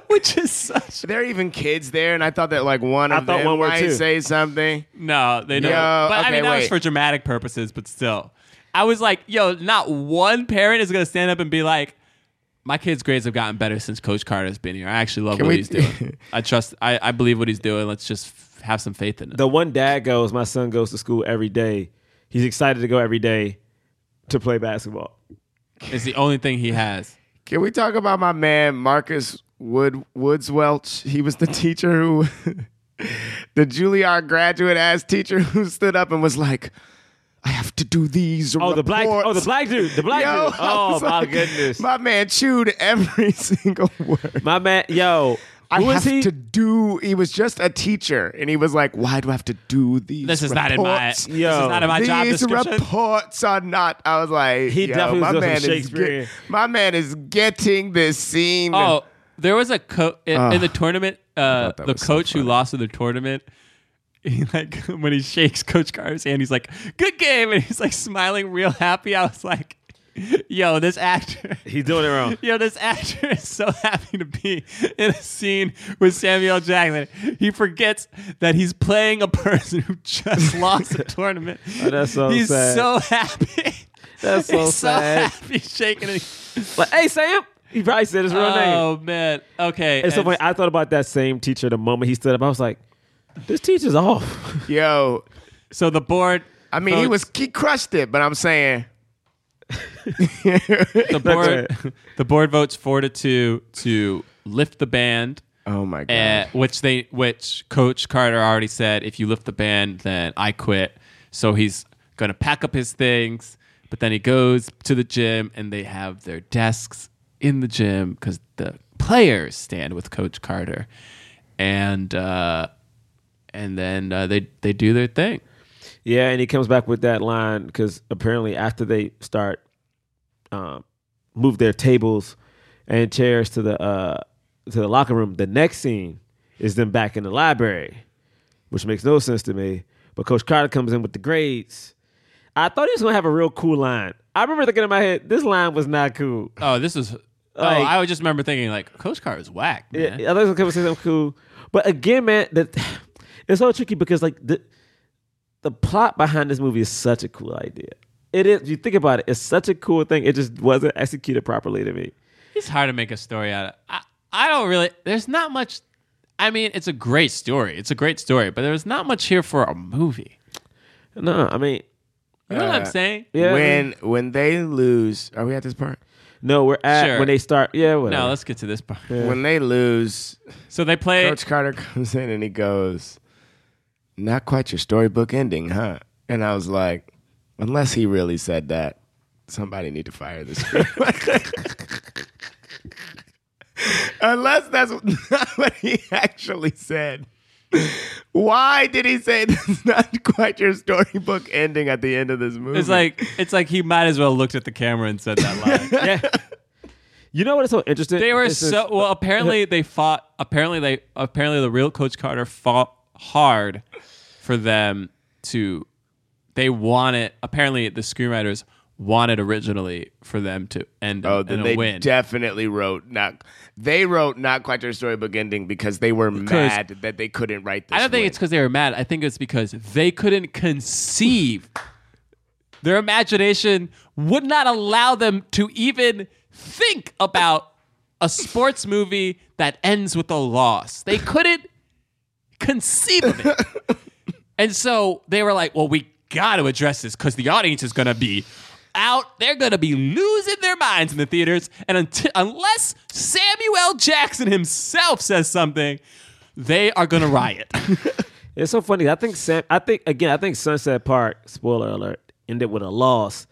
B: which is such.
C: There are even kids there, and I thought that like one
D: I
C: of
D: thought
C: them
D: one were
C: might
D: too.
C: say something.
B: No, they don't.
C: Yo,
B: but I
C: okay,
B: mean, that was
C: wait.
B: for dramatic purposes, but still. I was like, yo, not one parent is going to stand up and be like, my kid's grades have gotten better since Coach Carter's been here. I actually love what
C: we-
B: he's doing. I trust, I, I believe what he's doing. Let's just f- have some faith in it.
D: The one dad goes, my son goes to school every day. He's excited to go every day to play basketball.
B: It's the only thing he has.
C: Can we talk about my man Marcus Wood Woods Welch? He was the teacher who, the Juilliard graduate ass teacher who stood up and was like, "I have to do these."
D: Oh, the black oh the black dude. The black
C: Yo,
D: dude.
C: I
D: Oh
C: was
D: my
C: like,
D: goodness. My,
C: My man chewed every single word.
D: man, yo.
C: I
D: Who
C: have
D: is he?
C: to do. He was just a teacher, and he was like, "Why do I have to do these?"
B: This is not in my,
C: reports?
B: this is
D: Yo.
B: not in my job
C: These
B: description.
C: reports are not. I was like,
D: He
C: yo,
D: definitely was
C: my
D: doing some
C: man is
D: Shakespearean.
C: get, my man is getting this scene.
B: Oh, there was a co- in, in the tournament. Uh,
C: thought that
B: the
C: was so
B: coach who
C: funny.
B: lost in the tournament, he like when he shakes Coach Carter's hand, he's like, "Good game," and he's like smiling real happy. I was like, "Yo, this actor."
D: He's doing it wrong.
B: Yo, this actor is so happy to be in a scene with Samuel Jackson. He forgets that he's playing a person who just lost a tournament.
D: Oh, that's so
B: he's
D: sad.
B: so happy.
D: That's so
B: he's
D: sad.
B: so happy shaking it.
D: Like, hey Sam. He probably said his real name.
B: Oh man. Okay.
D: And so
B: and-
D: when I thought about that same teacher the moment he stood up, I was like, this teacher's off.
C: yo,
B: So the board.
C: I mean, he
B: votes-
C: was he crushed it, but I'm saying
B: The board, the board votes four to two to lift the band,
C: Oh my god.
B: uh, which they, which Coach Carter already said, if you lift the band, then I quit. So he's gonna pack up his things, but then he goes to the gym, and they have their desks in the gym because the players stand with Coach Carter, and uh, and then uh, they they do their thing.
D: Yeah, and he comes back with that line because apparently after they start um, move their tables and chairs to the uh, to the locker room, the next scene is them back in the library, which makes no sense to me. But Coach Carter comes in with the grades. I thought he was gonna have a real cool line. I remember thinking in my head, this line was not cool.
B: Oh, this is. Oh,
D: Like-
B: I would just remember thinking like Coach Carter is whack. Man.
D: Yeah, I thought it was gonna say something cool. But again, man, that it's so tricky because like the the plot behind this movie is such a cool idea. It is. You think about it, it's such a cool thing. It just wasn't executed properly to me.
B: It's hard to make a story out of. I, I don't really. There's not much. I mean, it's a great story. It's a great story, but there's not much here for a movie.
D: No, I mean,
B: You know what I'm saying?
D: yeah. I mean,
C: when when they lose, are we at this part?
D: no, we're at
B: Sure.
D: when they start. Yeah, whatever.
B: No, let's get to this part.
C: When they lose,
B: So they play.
C: Coach Carter comes in and he goes, "Not quite your storybook ending, huh?" And I was like, "Unless he really said that, somebody need to fire this." guy." Unless that's not what he actually said. Why did he say that's not quite your storybook ending at the end of this movie?
B: it's like it's like he might as well looked at the camera and said that line.
D: Yeah. you know what is so interesting?
B: they were
D: It's just-
B: so well. Apparently, they fought. Apparently, they apparently the real Coach Carter fought hard for them to. They wanted. Apparently, the screenwriters wanted originally for them to end
C: Oh,
B: in
C: then
B: a
C: they
B: win.
C: definitely wrote not. They wrote not quite their storybook ending because they were mad that they couldn't write this.
B: I don't think
C: win.
B: it's because they were mad. I think it's because they couldn't conceive. Their imagination would not allow them to even think about a sports movie that ends with a loss. They couldn't conceive of it. And so they were like, well, we got to address this because the audience is going to be out. They're going to be losing their minds in the theaters. And unti- unless Samuel Jackson himself says something, they are going to riot.
D: It's so funny. I think Sam. I think again. I think Sunset Park. Spoiler alert. Ended with a loss,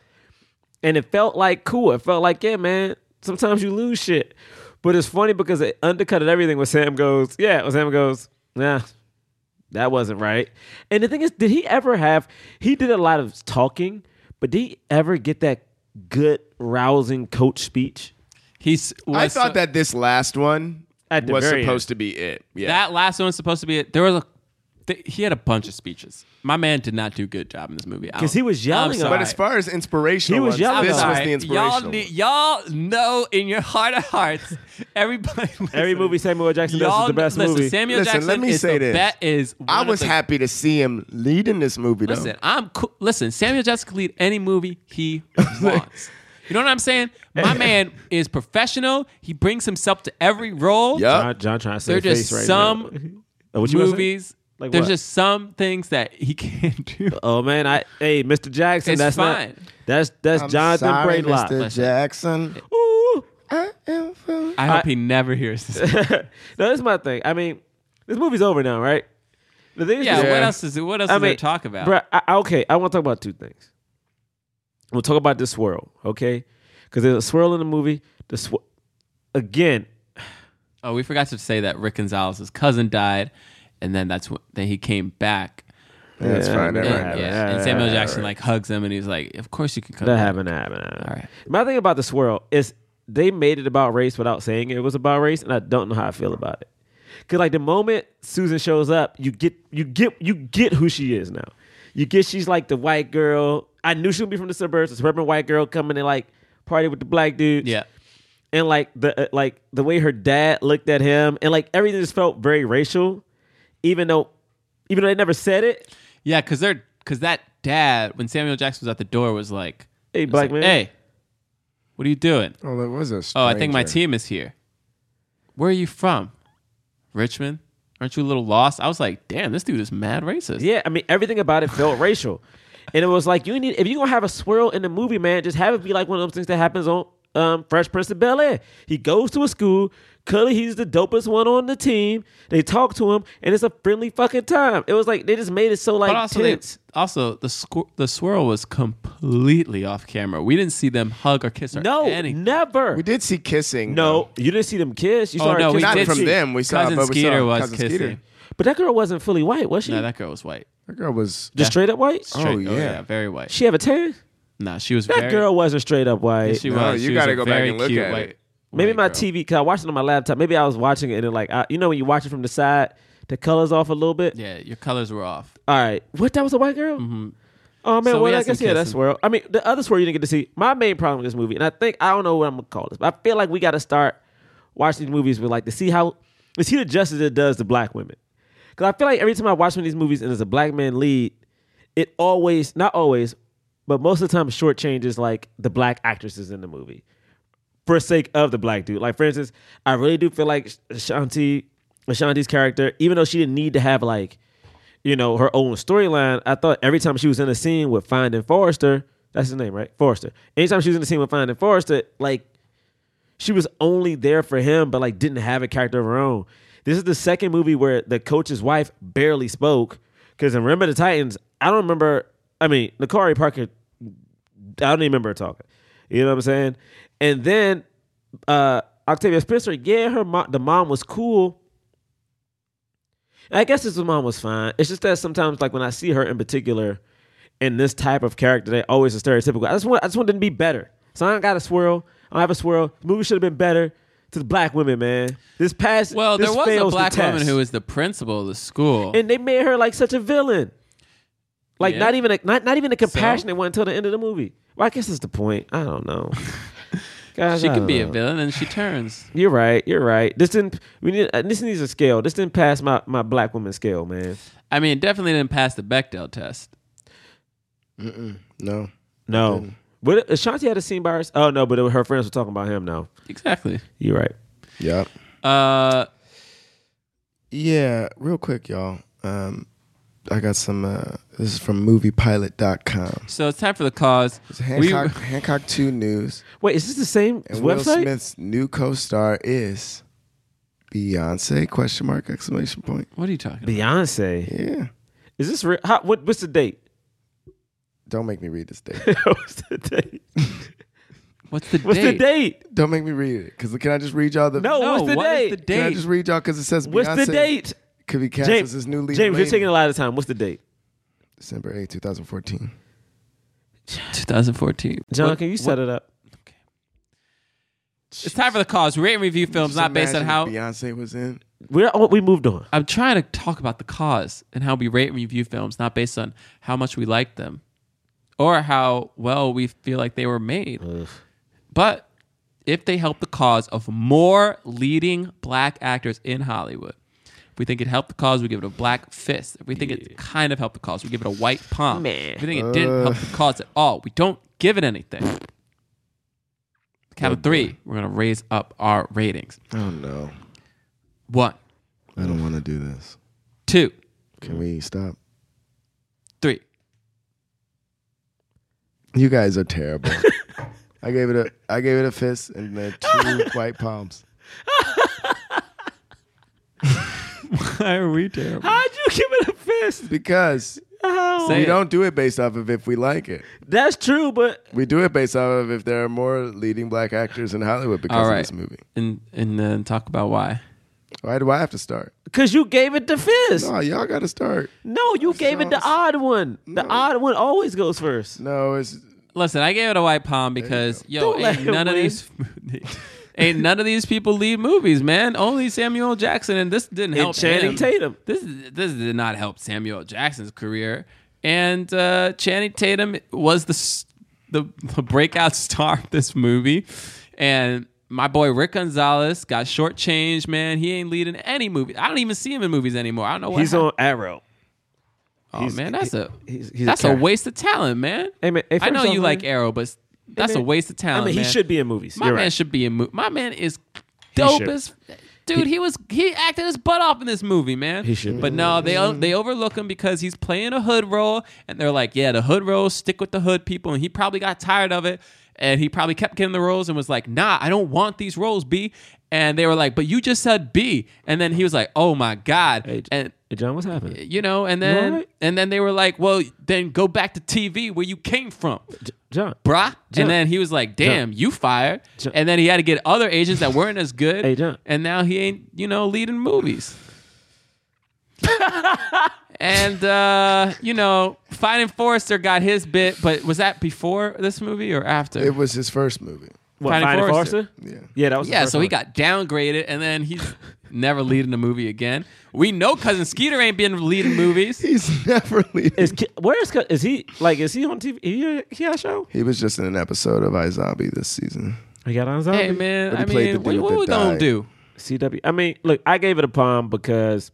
D: and it felt like cool. It felt like yeah, man. Sometimes you lose shit, but it's funny because it undercutted everything. When Sam goes, yeah. When Sam goes, nah, that wasn't right. And the thing is, did he ever have? He did a lot of talking, but did he ever get that good rousing coach speech?
B: He's.
C: I
B: was-
C: thought that this last one
D: At the
C: was
D: very
C: supposed to be it. Yeah.
B: that last one was supposed to be it. There was a. Th- he had a bunch of speeches. My man did not do a good job in this movie.
D: Because he was yelling
B: I'm
D: a lot.
B: sorry.
C: but as far as inspirational,
D: He was
C: ones,
D: yelling
C: this
D: at
C: was
D: it.
C: the
B: y'all,
C: inspirational.
B: ne-
C: one.
B: y'all know in your heart of hearts, everybody.
D: Every
B: listen,
D: movie Samuel Jackson does is the best
B: listen,
D: movie.
B: Samuel
C: Listen,
B: Jackson
C: let me
B: is
C: say
B: the
C: this.
B: That is. one
C: I
B: of
C: was
B: the-
C: happy to see him leading this movie. Though.
B: Listen, I'm cool. Listen, Samuel Jackson could lead any movie he wants. You know what I'm saying? My man is professional. He brings himself to every role.
C: Yup.
D: John, John trying to
B: Uh, There
D: say
B: are just
D: face right
B: some
D: now. Oh, What you gonna say?
B: movies.
D: Like
B: there's
D: what?
B: just some things that he can't do.
D: Oh man, I hey Mr. Jackson,
B: It's
D: that's
B: fine.
D: not that's that's Jonathan
C: sorry,
D: Braidlock.
C: Mr. Jackson.
D: Ooh.
C: I am from-
B: I hope he never hears this.
D: no, this is my thing. I mean, this movie's over now, right? The thing is,
B: Yeah,
D: just-
B: what else is what else is there to talk about?
D: bruh, I, okay, I want to talk about two things. We'll talk about the swirl, okay? Because there's a swirl in the movie. The swirl again.
B: oh, we forgot to say that Rick Gonzalez's cousin died, and then that's when then he came back.
C: That's fine.
D: that
C: Never
B: and,
C: happened.
B: yeah,
D: Yeah,
B: and Samuel
D: yeah,
B: Jackson like hugs him, and he's like, "Of course you can come."
D: That
B: back."
D: happened. That happened. All
B: All right.
D: My thing about the swirl is they made it about race without saying it was about race, and I don't know how I feel about it. Cause like the moment Susan shows up, you get you get you get who she is now. You get she's like the white girl. I knew she would be from the suburbs, the suburban white girl coming and like party with the black dudes.
B: Yeah,
D: And like the uh, like the way her dad looked at him, and like everything just felt very racial, even though even though they never said it.
B: yeah, because they're because that dad when Samuel Jackson was at the door was like,
D: Hey,
B: was
D: black
B: like,
D: man.
B: hey, what are you doing?
C: Oh, that was a.
B: Oh, I think my
C: stranger.
B: team is here. Where are you from? Richmond. Aren't you a little lost? I was like, damn, this dude is mad racist.
D: Yeah, I mean everything about it felt racial. and it was like you need if you're gonna have a swirl in the movie, man, just have it be like one of those things that happens on um, Fresh Prince of Bel Air. He goes to a school. Clearly, he's the dopest one on the team. They talk to him, and it's a friendly fucking time. It was like they just made it so like
B: But also, they,
D: tense.
B: also the squ- the swirl was completely off camera. We didn't see them hug or kiss or
D: no,
B: anything.
D: never.
C: We did see kissing.
D: No, you didn't see them kiss. You
B: Oh,
D: saw her
B: no,
D: kiss
B: we
C: not
B: did
C: from
B: see-
C: them. We saw,
B: cousin
C: but we saw
B: Skeeter was
C: cousin
B: kissing.
C: Skeeter.
D: But that girl wasn't fully white, was she?
B: No, that girl was white.
C: That girl was.
D: just straight up white.
C: Oh,
B: Straight-
C: yeah.
B: very white.
D: She have a tan.
B: nah, she was
D: That
B: very,
D: girl wasn't straight up white.
B: She
C: No,
B: was.
C: you
B: she
C: gotta
B: was a
C: go back
B: very
C: and look
B: cute
C: at
B: white-
C: it.
D: Maybe
B: white
D: my
B: girl.
D: TV, cause I watched it on my laptop. Maybe I was watching it and it like, I, you know, when you watch it from the side, the colors off a little bit.
B: Yeah, your colors were off.
D: All right, what? That was a white girl. Oh man,
B: So we
D: well
B: had
D: I guess
B: some
D: yeah, that's
B: kissing.
D: swirl. I mean, the other swirl you didn't get to see. My main problem with this movie, and I think I don't know what I'm gonna call this, but I feel like we got to start watching these movies with like to see how to see the justice it does to black women. Because I feel like every time I watch one of these movies and there's a black man lead, it always, not always, but most of the time, shortchanges like the black actresses in the movie for sake of the black dude. Like for instance, I really do feel like Shanti, Shanti's character, even though she didn't need to have like, you know, her own storyline, I thought every time she was in a scene with Finding Forrester, that's his name, right? Forrester. Anytime she was in the scene with Finding Forrester, like she was only there for him, but like didn't have a character of her own. This is the second movie where the coach's wife barely spoke. Because in Remember the Titans, I don't remember. I mean, Nakari Parker, I don't even remember her talking. You know what I'm saying? And then uh Octavia Spencer, yeah, her mom, the mom was cool. I guess his mom was fine. It's just that sometimes, like when I see her in particular, in this type of character, they always are stereotypical. I just want, I just wanted to be better. So I don't got a swirl. I don't have a swirl. The movie should have been better to the black women, man. This past,
B: Well,
D: this
B: there was a
D: fails the
B: black woman
D: test.
B: who was the principal of the school.
D: and they made her like such a villain. Like
B: Yeah.
D: not even a, not not even a compassionate one until the end of the movie. Well, I guess that's the point. I don't know. Guys,
B: she
D: I
B: can
D: don't
B: be
D: know.
B: a villain, and she turns.
D: You're right. You're right. This didn't. We need. Uh, this needs a scale. This didn't pass my my black woman scale, man.
B: I mean, it definitely didn't pass the Bechdel test.
C: No.
D: No. But uh, Ashanti had a scene by her. Oh no, but it, was- her friends were talking about him. No,
B: Exactly.
D: you're right.
C: Yep.
B: Uh,
C: Yeah, real quick, y'all. Um, I got some. Uh, this is from moviepilot.com.
B: so it's time for the cause.
C: It's Hancock, Hancock 2 News.
D: Wait, is this the same
C: And Will
D: website?
C: Smith's new co star is Beyonce? Question mark, exclamation point.
B: what are you talking about?
D: Beyonce.
C: Yeah.
D: Is this real? How, what, what's the date?
C: Don't make me read this date.
D: what's the date?
B: What's the
D: What's
B: date?
D: the date?
C: Don't make me read it. Because can I just read y'all the.
D: No.
B: No,
D: what's the
B: what is
D: date?
B: the
C: Can I
B: date?
C: just read y'all? Because it says
D: What's
C: Beyonce
D: the date?
C: could be cast as his new lead.
D: James, you're
C: lady,
D: taking a lot of time. What's the date?
C: December 8, 2014.
B: 2014.
D: John,
B: What-
D: can you
B: what-
D: set it up?
B: It's time for the cause. Rate and review films
C: Just
B: not based on
C: imagine
B: how.
C: if Beyonce was in.
D: We're oh, we moved on.
B: I'm trying to talk about the cause and how we rate and review films not based on how much we like them or how well we feel like they were made. But if they help the cause of more leading black actors in Hollywood, if we think it helped the cause, we give it a black fist. If we think it kind of helped the cause, we give it a white palm.
D: Man.
B: If we think it didn't help the cause at all, we don't give it anything. Count of three, we're going to raise up our ratings.
C: Oh, no.
B: One,
C: I don't want to do this.
B: two,
C: Can we stop?
B: three.
C: You guys are terrible. I gave it a I gave it a fist and then two white palms.
B: Why are we terrible?
D: How'd you give it a fist?
C: Because
D: How?
B: Say
C: we
B: it.
C: don't do it based off of if we like it.
D: That's true, but
C: We do it based off of if there are more leading black actors in Hollywood because
B: All
C: of
B: right.
C: this movie.
B: and and then talk about why.
C: Why do I have to start?
D: because you gave it the fist.
C: No, y'all gotta start.
D: No, you gave it the
C: sounds-
D: odd one. The odd one always goes first.
C: No, it's
B: Listen, I gave it a white palm because yo,
D: Don't let
B: ain't
D: him
B: none of
D: win.
B: these ain't none of these people lead movies, man. Only Samuel Jackson, and this didn't help
D: Channing
B: him.
D: Tatum.
B: This this did not help Samuel Jackson's career. And uh, Channing Tatum was the, s- the the breakout star of this movie, and my boy Rick Gonzalez got shortchanged, man. He ain't leading any movie. I don't even see him in movies anymore. I don't know what
D: He's
B: happened.
D: on Arrow.
B: Oh man, that's a
D: he's- he's a
B: that's a,
D: character.
B: waste of talent, man.
D: Hey, man, hey,
B: I know
D: first off,
B: you like
D: man-
B: Arrow, but that's
D: man,
B: a waste of
D: I
B: talent.
D: mean, he
B: man.
D: should be in movies.
B: My
D: You're
B: man
D: right.
B: should be in. Mo- my man is dope
D: should.
B: as Dude, he was he acted his butt off in this movie, man.
D: He should be.
B: But no, they uh, they overlook him because he's playing a hood role, and they're like, yeah, the hood roles stick with the hood people, and he probably got tired of it, and he probably kept getting the roles and was like, nah, I don't want these roles, B. And they were like, but you just said B, and then he was like, oh my god,
D: Hey,
B: and
D: Hey, John, what's happening?
B: you know, and then
D: What?
B: and then they were like, well, then go back to TV where you came from
D: John,
B: bruh.
D: Jump.
B: And then he was like, damn, you fired.
D: Jump.
B: And then he had to get other agents that weren't as good.
D: Hey, jump.
B: And now he ain't, you know, leading movies. and, uh, you know, Finding Forrester got his bit, but was that before this movie or after?
C: It was his first movie.
D: what,
B: Finding
D: Finding
B: Forrester?
D: Forrester? Yeah, that was the
B: yeah,
D: first
B: so he
D: one.
B: got downgraded, and then he's never leading a movie again. We know Cousin Skeeter ain't been leading movies.
C: He's never leaving.
D: Is Ki- where is Ki- is he? Like, is he on TV? He, uh, he got a show?
C: He was just in an episode of iZombie this season.
D: He got on zombie.
B: Hey, man,
C: But he
B: I
C: played the
B: mean, what, what
C: dude that
B: we going to
C: died.
B: do?
D: CW. I mean, look, I gave it a palm because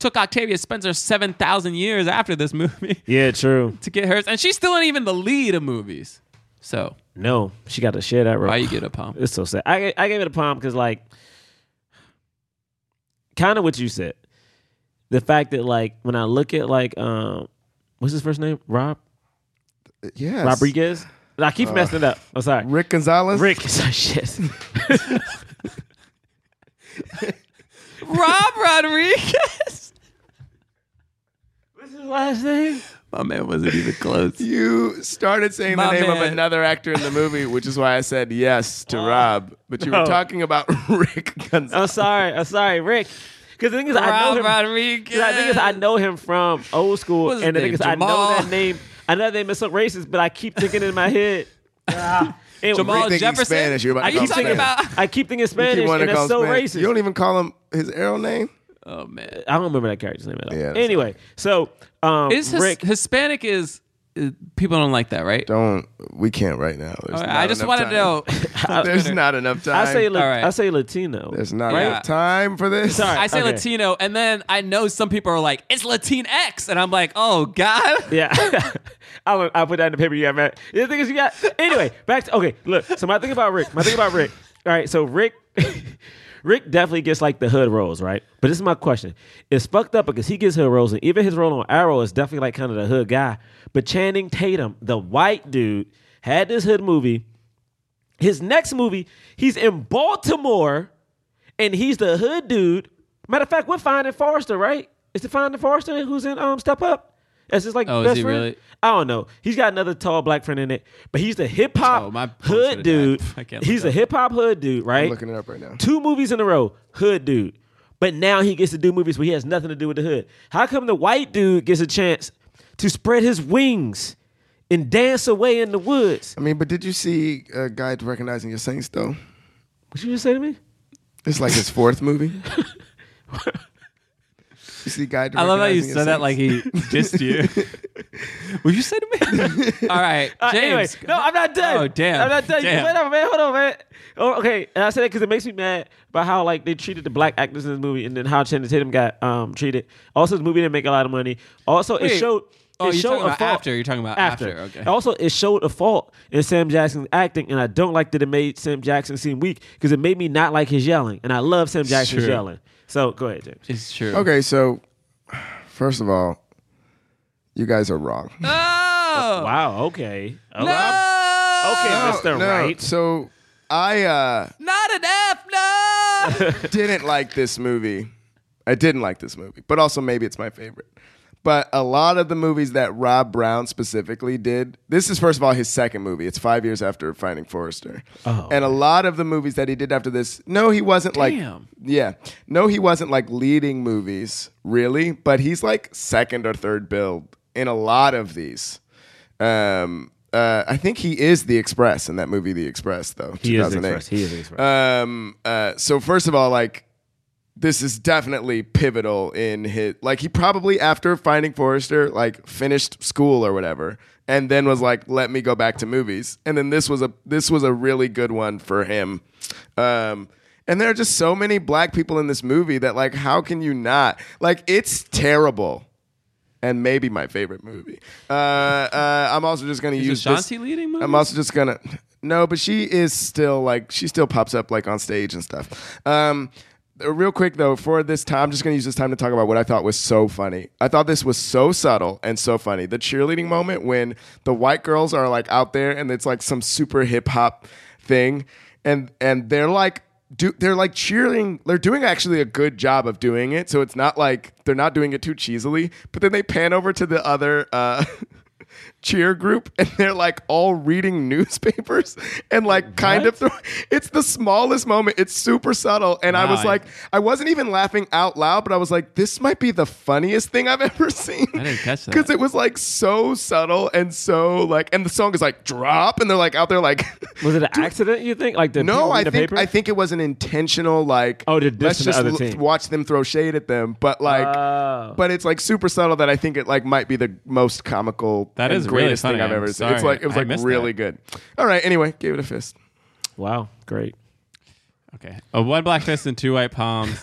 B: Took Octavia Spencer 7,000 years after this movie.
D: yeah, true.
B: to get hers, and she's still not even the lead of movies. So
D: No, she got to share that role.
B: why you get a pump?
D: It's so sad. I ga- I gave it a palm because like, kind of what you said. The fact that like when I look at like um, what's his first name? Rob
C: Yes.
D: Rodriguez. I keep messing it up. I'm sorry.
C: Rick Gonzalez.
D: Rick is our shit.
B: Rob Rodriguez.
D: What's his last name?
B: My man wasn't even close.
J: You started saying
B: My
J: the name of
B: man. Oh.
J: another actor in the movie, which is why I said yes to Rob. But you
D: no.
J: were talking about Rick Gonzalez.
D: I'm sorry. I'm sorry, Rick. Because the thing is, I know
B: Rob
D: him.
B: Rodriguez.
D: 'cause the thing is, I know him from old school,
B: What's his
D: and the
B: name?
D: thing is, I know
B: Jamal?
D: that name. I know that name is so racist, but I keep thinking in my head. Anyway,
B: Jamal
C: Rick thinking
B: Jefferson.
C: Spanish, you're about to
B: Are you
C: call
B: talking
C: Spanish.
B: about?
D: I keep thinking
J: You
D: Spanish,
J: wanna
D: and it's
J: call
D: so
J: Spanish.
D: racist.
C: You don't even call him his arrow name.
B: Oh man,
D: I don't remember that character's name at all.
C: Yeah, that's
D: anyway, so um,
B: is his,
D: Rick.
B: Hispanic is uh, people don't like that, right?
C: Don't. We can't right now. There's
B: All right,
C: not
B: I just
C: enough
B: want to
C: time.
B: know.
C: There's not enough time.
D: I say la-
B: All right.
D: I say Latino.
C: There's not
B: Right?
C: enough time for this.
D: Sorry.
B: I say
D: Okay.
B: Latino, and then I know some people are like, "It's Latinx," and I'm like, "Oh God."
D: Yeah, I'll, I'll put that in the paper you got, man. The thing is, you got anyway. Back to okay. Look, so my thing about Rick. My thing about Rick. All right, so Rick, Rick definitely gets like the hood roles, right? But this is my question: It's fucked up because he gets hood roles, and even his role on Arrow is definitely like kind of the hood guy. But Channing Tatum, the white dude, had this hood movie. His next movie, he's in Baltimore, and he's the hood dude. Matter of fact, we're finding Forrester, right? Is it finding Forrester who's in um Step Up? That's his like
B: Oh, is
D: best
B: he
D: friend.
B: really?
D: I don't know. He's got another tall black friend in it, but he's the hip hop
B: Oh, my phone
D: hood
B: should've
D: dude.
B: died. I can't look
D: He's a
B: up.
D: hip hop hood dude, right?
C: I'm looking it up right now.
D: Two movies in a row, hood dude. But now he gets to do movies where he has nothing to do with the hood. How come the white dude gets a chance to spread his wings and dance away in the woods?
C: I mean, but did you see a guide to recognizing your saints though?
D: What you just say to me?
C: It's like his fourth movie. you see, guide. to
B: I love how you
C: Recognizing Your
B: said that
C: Saints?
B: like he dissed you. Would you say to me? All right,
D: Uh,
B: James.
D: anyway, no, I'm not done.
B: Oh, damn.
D: I'm not done.
B: Damn.
D: Whatever, man. Hold on, man. Oh, okay. And I said that because it makes me mad about how like they treated the black actors in this movie, and then how Channing Tatum got um, treated. Also, this movie didn't make a lot of money. Also, it
B: Wait.
D: showed.
B: Oh,
D: it
B: you're
D: showed
B: talking
D: a
B: about
D: fault.
B: after. You're talking about after. Okay.
D: Also, it showed a fault in Sam Jackson's acting, and I don't like that it made Sam Jackson seem weak because it made me not like his yelling, and I love Sam Jackson's
B: Sure.
D: yelling. So go ahead, James.
B: It's true.
C: Okay, so first of all, you guys are wrong.
B: Oh!
D: Wow. Okay. Oh,
B: No!
D: Okay, Mister
C: Oh,
D: Right.
C: So I uh,
B: Not an F, no!
C: didn't like this movie. I didn't like this movie, but also maybe it's my favorite. But a lot of the movies that Rob Brown specifically did, this is first of all his second movie. It's five years after Finding Forrester,
D: Oh,
C: and a lot of the movies that he did after this, no, he wasn't like,
B: Damn.
C: yeah, no, he wasn't like leading movies really, but he's like second or third build in a lot of these. Um, uh, I think he is the Express in that movie, The Express, though.
D: He is
C: 2008.
D: expressed. He is expressed.
C: Um, uh, so first of all, like this is definitely pivotal in his like he probably after finding Forrester like finished school or whatever and then was like let me go back to movies and then this was a this was a really good one for him um and there are just so many black people in this movie that like how can you not like it's terrible and maybe my favorite movie uh, uh I'm also just gonna use this-
B: Ashanti leading
C: I'm
B: movies?
C: also just gonna no, but she is still like she still pops up like on stage and stuff. Um, Uh, Real quick though, for this time, I'm just gonna use this time to talk about what I thought was so funny. I thought this was so subtle and so funny. The cheerleading moment when the white girls are like out there and it's like some super hip hop thing, and and they're like do they're like cheering. They're doing actually a good job of doing it, so it's not like they're not doing it too cheesily. But then they pan over to the other. Uh, cheer group and they're like all reading newspapers and like kind of throw, it's the smallest moment it's super subtle and i
B: Wow,
C: was
B: I-
C: like i wasn't even laughing out loud but i was like this might be the funniest thing i've ever seen
B: I didn't catch that.
C: because it was like so subtle and so like and the song is like drop and they're like out there like
D: Was it an accident? You think? Like the people
C: no
D: read
C: i
D: the
C: think
D: paper?
C: i think it was an intentional like
D: Oh, to diss
C: let's
D: the
C: just
D: other
C: l-
D: team.
C: watch them throw shade at them but like
D: Oh.
C: but it's like super subtle that I think it like might be the most comical
B: That
C: and
B: is really
C: greatest
B: funny.
C: thing I've
B: I'm
C: ever seen.
B: sorry.
C: It's like it was
B: I
C: like
B: missed
C: really
B: that.
C: good. All right, anyway, gave it a fist.
D: wow, great.
B: Okay. Uh, one black fist and two white palms.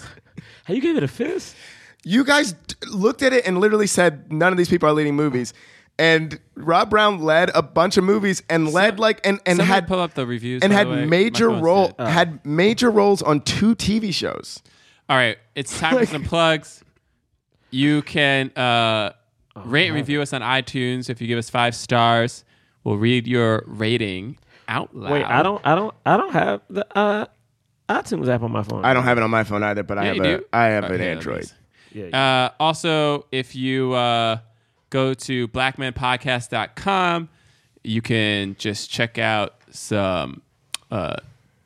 D: Hey, you gave it a fist.
C: You guys d- looked at it and literally said none of these people are leading movies. And Rob Brown led a bunch of movies and led like and and
B: Somebody
C: had
B: pull up the reviews
C: and
B: by
C: had
B: the way. My
C: major
B: phone's
C: role
B: dead. Oh.
C: had major roles on two TV shows.
B: All right, it's time for some plugs. You can uh,
C: Oh,
B: rate and review us on iTunes. If you give us five stars, we'll read your rating out loud.
D: Wait, I don't, I don't, I don't have the uh, iTunes app on my phone.
C: I don't have it on my phone either, but I
B: Yeah,
C: have
B: you
C: a
B: do.
C: I have
B: All right,
C: an
B: here, let me
C: Android.
B: see.
D: Yeah, yeah.
B: Uh, also, if you uh, go to blackmanpodcast.com, you can just check out some uh,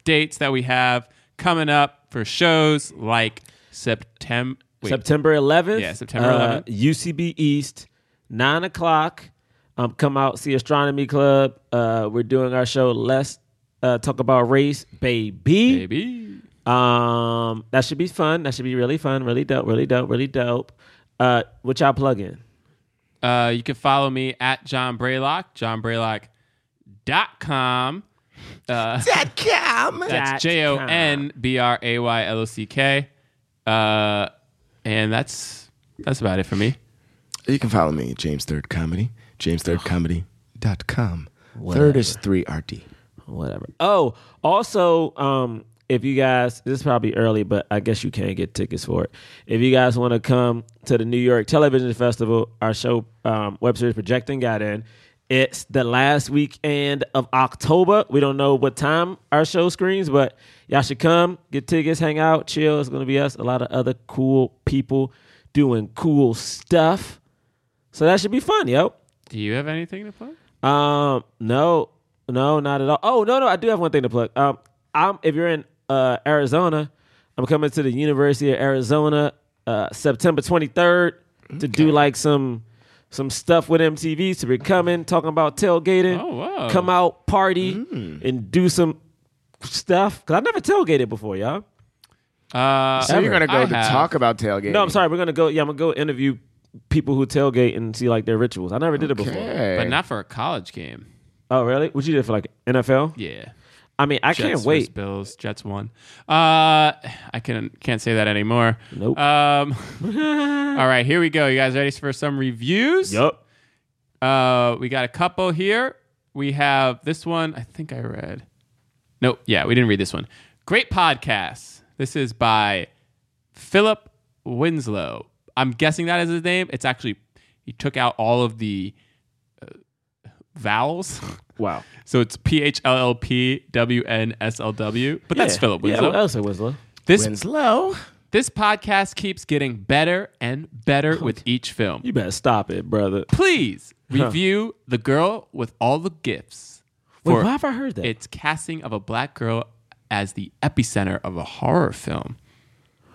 B: dates that we have coming up for shows like September.
D: September uh, 11th.
B: Yeah, September 11th.
D: UCB East, 9 o'clock. Um, come out, see Astronomy Club. Uh, we're doing our show, Let's uh, Talk About Race, baby.
B: Maybe.
D: Um, that should be fun. That should be really fun, really dope, really dope, really dope. Uh, what y'all plug in?
B: Uh, you can follow me at John Braylock, johnbraylock.com. Uh,
D: Dot
B: that's J O N B R A Y L O C K. Uh, and that's that's about it for me.
C: You can follow me at James Third Comedy, jamesthirdcomedy.com. Third is 3RD.
D: whatever. Oh, also, um, if you guys, this is probably early, but I guess you can get tickets for it. If you guys want to come to the New York Television Festival, our show um, web series projecting got in. It's the last weekend of October. We don't know what time our show screens, but y'all should come, get tickets, hang out, chill. It's gonna be us, a lot of other cool people doing cool stuff. So that should be fun, yo.
B: Do you have anything to plug?
D: Um, no, no, not at all. Oh, no, no, I do have one thing to plug. Um, I'm if you're in uh Arizona, I'm coming to the University of Arizona uh September 23rd to do like some some stuff with MTV. So we're coming talking about tailgating.
B: Oh, wow. Mm.
D: Come out, party, and do some stuff. Cause I never tailgated before, y'all.
B: Uh,
C: So you're going to go
B: I
C: to
B: have.
C: talk about tailgating.
D: No, I'm sorry. We're gonna go. Yeah, I'm gonna go interview people who tailgate and see like their rituals. I never did it before.
C: Okay.
B: But not for a college game.
D: Oh, really? What you did for like NFL?
B: Yeah.
D: I mean, I
B: Jets
D: can't
B: versus
D: wait.
B: Bills. Jets won. Uh, I can can't say that anymore.
D: Nope.
B: Um, all right, here we go. You guys ready for some reviews?
D: Yup.
B: Uh, we got a couple here. We have this one. I think I read. Nope. Yeah, we didn't read this one. Great podcast. This is by Philip Winslow. I'm guessing that is his name. It's actually he took out all of the uh, vowels,
D: Wow.
B: so it's P H L L P W N S L W. But that's
D: Yeah.
B: Philip
D: Yeah,
B: Winslow.
D: what else it Winslow?
B: this This podcast keeps getting better and better with each film.
D: You better stop it, brother.
B: please review The Girl with All the Gifts
D: Wait,
B: for
D: why have I heard that?
B: its casting of a black girl as the epicenter of a horror film.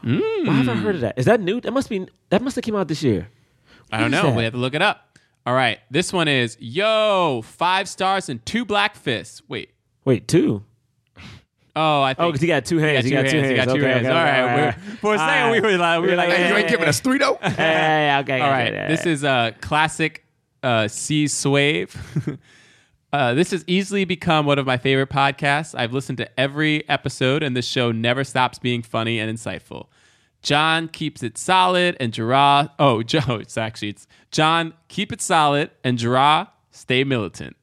D: why have I
B: Mm.
D: heard of that? Is that new? That must be. That must have came out this year.
B: I don't
D: is
B: know.
D: that?
B: We have to look it up. All right. This one is Yo, five stars and two black fists. Wait.
D: Wait, two.
B: Oh, I
D: Oh,
B: think.
D: because he got two hands.
B: He got two hands. He got two
D: Okay,
B: hands.
D: okay,
B: All
D: okay,
B: right,
D: okay,
B: we're-
D: okay.
B: for a
D: All
B: second, we were like- we were like,
C: Hey, you ain't giving us three though.
D: hey, hey, okay,
B: All
D: okay,
B: right.
D: okay,
B: This
D: okay.
B: is a classic uh, C Swave. uh, this has easily become one of my favorite podcasts. I've listened to every episode, and this show never stops being funny and insightful. John keeps it solid, and Gerard. Oh, Joe. It's actually it's John. Keep it solid, and Gerard Stay militant.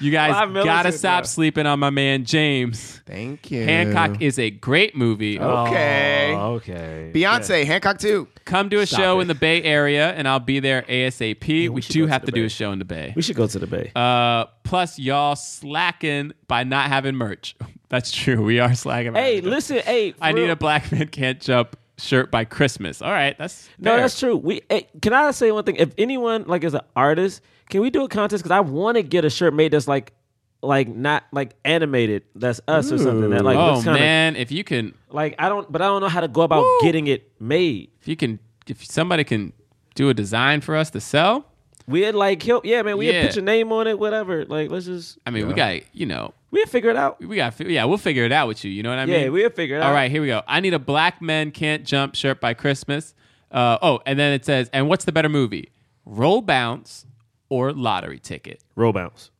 B: you guys
D: Why militant,
B: gotta stop
D: bro?
B: sleeping on my man James.
K: Thank you.
B: Hancock is a great movie.
K: Okay.
D: Oh, okay.
K: Beyonce, Hancock too.
B: Come to a show
D: it.
B: in the Bay Area, and I'll be there ASAP. we
D: we should
B: do
D: go to
B: have to
D: the
B: do
D: Bay.
B: a show in the Bay.
D: we should go to the bay.
B: Uh, plus, y'all slacking by not having merch. That's true. We are slacking. by
D: hey,
B: not having-
D: listen, hey. for
B: I need
D: real.
B: a black man can't jump shirt by Christmas. All right, that's
D: No,
B: fair.
D: that's true. We eh, can I say one thing? If anyone like is an artist, can we do a contest? Because I want to get a shirt made that's like, like not like animated. That's us or something. That like
B: oh
D: looks kinda,
B: man, if you can,
D: Like I don't, but I don't know how to go about getting it made.
B: if you can, if somebody can do a design for us to sell.
D: We had like help. Yeah, man. We
B: Yeah.
D: had put your name on it. Whatever. Like let's just
B: I mean, we got you know,
D: we had figure it out.
B: we got yeah, we'll figure it out with you. You know what I mean?
D: yeah, we'll figure it out.
B: All right, here we go. I need a black men can't jump shirt by Christmas. Uh, oh, and then it says, and what's the better movie, Roll Bounce or Lottery Ticket?
D: Roll bounce.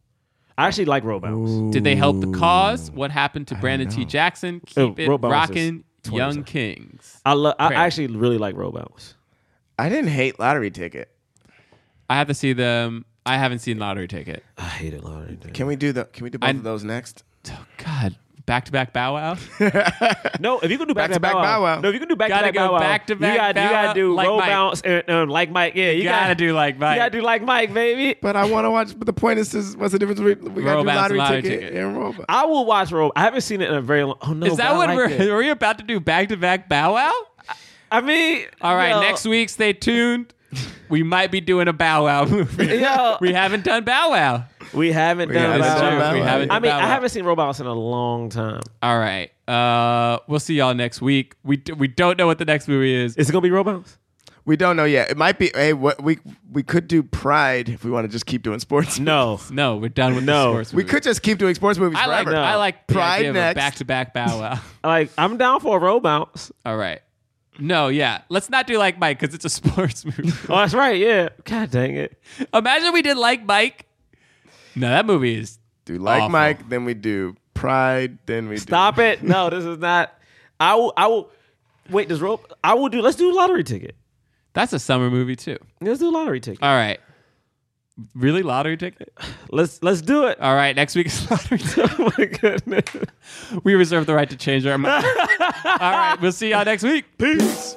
D: I actually like roll bounce.
B: Did they help the cause? What happened to Brandon T. Jackson?
D: Oh,
B: Keep it
D: Roll Bounce is
B: rocking,
D: 20%.
B: Young Kings.
D: I love. I
B: Crayon.
D: actually really like roll bounce.
K: I didn't hate lottery ticket.
B: I have to see them. I haven't seen Lottery Ticket.
D: I hate it, Lord.
K: Can we do the? Can we do both
B: I-
K: of those next?
B: Oh, God, back to back Bow Wow.
D: No, if you can do back, to
K: Back-to-back
D: Bow Wow.
K: Bow Wow.
D: No, if you can do back
B: Gotta
D: to back
B: go
D: Bow Wow.
B: back-to-back
D: you gotta,
B: Bow
D: you
B: Wow,
D: gotta do
B: like
D: roll
B: Mike.
D: bounce and um, like Mike. Yeah, you,
B: gotta do like Mike.
D: You gotta do like Mike, baby.
K: But I want to watch. But the point is, is what's the difference between we got
B: Roll
K: to do
B: Bounce
K: lottery,
B: and Lottery
K: ticket,
B: Ticket.
K: and roll bounce.
D: I will watch roll. I haven't seen it in a very long. Oh no,
B: Is that
D: but
B: what
D: I like
B: we're
D: it.
B: are we about to do? Back to back Bow Wow.
D: I mean,
B: All right,
D: yo,
B: next week. Stay tuned. We might be doing a Bow Wow movie.
D: Yo.
B: we haven't done Bow Wow.
D: we haven't done.
K: haven't
D: Bow
K: done
D: Wow.
K: Bow
B: We
K: Wow.
B: haven't
D: I
B: done
D: mean,
B: Bow
D: I
B: Wow.
D: haven't seen roll bounce in a long time.
B: All right. Uh, we'll see y'all next week. We d- we don't know what the next movie is.
D: Is it gonna be roll bounce?
K: We don't know yet. It might be. Hey, what we we could do Pride if we want to just keep doing sports.
D: No.
B: no, we're done with
D: No.
B: the sports.
K: we
B: movies.
K: could just keep doing sports movies
B: I like
K: forever.
B: I like the
K: Pride
B: idea
K: next.
B: back to back Bow Wow.
D: Like I'm down for a roll bounce.
B: All right. No, yeah. Let's not do like Mike because it's a sports movie.
D: Oh, that's right. Yeah. God dang it.
B: Imagine we did like Mike. No, that movie is.
K: Do like
B: Awful.
K: Mike, then we do Pride, then we do-
D: Stop it. No, this is not. I will. I will. Wait, does roll? I will do. Let's do lottery ticket.
B: That's a summer movie too.
D: Let's do lottery ticket.
B: All right. Really lottery ticket.
D: Let's let's do it.
B: All right, next week's lottery ticket.
D: oh my goodness.
B: We reserve the right to change our mind. All right, we'll see y'all next week. Peace.